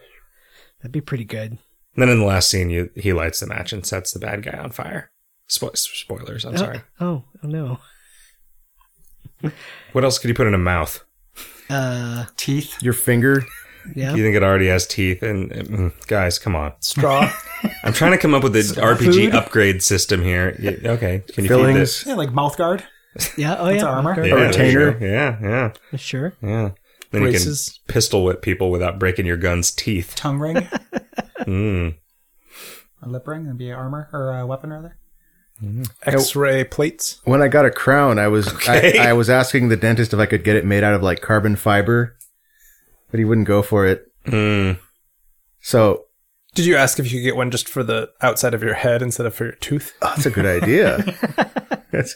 S1: That'd be pretty good.
S3: And then in the last scene, you, he lights the match and sets the bad guy on fire. Spo- spoilers. I'm sorry.
S1: Oh, oh no.
S3: What else could he put in a mouth?
S1: Uh,
S5: Teeth.
S4: Your finger.
S1: yeah.
S3: You think it already has teeth? And mm, guys, come on.
S2: Straw.
S3: I'm trying to come up with an RPG upgrade system here. Y- okay, can you feed this?
S4: Fillings.
S5: Yeah, like mouth guard.
S1: Yeah. Oh,
S5: It's
S1: yeah.
S5: armor.
S3: Yeah, there you
S4: retainer?
S3: go. Yeah, yeah,
S1: Sure.
S3: yeah. Then
S2: Braces.
S3: you can pistol whip people without breaking your gun's teeth.
S5: Tongue ring,
S3: Mm.
S5: a lip ring, that'd be armor or a weapon rather.
S2: X-ray plates.
S4: When I got a crown, I was
S3: Okay.
S4: I, I was asking the dentist if I could get it made out of like carbon fiber, but he wouldn't go for it.
S3: Mm.
S4: So
S2: Did you ask if you could get one just for the outside of your head instead of for your tooth?
S4: oh, that's a good idea. That's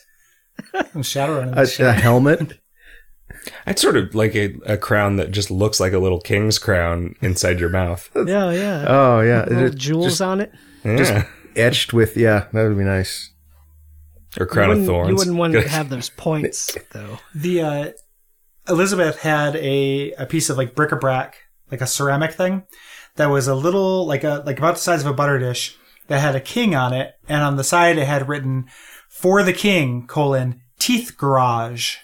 S5: And Shadowrun.
S4: a, a helmet.
S3: I'd sort of like a, a crown that just looks like a little king's crown inside your mouth.
S1: Yeah, yeah.
S4: Oh yeah,
S1: Little
S4: It-
S1: jewels on it.
S3: Yeah.
S4: etched with yeah, that would be nice.
S3: or crown
S1: you
S3: of
S1: wouldn't-
S3: thorns.
S1: You wouldn't want to
S3: Good.
S1: have those points, though.
S5: the uh, Elizabeth had a a piece of like bric-a-brac, like a ceramic thing, that was a little like a like about the size of a butter dish that had a king on it, and on the side it had written "For the King: colon Teeth Garage."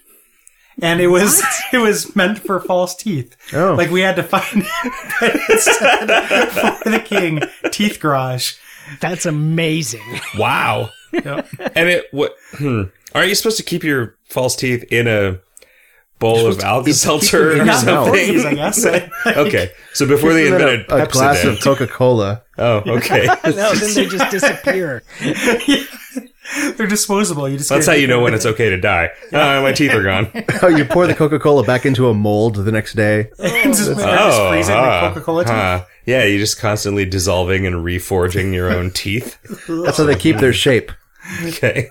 S5: And it was it was meant for false teeth.
S4: Oh.
S5: Like we had to find but it said, for the king teeth garage.
S1: That's amazing.
S3: Wow. And it what? Hmm. Aren't you supposed to keep your false teeth in a bowl of Alka Seltzer
S4: them
S3: or
S4: in your
S5: Not in the
S4: mouth.
S3: something?
S5: forties, I guess.
S3: okay, so before they
S4: Isn't that
S3: invented
S4: a, a
S3: Pepsi
S4: glass
S3: then.
S4: of Coca Cola.
S3: oh, okay.
S1: no, then they just disappear.
S5: They're disposable. You just
S3: That's
S5: get-
S3: how you know when it's okay to die. Uh, my teeth are gone.
S4: Oh, you pour the Coca Cola back into a mold the next day.
S5: and just, just
S3: Oh,
S5: freezing
S3: huh,
S5: the Coca-Cola teeth.
S3: huh. yeah, you're just constantly dissolving and reforging your own teeth.
S4: That's how they keep their shape.
S3: Okay.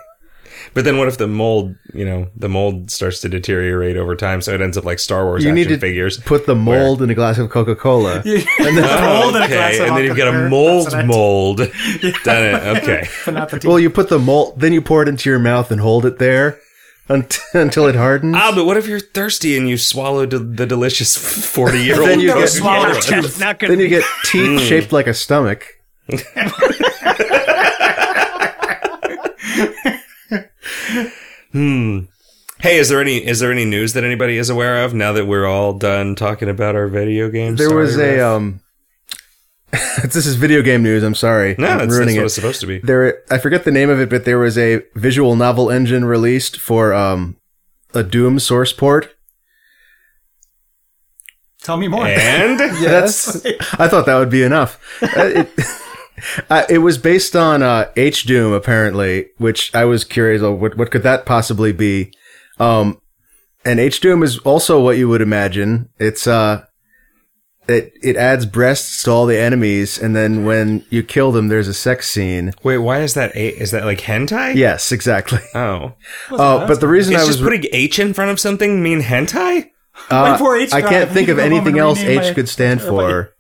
S3: But then what if the mold, you know, the mold starts to deteriorate over time, so it ends up like Star Wars
S4: You
S3: action
S4: need to
S3: figures.
S4: Put the mold in a glass of Coca Cola.
S5: mold in a glass
S3: Oh, okay,
S5: of
S3: and then you've got a
S5: Aquaphor.
S3: mold
S5: That's what I-
S3: mold. Done it. Okay.
S5: but not the teeth.
S4: Well, you put the mold, then you pour it into your mouth and hold it there unt- until it hardens.
S3: Ah, but what if you're thirsty and you swallowed the- the delicious forty year old
S4: Then you get-
S5: Swallow
S3: Coca-Cola?
S5: it.
S1: That's not
S4: then
S1: going
S4: you get teeth
S3: Mm.
S4: shaped like a stomach.
S3: Hey, is there any is there any news that anybody is aware of now that we're all done talking about our video games?
S4: There
S3: Sorry,
S4: was a
S3: Ref.
S4: um. this is video game news. I'm sorry.
S1: uh,
S3: no,
S4: I'm
S3: that's, that's what it's supposed to be.
S4: there I forget the name of it, but there was a visual novel engine released for um a Doom source port.
S5: Tell me more.
S3: Eh. And
S4: Yes, I thought that would be enough. Uh, it, uh, it was based on uh, H Doom apparently, which I was curious. Of what what could that possibly be? Um, and H Doom is also what you would imagine. It's uh. It, it adds breasts to all the enemies, and then when you kill them, there's a sex scene.
S3: wait, why is that? A- is that like hentai?
S4: Yes, exactly.
S3: Oh,
S4: Oh, but the reason
S3: it's
S4: I was
S3: just putting H in front of something mean hentai.
S5: My
S4: Uh,
S5: 4-H
S4: I can't
S5: drive.
S4: think of
S5: I'm
S4: anything
S5: gonna
S4: else
S5: rename
S4: H
S5: my-
S4: could stand for.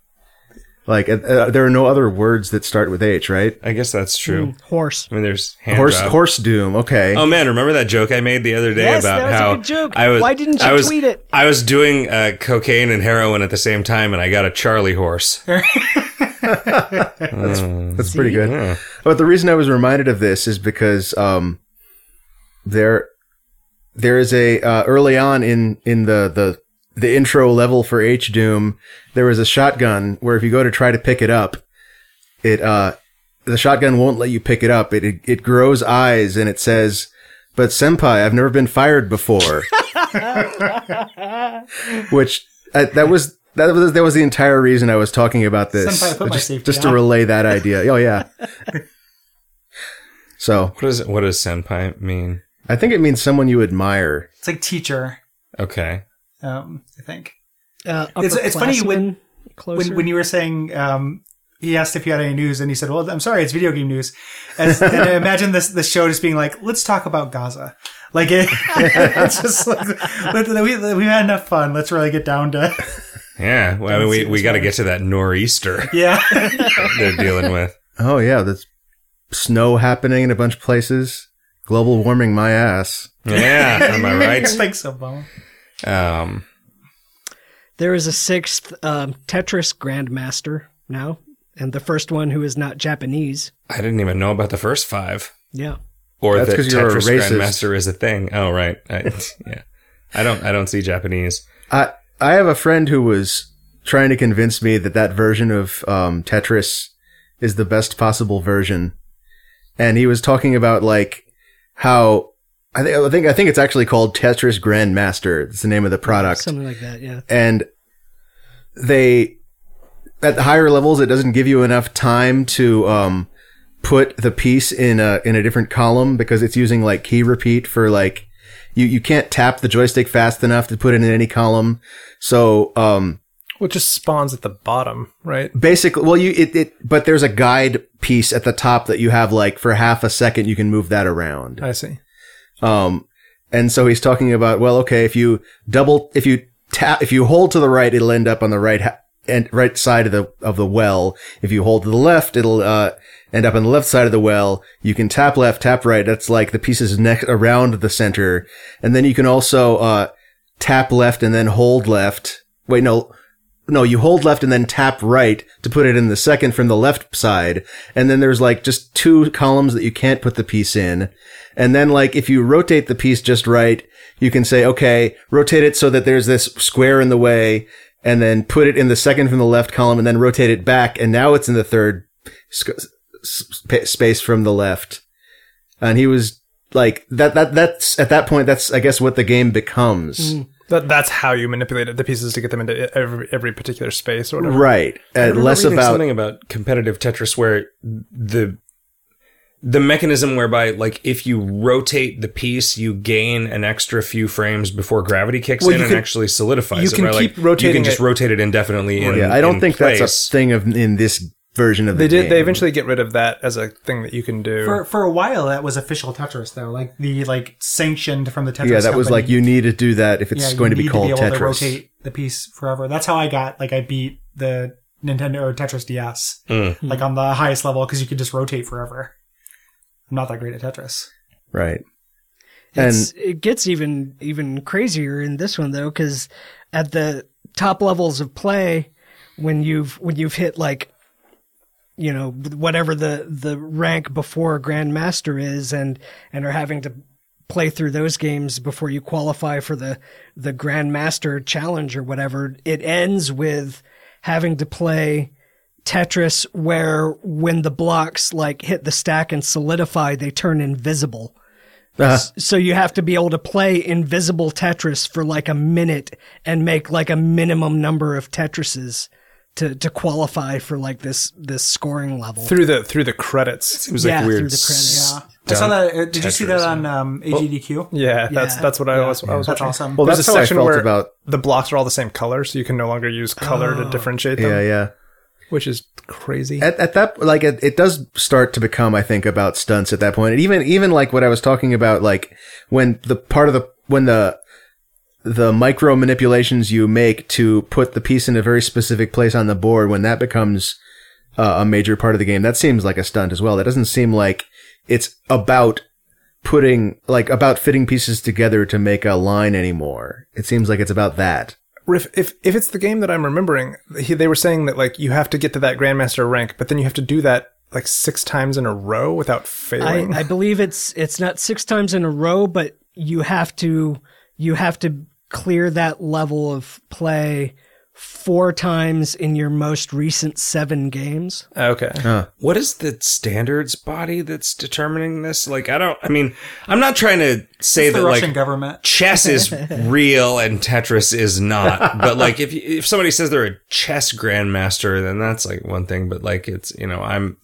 S4: Like uh, uh, there are no other words that start with H, right?
S3: I guess that's true.
S1: Hmm. horse.
S3: I mean, there's hand
S4: horse,
S3: job.
S4: horse doom. Okay,
S3: Oh man, remember that joke I made the other day
S1: Yes,
S3: about
S1: that was a
S3: how
S1: good joke.
S3: I was
S1: Why didn't you
S3: I was,
S1: tweet it?
S3: I was doing uh, cocaine and heroin at the same time, and I got a Charlie horse.
S4: that's pretty good.
S3: Yeah.
S4: But the reason I was reminded of this is because um, there, there is a uh, early on in in the the the intro level for H Doom, there was a shotgun where if you go to try to pick it up, it uh, the shotgun won't let you pick it up. It it, it grows eyes and it says. But senpai, I've never been fired before. Which uh, that was that was that was the entire reason I was talking about this.
S5: Senpai, I put my
S4: just
S5: safety
S4: just to
S5: on.
S4: relay that idea. Oh yeah. So
S3: What does what does senpai mean?
S4: I think it means someone you admire.
S5: It's like teacher,
S3: Okay.
S5: um, I think.
S1: Uh,
S5: It's- it's funny when-
S1: upperclassmen closer.
S5: When, when you were saying, um, he asked if you had any news, and he said, "Well, I'm sorry, it's video game news." As, and I imagine this this show just being like, "Let's talk about Gaza." Like it, it's just like let, we we've had enough fun. Let's really get down to
S3: Yeah, well, I mean, we, we got to get to that nor'easter
S5: yeah.
S3: they're dealing with.
S4: Oh yeah, that's snow happening in a bunch of places. Global warming my ass.
S3: Yeah, am I right?
S5: Thanks so much.
S3: Um,
S1: there is a sixth um, Tetris Grandmaster now, and the first one who is not Japanese.
S3: I didn't even know about the first five,
S1: Yeah,
S3: or
S4: That's
S3: that
S4: 'cause you're a
S3: Tetris
S4: racist.
S3: Grandmaster is a thing. Oh, right. I, yeah, I don't I don't see Japanese.
S4: I I have a friend who was trying to convince me that that version of um, Tetris is the best possible version, and he was talking about like how I think I think I think it's actually called Tetris Grandmaster. It's the name of the product.
S1: something like that. Yeah,
S4: and they at the higher levels it doesn't give you enough time to um, put the piece in a in a different column because it's using like key repeat for like you you can't tap the joystick fast enough to put it in any column so um
S2: Well, it just spawns at the bottom, right?
S4: basically well you it, it but there's a guide piece at the top that you have like for half a second you can move that around
S2: I see.
S4: um, and so he's talking about, well, okay, if you double, if you tap, if you hold to the right, it'll end up on the right ha- and right side of the of the well. If you hold to the left, it'll uh, end up on the left side of the well. You can tap left, tap right. That's like the pieces next around the center, and then you can also uh, tap left and then hold left. Wait, no. No, you hold left and then tap right to put it in the second from the left side. And then there's like just two columns that you can't put the piece in. And then like if you rotate the piece just right, you can say, okay, rotate it so that there's this square in the way and then put it in the second from the left column and then rotate it back. And now it's in the third sc- s- sp- space from the left. And he was like that, that, that's at that point, that's I guess what the game becomes.
S2: That that's how you manipulate the pieces to get them into e-, every every particular space or whatever.
S4: Right. Uh,
S3: remember
S4: less
S3: reading
S4: about
S3: something about competitive Tetris where the the mechanism whereby like if you rotate the piece you gain an extra few frames before gravity kicks
S2: Well,
S3: in
S2: you
S3: and
S2: can-
S3: actually solidifies
S2: you
S3: it,
S2: can
S3: right?
S2: keep
S3: like, you
S2: rotating
S3: can just
S2: it.
S3: rotate it indefinitely in
S4: Yeah, I don't
S3: in
S4: think that's
S3: place.
S4: a thing of in this version of
S2: They
S4: the
S2: did. They
S4: game.
S2: eventually get rid of that as a thing that you can do.
S5: For for a while, that was official Tetris though, like the like sanctioned from the Tetris.
S4: yeah, that was
S5: company.
S4: like you need to do that if it's
S5: you
S4: going to be
S5: need
S4: called
S5: able
S4: Tetris.
S5: To rotate the piece forever. That's how I got like I beat the Nintendo or Tetris DS
S3: Mm.
S5: like on the highest level because you could just rotate forever. I'm not that great at Tetris.
S4: Right.
S1: it's, it gets even even crazier in this one though, because at the top levels of play, when you've when you've hit like you know whatever the the rank before grandmaster is and and are having to play through those games before you qualify for the the grandmaster challenge or whatever it ends with having to play tetris where when the blocks like hit the stack and solidify they turn invisible
S3: Uh-huh.
S1: S- so you have to be able to play invisible tetris for like a minute and make like a minimum number of tetrises to to qualify for like this this scoring level
S2: through the through the credits.
S3: it was like
S1: yeah,
S3: weird
S1: through the credits.
S5: Yeah, I saw that. uh, Did you see that
S3: Tetris,
S5: on um, AGDQ?
S2: Yeah, that's
S1: Yeah.
S2: that's what I was. I was
S5: That's
S2: watching.
S5: awesome.
S4: Well,
S2: There's
S4: that's
S2: a
S4: how I
S2: section
S4: felt
S2: where-
S4: about.
S2: The blocks are all the same color, so you can no longer use color
S1: Oh.
S2: to differentiate them,
S4: Yeah, yeah.
S2: which is crazy.
S4: At, at that, like, it, it does start to become, I think, about stunts at that point. And even, even like what I was talking about, like when the part of the when the the micro manipulations you make to put the piece in a very specific place on the board, when that becomes uh, a major part of the game, that seems like a stunt as well. That doesn't seem like it's about putting like about fitting pieces together to make a line anymore. It seems like it's about that.
S2: if, if if it's the game that I'm remembering, he, they were saying that like you have to get to that grandmaster rank, but then you have to do that like six times in a row without failing.
S1: I, I believe it's it's not six times in a row, but you have to you have to clear that level of play four times in your most recent seven games.
S2: okay,
S3: what is the standards body that's determining this like i don't i mean i'm not trying to say
S5: The
S3: that
S5: Russian
S3: like
S5: government.
S3: chess is real and Tetris is not. But like if if somebody says they're a chess grandmaster, then that's like one thing. But like it's you know I'm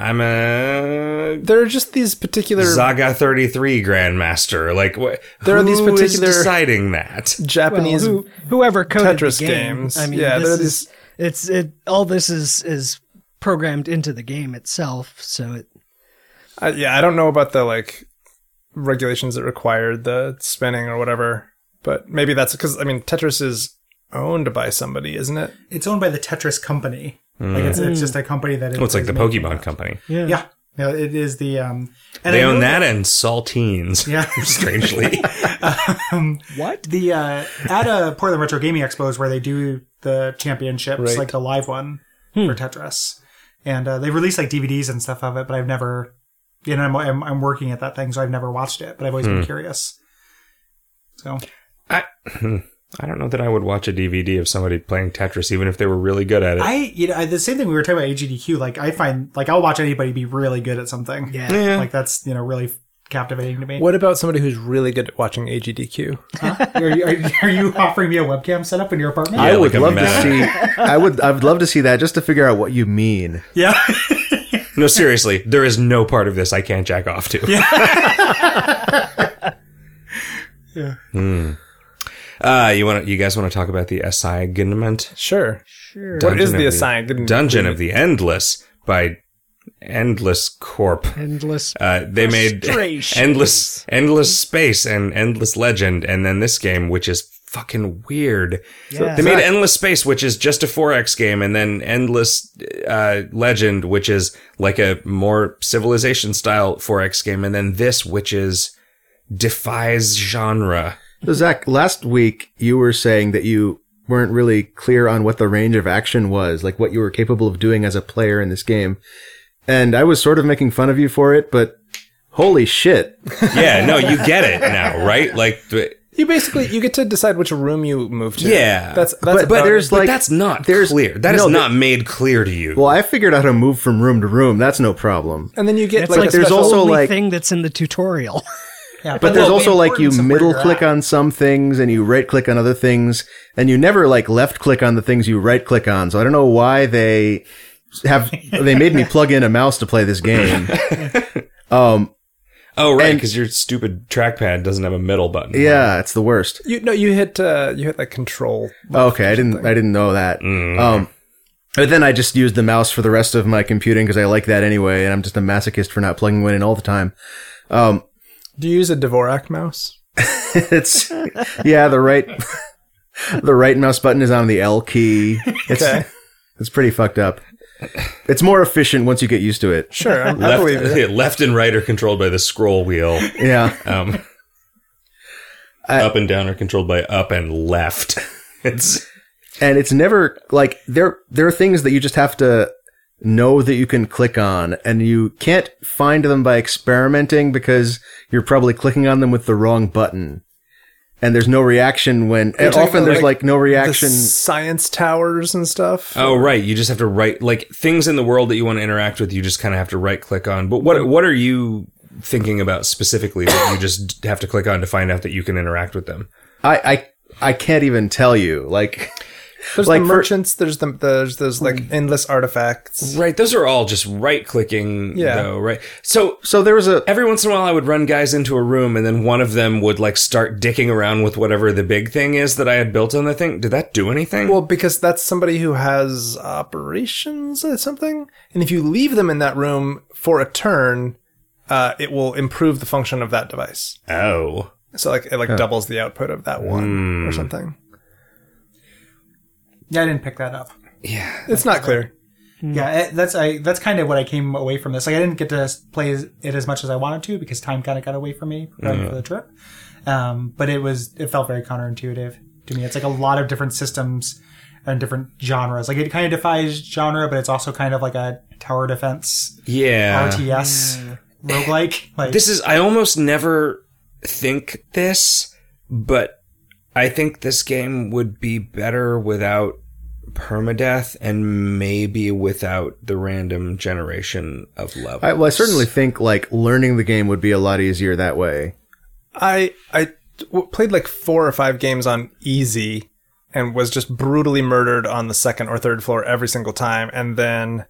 S3: I'm a
S2: there are just these particular
S3: Zaga thirty three grandmaster. Like what?
S2: There are these
S3: who is
S2: particular-
S3: deciding that.
S2: Japanese.
S1: Well, who, whoever coded
S2: Tetris
S1: the game,
S2: games.
S1: I mean,
S2: Yeah,
S1: this
S2: there are
S1: is-
S2: these-
S1: it's it. All this is is programmed into the game itself, so it
S2: I, uh, yeah, I don't know about the like regulations that required the spinning or whatever, but maybe that's because I mean Tetris is owned by somebody, isn't it?
S5: It's owned by the Tetris company. Like it's, it's just a company that.
S3: Well, it's like
S5: is
S3: the
S5: making-
S3: Pokemon company.
S5: Yeah, no, it is the. Um, and
S3: they
S5: I
S3: own
S5: know
S3: that and saltines.
S5: Yeah.
S3: strangely.
S1: what
S5: The uh, at a Portland Retro Gaming Expo is where they do the championships,
S2: Right.
S5: like the live one for Tetris, and uh, they release like DVDs and stuff of it. But I've never, you know, I'm, I'm, I'm working at that thing, so I've never watched it. But I've always been curious. So
S3: I I don't know that I would watch a DVD of somebody playing Tetris, even if they were really good at it.
S5: I, you know, I, the same thing we were talking about AGDQ. Like I find, like I'll watch anybody be really good at something.
S1: Yeah.
S3: Yeah.
S5: like that's you know really captivating to me.
S2: What about somebody who's really good at watching AGDQ?
S5: Are, you, are, are you offering me a webcam setup in your apartment?
S4: I
S3: Yeah,
S4: would
S3: like a
S4: love to
S3: map.
S4: see. I would. I would love to see that just to figure out what you mean.
S5: Yeah.
S3: No, seriously, there is no part of this I can't jack off to. Yeah.
S5: Yeah.
S3: Hmm. Uh, you want to? you guys want to talk about the assignment?
S2: Sure.
S1: Sure.
S2: What
S3: Dungeon of
S2: is the
S3: the-
S2: assigned?
S3: Dungeon of the Endless by Endless Corp.
S1: Endless.
S3: Uh, they made
S1: Frustrations.
S3: endless, endless space and endless legend, and then this game, which is fucking weird.
S1: Yeah.
S3: They made endless space, which is just a 4x game, and then endless uh, legend, which is like a more civilization style 4x game, and then this, which is defies genre.
S4: So Zach, last week you were saying that you weren't really clear on what the range of action was, like what you were capable of doing as a player in this game. And I was sort of making fun of you for it, but holy shit.
S3: Yeah, no, you get it now, right? Like, th-
S2: You basically you get to decide which room you move to.
S3: Yeah.
S2: that's that's
S4: But- but
S2: about
S4: there's
S2: it.
S3: but
S4: Like,
S3: that's not
S4: there's-
S3: clear. That is
S4: no,
S3: not made clear to you.
S4: Well, I figured out how to move from room to room. That's no problem.
S2: and then you get
S1: That's
S2: like,
S1: like,
S2: a
S1: there's
S2: special-
S1: also
S4: also,
S1: only
S4: like-
S1: thing that's in the tutorial.
S5: Yeah,
S4: But there's
S5: well,
S4: also
S5: the
S4: like you
S5: importance of where
S4: middle
S5: you're
S4: click
S5: at.
S4: on some things and you right click on other things and you never like left click on the things you right click on. So I don't know why they have they made me plug in a mouse to play this game. Um
S3: oh, right,
S4: and-
S3: because your stupid trackpad doesn't have a middle button.
S4: yeah, it's the worst.
S2: you no you hit uh, you hit like control.
S4: Oh, Okay, I didn't I didn't know that. Um but then I just used the mouse for the rest of my computing because I like that anyway, and I'm just a masochist for not plugging one in all the time. Um,
S2: Do you use a Dvorak mouse?
S4: it's yeah, the right the right mouse button is on the L key. It's
S2: Okay.
S4: it's pretty fucked up. It's more efficient once you get used to it.
S2: Sure, I, I
S3: Left,
S2: believe it.
S3: left and right are controlled by the scroll wheel.
S4: Yeah.
S3: Um,
S4: I-
S3: up and down are controlled by up and left. It's
S4: and it's never like there there are things that you just have to know that you can click on and you can't find them by experimenting because you're probably clicking on them with the wrong button and there's no reaction when and
S2: talking
S4: often
S2: about,
S4: there's like,
S2: like,
S4: no reaction
S2: The science towers and stuff.
S3: oh right, you just have to right like things in the world that you want to interact with. You just kind of have to right click on. But what what are you thinking about specifically that you just have to click on to find out that you can interact with them?
S4: I, I i can't even tell you like
S2: there's
S4: like
S2: the
S4: for-
S2: merchants. there's the there's those like endless artifacts.
S3: Right, those are all just right clicking.
S2: Yeah.
S3: though, right. So
S4: so there was a
S3: every once in a while I would run guys into a room and then one of them would like start dicking around with whatever the big thing is that I had built on the thing. Did that do anything?
S2: Well, because that's somebody who has operations or something, and if you leave them in that room for a turn, uh, it will improve the function of that device.
S3: oh.
S2: So like it like doubles the output of that one or something.
S5: Yeah, I didn't pick that up.
S2: It's not clear.
S3: Mm.
S5: Yeah, it, that's I. That's kind of what I came away from this. Like I didn't get to s- play as- it as much as I wanted to because time kind of got away from me preparing for the trip. Um, but it was it felt very counterintuitive to me. It's like a lot of different systems and different genres. Like it kind of defies genre, but it's also kind of like a tower defense
S3: Yeah.
S5: RTS roguelike. Like
S3: This is I almost never think this, but I think this game would be better without permadeath and maybe without the random generation of levels.
S4: I, well, I certainly think like learning the game would be a lot easier that way.
S2: I I w- played like four or five games on easy and was just brutally murdered on the second or third floor every single time and then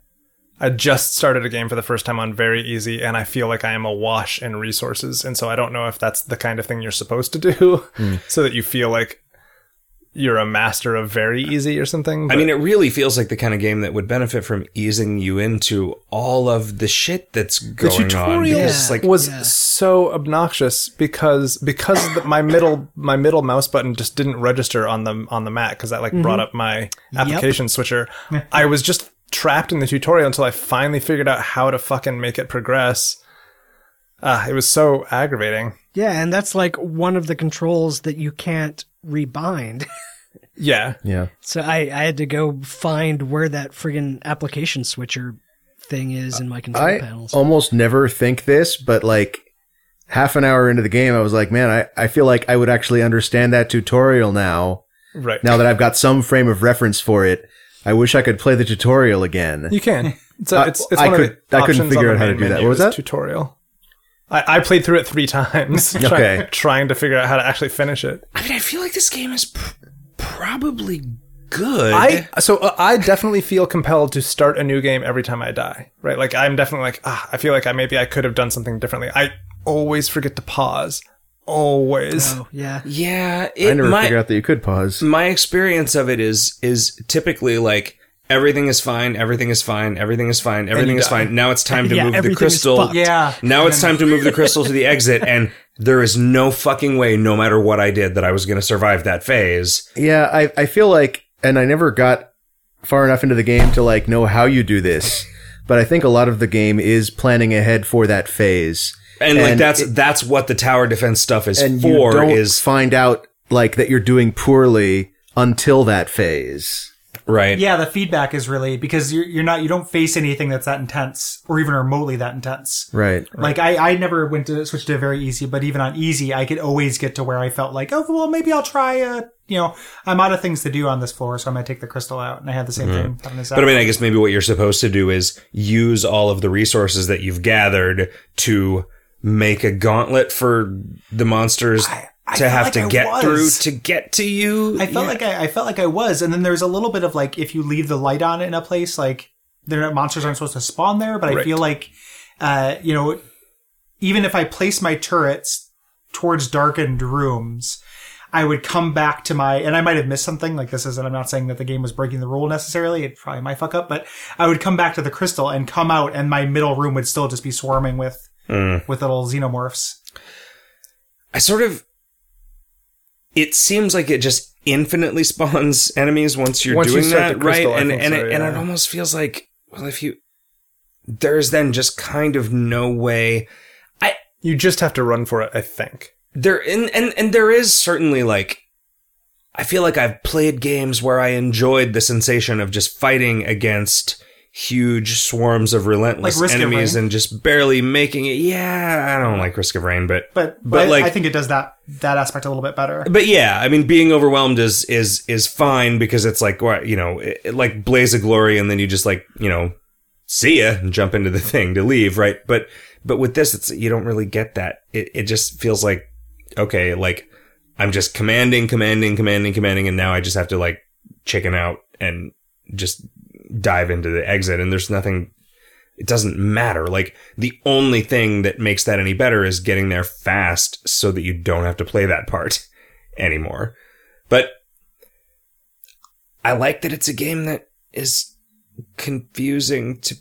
S2: I just started a game for the first time on very easy and I feel like I am awash in resources and so I don't know if that's the kind of thing you're supposed to do
S3: Hmm.
S2: so that you feel like you're a master of very easy or something.
S3: I
S2: but-
S3: mean, it really feels like the kind of game that would benefit from easing you into all of the shit that's
S2: the
S3: going on.
S2: tutorial
S3: because it's like,
S2: was
S1: yeah.
S2: so obnoxious because because the, my middle my middle mouse button just didn't register on the on the Mac because that like
S1: Mm-hmm.
S2: brought up my application switcher. I was just trapped in the tutorial until I finally figured out how to fucking make it progress. Ah, it was so aggravating.
S1: yeah, and that's like one of the controls that you can't rebind.
S2: Yeah,
S4: Yeah.
S1: So I, I had to go find where that friggin' application switcher thing is in my control
S4: I Oh.
S1: panels.
S4: almost never think this, but like half an hour into the game, I was like, man, I, I feel like I would actually understand that tutorial now.
S2: right.
S4: Now that I've got some frame of reference for it, I wish I could play the tutorial again.
S2: you can. It's, a,
S4: I-
S2: it's, it's
S4: I
S2: one
S4: could-
S2: of the
S4: I couldn't
S2: options on
S4: figure
S2: the
S4: out how to
S2: main
S4: do that.
S2: menu
S4: What was
S2: is
S4: that?
S2: tutorial? I, I played through it three times, try-
S4: Okay.
S2: trying to figure out how to actually finish it.
S3: I mean, I feel like this game is pr- probably good.
S2: I so uh, I definitely feel compelled to start a new game every time I die. Right? Like I'm definitely like ah, I feel like I maybe I could have done something differently. I always forget to pause. Always.
S1: Oh, yeah.
S3: yeah,
S4: I
S3: it
S4: never
S3: might,
S4: figured out that you could pause.
S3: my experience of it is is typically like everything is fine, everything is fine, everything is fine, everything is
S2: die.
S3: fine. Now it's time to
S1: Yeah,
S3: move the
S1: everything is
S3: crystal.
S1: fucked.
S5: Yeah.
S3: Now it's time to move the crystal to the exit, and there is no fucking way, no matter what I did, that I was going to survive that phase.
S4: Yeah, I, I feel like, and I never got far enough into the game to like know how you do this, but I think a lot of the game is planning ahead for that phase.
S3: And, like
S4: And
S3: that's that's what the tower defense stuff is
S4: And you
S3: for.
S4: don't
S3: Is
S4: find out like that you're doing poorly until that phase.
S3: right.
S5: Yeah, the feedback is really because you're you're not you don't face anything that's that intense or even remotely that intense.
S4: Right.
S5: Like I, I never went to switch to very easy, but even on easy, I could always get to where I felt like, oh well, maybe I'll try. Uh, you know, I'm out of things to do on this floor, so I might take the crystal out, and I had the same thing on this.
S3: But I mean, I guess maybe what you're supposed to do is use all of the resources that you've gathered to make a gauntlet for the monsters
S5: I
S3: to
S5: felt
S3: have
S5: like
S3: to
S5: I
S3: get
S5: was.
S3: through to get to you.
S5: I felt
S3: Yeah.
S5: like I, I felt like I was, and then there was a little bit of like if you leave the light on in a place, like they're not monsters aren't supposed to spawn there. But I
S2: Right.
S5: feel like, uh, you know, even if I place my turrets towards darkened rooms, I would come back to my and I might have missed something. Like this isn't. I'm not saying that the game was breaking the rule necessarily. It probably might fuck up, but I would come back to the crystal and come out, and my middle room would still just be swarming with with little xenomorphs.
S3: I sort of. It seems like it just infinitely spawns enemies once you're
S2: Once you
S3: doing
S2: start
S3: that,
S2: the
S3: right?
S2: crystal, I
S3: and
S2: think
S3: and
S2: so,
S3: it, and
S2: yeah.
S3: it almost feels like well, if you there's then just kind of no way
S2: You just have to run for it, I think.
S3: there and, and and there is certainly like I feel like I've played games where I enjoyed the sensation of just fighting against huge swarms of relentless
S5: Like Risk of
S3: enemies
S5: Rain?
S3: and just barely making it. Yeah, I don't like Risk of Rain, but
S5: But but,
S3: But,
S5: I-
S3: like-
S5: I think it does that that aspect a little bit better.
S3: but yeah, I mean, being overwhelmed is is is fine because it's like what you know, it, it- like blaze of glory, and then you just like you know, see ya and jump into the thing to leave, right? But but with this, it's you don't really get that. It it just feels like okay, like I'm just commanding, commanding, commanding, commanding, and now I just have to like chicken out and just dive into the exit, and there's nothing. It doesn't matter. Like the only thing that makes that any better is getting there fast so that you don't have to play that part anymore. But I like that it's a game that is confusing to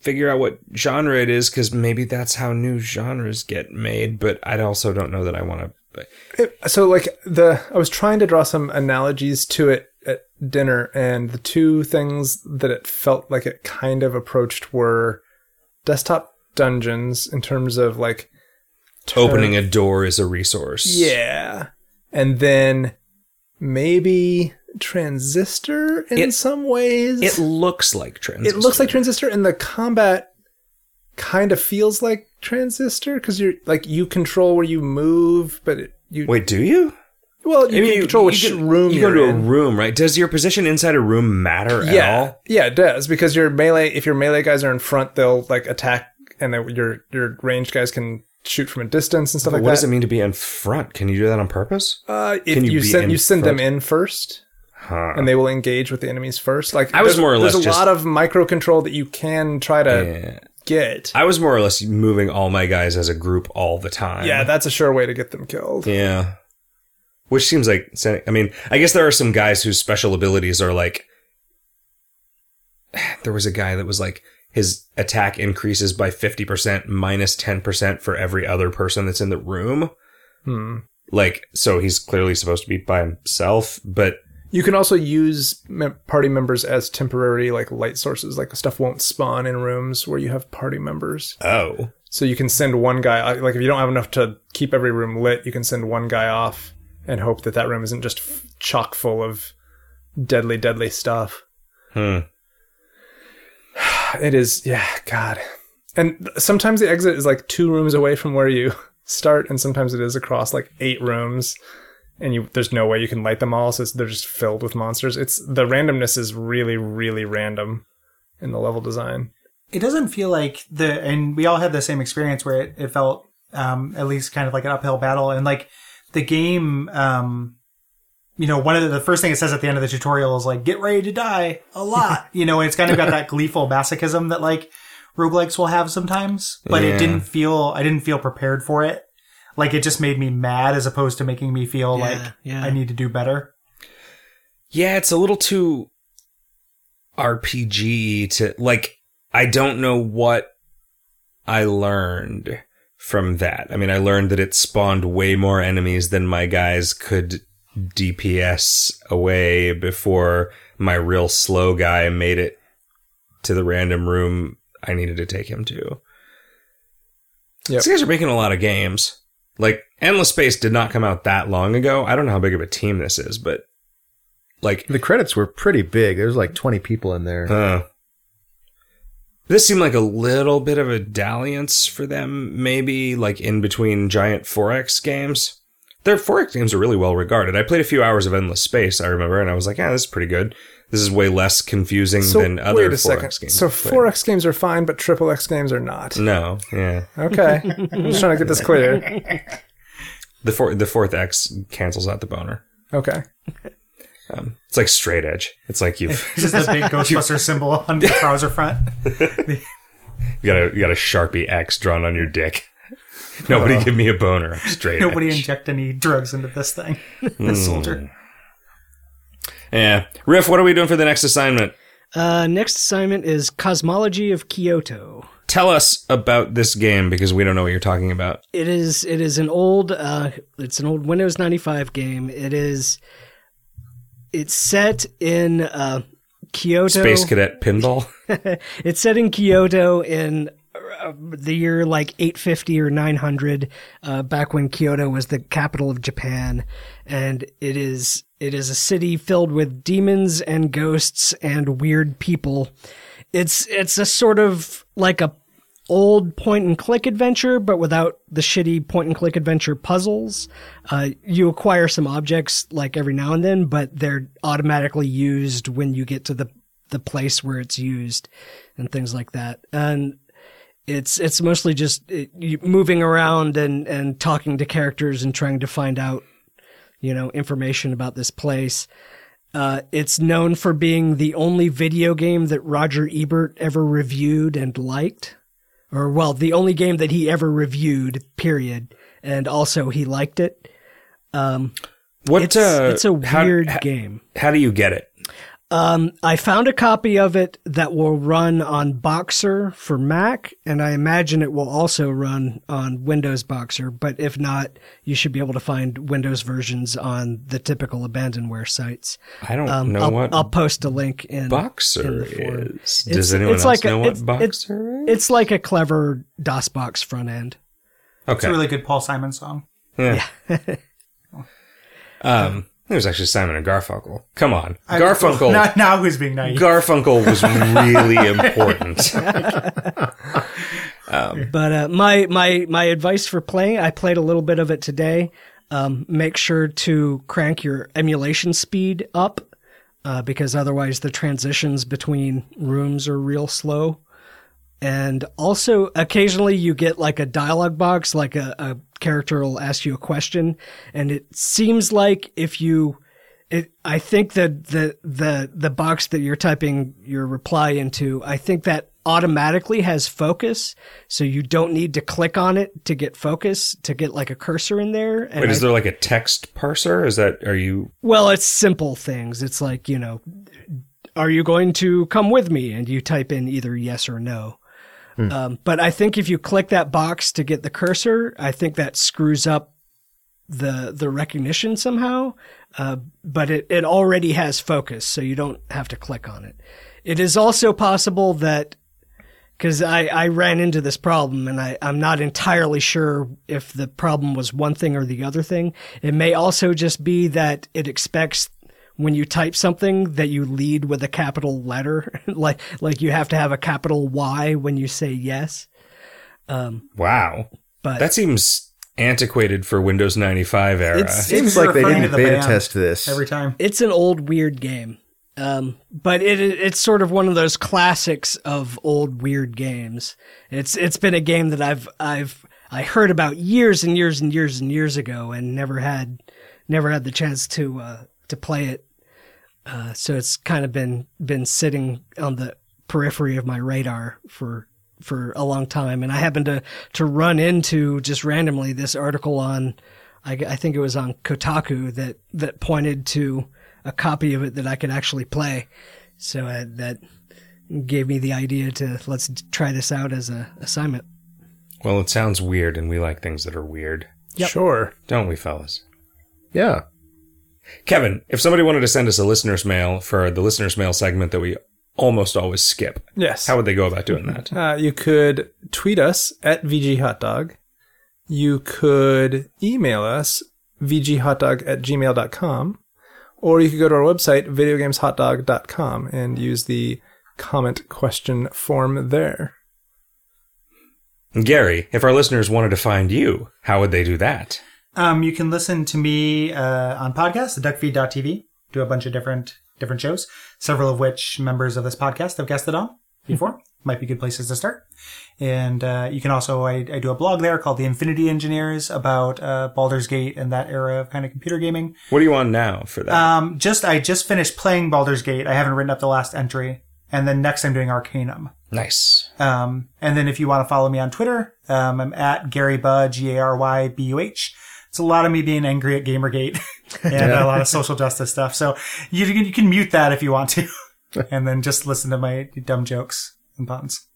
S3: figure out what genre it is because maybe that's how new genres get made. But I also don't know that I want to.
S2: It, so like the I was trying to draw some analogies to it at dinner and the two things that it felt like it kind of approached were desktop dungeons in terms of like
S3: Opening a door is a resource.
S2: Yeah. And then maybe Transistor in
S3: It-
S2: some ways.
S3: It looks like
S2: It
S3: transistor.
S2: looks like Transistor, and the combat kind of feels like Transistor because you're like you control where you move, but it, you
S3: Wait, do you?
S2: well you
S3: I mean,
S2: can control which
S3: get-
S2: room
S3: you
S2: you're
S3: go to a
S2: in.
S3: room, right? Does your position inside a room matter at
S2: yeah,
S3: all?
S2: yeah, it does because your melee. If your melee guys are in front, they'll like attack, and then your your ranged guys can shoot from a distance and stuff
S3: But
S2: like
S3: what
S2: that.
S3: does it mean to be in front? Can you do that on purpose?
S2: Uh, if
S3: Can you
S2: you,
S3: be in
S2: send you send
S3: front?
S2: them in first,
S3: Huh.
S2: and they will engage with the enemies first. Like
S3: I was
S2: there's-
S3: more or less
S2: there's a
S3: just-
S2: lot of micro control that you can try to
S3: Yeah.
S2: get.
S3: I was more or less moving all my guys as a group all the time.
S2: yeah, that's a sure way to get them killed.
S3: yeah. Which seems like I mean, I guess there are some guys whose special abilities are like there was a guy that was like his attack increases by 50% minus 10% for every other person that's in the room.
S2: Hmm.
S3: Like so he's clearly supposed to be by himself, but
S2: You can also use mem- party members as temporary like light sources. Like stuff won't spawn in rooms where you have party members.
S3: oh.
S2: So you can send one guy uh, like if you don't have enough to keep every room lit, you can send one guy off and hope that that room isn't just f- chock full of deadly deadly stuff.
S3: Hmm.
S2: It is yeah, god. And th- sometimes the exit is like two rooms away from where you start and sometimes it is across like eight rooms and you there's no way you can light them all so it's, they're just filled with monsters. It's the randomness is really really random in the level design.
S5: it doesn't feel like the and we all had the same experience where it, it felt um, at least kind of like an uphill battle. And like the game, um, you know, one of the, the first thing it says at the end of the tutorial is like, get ready to die a lot, you know, and it's kind of got that gleeful masochism that like roguelikes will have sometimes, but it
S3: Yeah.
S5: didn't feel, I didn't feel prepared for it. Like it just made me mad as opposed to making me feel
S1: Yeah,
S5: Oh, like
S1: yeah.
S5: I need to do better.
S3: Yeah, it's a little too RPG to like I don't know what I learned from that. I mean, I learned that it spawned way more enemies than my guys could DPS away before my real slow guy made it to the random room I needed to take him to.
S2: Yep.
S3: These guys are making a lot of games. Like Endless Space did not come out that long ago. I don't know how big of a team this is, but like
S4: The credits were pretty big. There's like 20 people in there.
S3: Huh. This seemed like a little bit of a dalliance for them, maybe like in between giant Forex games. Their Forex games are really well regarded. I played a few hours of Endless Space, I remember, and I was like, yeah, this is pretty good. This is way less confusing than other
S2: wait a
S3: Forex
S2: second.
S3: games. Mm.
S2: So
S3: I've played.
S2: forex games are fine, but triple X games are not.
S3: No, yeah.
S2: Okay, I'm just trying to get this clear.
S3: The, four, the fourth X cancels out the boner.
S2: Okay,
S3: Um, it's like straight edge. It's like you've
S5: This is the big Ghostbuster symbol on the trouser front.
S3: you got a you got a sharpie X drawn on your dick. Nobody give me a boner. I'm straight.
S5: Nobody
S3: edge.
S5: inject any drugs into this thing. This soldier.
S3: Yeah, Riff. What are we doing for the next assignment?
S1: Uh, next assignment is Cosmology of Kyoto.
S3: tell us about this game because we don't know what you're talking about.
S1: It is it is an old uh, it's an old Windows 95 game. It is it's set in uh, Kyoto.
S3: Space Cadet Pinball.
S1: It's set in Kyoto in uh, the year like 850 or 900, uh, back when Kyoto was the capital of Japan, and it is it is a city filled with demons and ghosts and weird people. It's it's a sort of like a old point and click adventure, but without the shitty point and click adventure puzzles. Uh, you acquire some objects like every now and then, but they're automatically used when you get to the the place where it's used and things like that. And it's it's mostly just uh, you moving around and and talking to characters and trying to find out you know information about this place. Uh, it's known for being the only video game that Roger Ebert ever reviewed and liked, or well, the only game that he ever reviewed. Period. And also, he liked it. Um,
S3: What?
S1: it's,
S3: uh,
S1: it's a
S3: how-
S1: weird
S3: How,
S1: game.
S3: how do you get it?
S1: Um, I found a copy of it that will run on Boxer for Mac, and I imagine it will also run on Windows Boxer. But if not, you should be able to find Windows versions on the typical abandonware sites.
S3: I don't
S1: Um,
S3: know
S1: I'll,
S3: what
S1: I'll post a link in. in
S3: Boxer
S1: the forum.
S3: is.
S1: It's-
S3: Does anyone
S1: it's like
S3: else
S1: a-
S3: know what
S1: it's- it's-
S3: Boxer is?
S1: It's like a clever DOSBox front end.
S5: It's
S3: Okay.
S5: a really good Paul Simon song.
S3: yeah. um, it was actually Simon and Garfunkel. Come on, Garfunkel.
S5: Now, now who's being naive?
S3: Garfunkel was really important.
S1: But uh, my my my advice for playing, I played a little bit of it today. Um, make sure to crank your emulation speed up uh, because otherwise the transitions between rooms are real slow. And also, occasionally you get like a dialogue box, like a, a character will ask you a question, and it seems like if you it, I think that the the the box that you're typing your reply into, I think that automatically has focus, so you don't need to click on it to get focus to get like a cursor in there. And
S3: Wait, is
S1: I-
S3: there like a text parser? Is that are you?
S1: well, it's simple things. It's like you know, are you going to come with me? And you type in either yes or no. Um, but I think if you click that box to get the cursor, I think that screws up the the recognition somehow. Uh, but it, it already has focus, so you don't have to click on it. It is also possible that because I, I ran into this problem and I, I'm not entirely sure if the problem was one thing or the other thing. It may also just be that it expects when you type something that you lead with a capital letter, like like you have to have a capital Y when you say yes.
S3: Wow,
S1: But
S3: that seems antiquated for Windows ninety five era.
S1: It's-
S4: Seems
S5: you're
S4: like they
S5: referring
S4: didn't
S5: to the
S4: beta
S5: band
S4: test this.
S5: every time.
S1: it's an old weird game. Um, but it it- it's sort of one of those classics of old weird games. It's it's been a game that I've I've I heard about years and years and years and years ago, and never had never had the chance to uh, to play it. Uh, so it's kind of been been sitting on the periphery of my radar for for a long time, and I happened to to run into just randomly this article on, I, I think it was on Kotaku that that pointed to a copy of it that I could actually play. So uh, that gave me the idea to let's d- try this out as a assignment.
S3: Well, it sounds weird, and we like things that are weird,
S2: Sure.
S3: don't we, fellas?
S4: Yeah.
S3: Kevin, if somebody wanted to send us a listener's mail for the listener's mail segment that we almost always skip,
S2: Yes.
S3: how would they go about doing that?
S2: Uh, you could tweet us at VGHotdog. You could email us VGHotdog at gmail.com. Or you could go to our website, videogameshotdog.com, and use the comment question form there.
S3: And Gary, if our listeners wanted to find you, how would they do that?
S5: Um, you can listen to me uh, on podcasts, the duckfeed.tv, do a bunch of different different shows, several of which members of this podcast have guested on before. Might be good places to start. And uh, you can also, I, I do a blog there called The Infinity Engineers about uh, Baldur's Gate and that era of kind of computer gaming.
S3: What are you on now for that?
S5: Um, just I just finished playing Baldur's Gate. I haven't written up the last entry. And then next I'm doing Arcanum.
S3: nice.
S5: Um, and then if you want to follow me on Twitter, um, I'm at Gary Buh, G A R Y B U H. It's a lot of me being angry at Gamergate and a lot of social justice stuff. So you, can- you can mute that if you want to and then just listen to my dumb jokes and puns.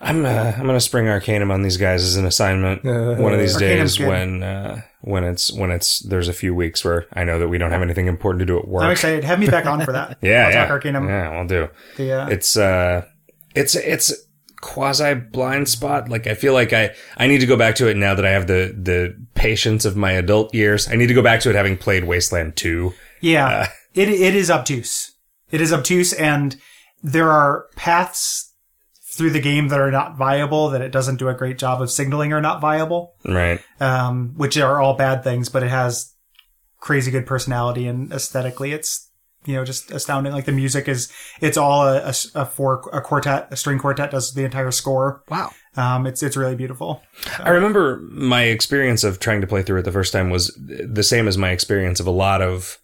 S3: I'm uh, I'm gonna spring Arcanum on these guys as an assignment
S2: Uh,
S3: one of these
S5: Arcanum's
S3: days
S5: good.
S3: when uh, when it's when it's there's a few weeks where I know that we don't have anything important to do at work.
S5: I'm excited. Have me back on for that.
S3: Yeah,
S5: I'll
S3: yeah,
S5: talk Arcanum.
S3: yeah, I'll do.
S5: The, uh,
S3: It's uh, it's it's quasi blind spot. Like I feel like I I need to go back to it now that I have the the patience of my adult years. I need to go back to it having played Wasteland two.
S5: Yeah. it it is obtuse. It is obtuse and there are paths through the game that are not viable that it doesn't do a great job of signaling are not viable.
S3: Right.
S5: Um, which are all bad things, but it has crazy good personality and aesthetically it's you know just astounding like the music is it's all a, a s- a four a quartet a string quartet does the entire score
S1: Wow.
S5: um it's it's really beautiful
S3: I remember my experience of trying to play through it the first time was the same as my experience of a lot of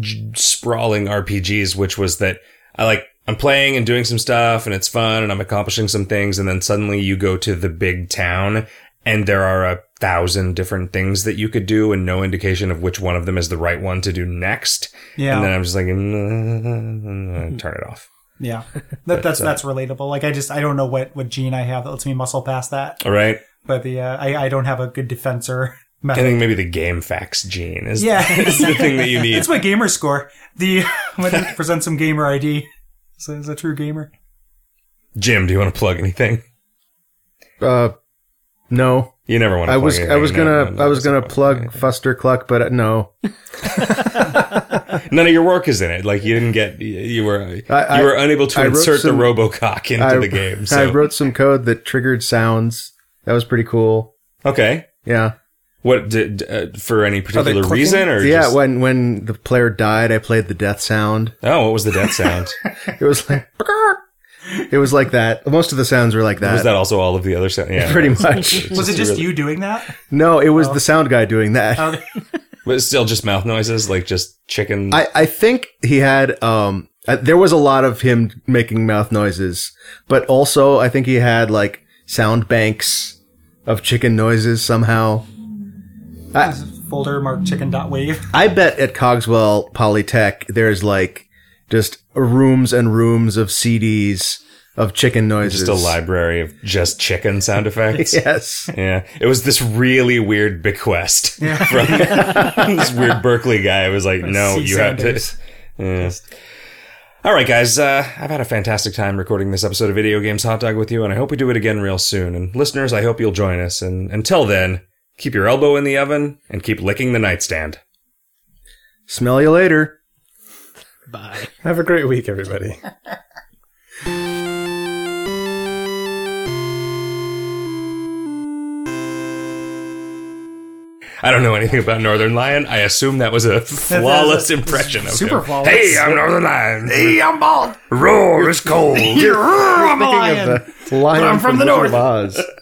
S3: j- sprawling RPGs, which was that I like I'm playing and doing some stuff and it's fun and I'm accomplishing some things, and then suddenly you go to the big town and there are a thousand different things that you could do and no indication of which one of them is the right one to do next.
S5: yeah
S3: And then I'm just like, mm, turn it off.
S5: yeah that,
S3: uh,
S5: that's that's relatable like i just i don't know what what gene i have that lets me muscle past that
S3: All right.
S5: but the uh, i i don't have a good defensor
S3: I
S5: method
S3: think maybe the game facts gene is,
S5: Yeah.
S3: is the thing that you need.
S5: It's my gamer score. The when it presents some gamer ID. So is a true gamer.
S3: Jim, do you want to plug anything?
S4: Uh, no.
S3: You never want to.
S4: I
S3: plug
S4: was I
S3: anything,
S4: was
S3: no,
S4: gonna
S3: no, no,
S4: I was
S3: no,
S4: gonna
S3: no.
S4: plug Fuster Cluck, but uh, no.
S3: None of your work is in it. Like you didn't get. You, you were
S4: I-
S3: you
S4: I-
S3: were unable to
S4: I wrote
S3: insert
S4: some-
S3: the Robocock into the game. So
S4: I wrote some code that triggered sounds. That was pretty cool.
S3: okay.
S4: Yeah.
S3: What did uh, for any particular
S2: clicking?
S3: reason or
S4: yeah,
S3: Just,
S4: when when the player died, I played the death sound.
S3: oh, what was the death sound?
S4: It was like It was like that. Most of the sounds were like that.
S3: was that also all of the other sound? Yeah,
S4: pretty much.
S5: Was it just
S3: really-
S5: you doing that?
S4: No, it was the sound guy doing that.
S3: But it's still just mouth noises, like just chicken.
S4: I, I think he had um uh, there was a lot of him making mouth noises, but also I think he had like sound banks of chicken noises somehow.
S5: There's a folder marked chicken dot wave.
S4: I bet at Cogswell Polytech there's like just rooms and rooms of CDs of chicken noises.
S3: just a library of just chicken sound effects.
S4: Yes.
S3: Yeah, it was this really weird bequest from this weird Berkeley guy. I was like, no,
S5: C.
S3: you have to.
S5: Sanders.
S3: Yeah. All right, guys. Uh, I've had a fantastic time recording this episode of Video Games Hot Dog with you, and I hope we do it again real soon. And listeners, I hope you'll join us. And until then, keep your elbow in the oven and keep licking the nightstand.
S4: Smell you later.
S1: Bye.
S2: Have a great week, everybody.
S3: I don't know anything about Northern Lion. I assume that was a flawless impression of
S5: super
S3: him.
S5: flawless.
S3: Hey, I'm Northern Lion. Hey, I'm bald. Roar is cold.
S5: I'm a
S4: Thinking
S5: lion.
S4: of the lion
S5: I'm from the
S4: Wizard
S5: north.
S4: of Oz.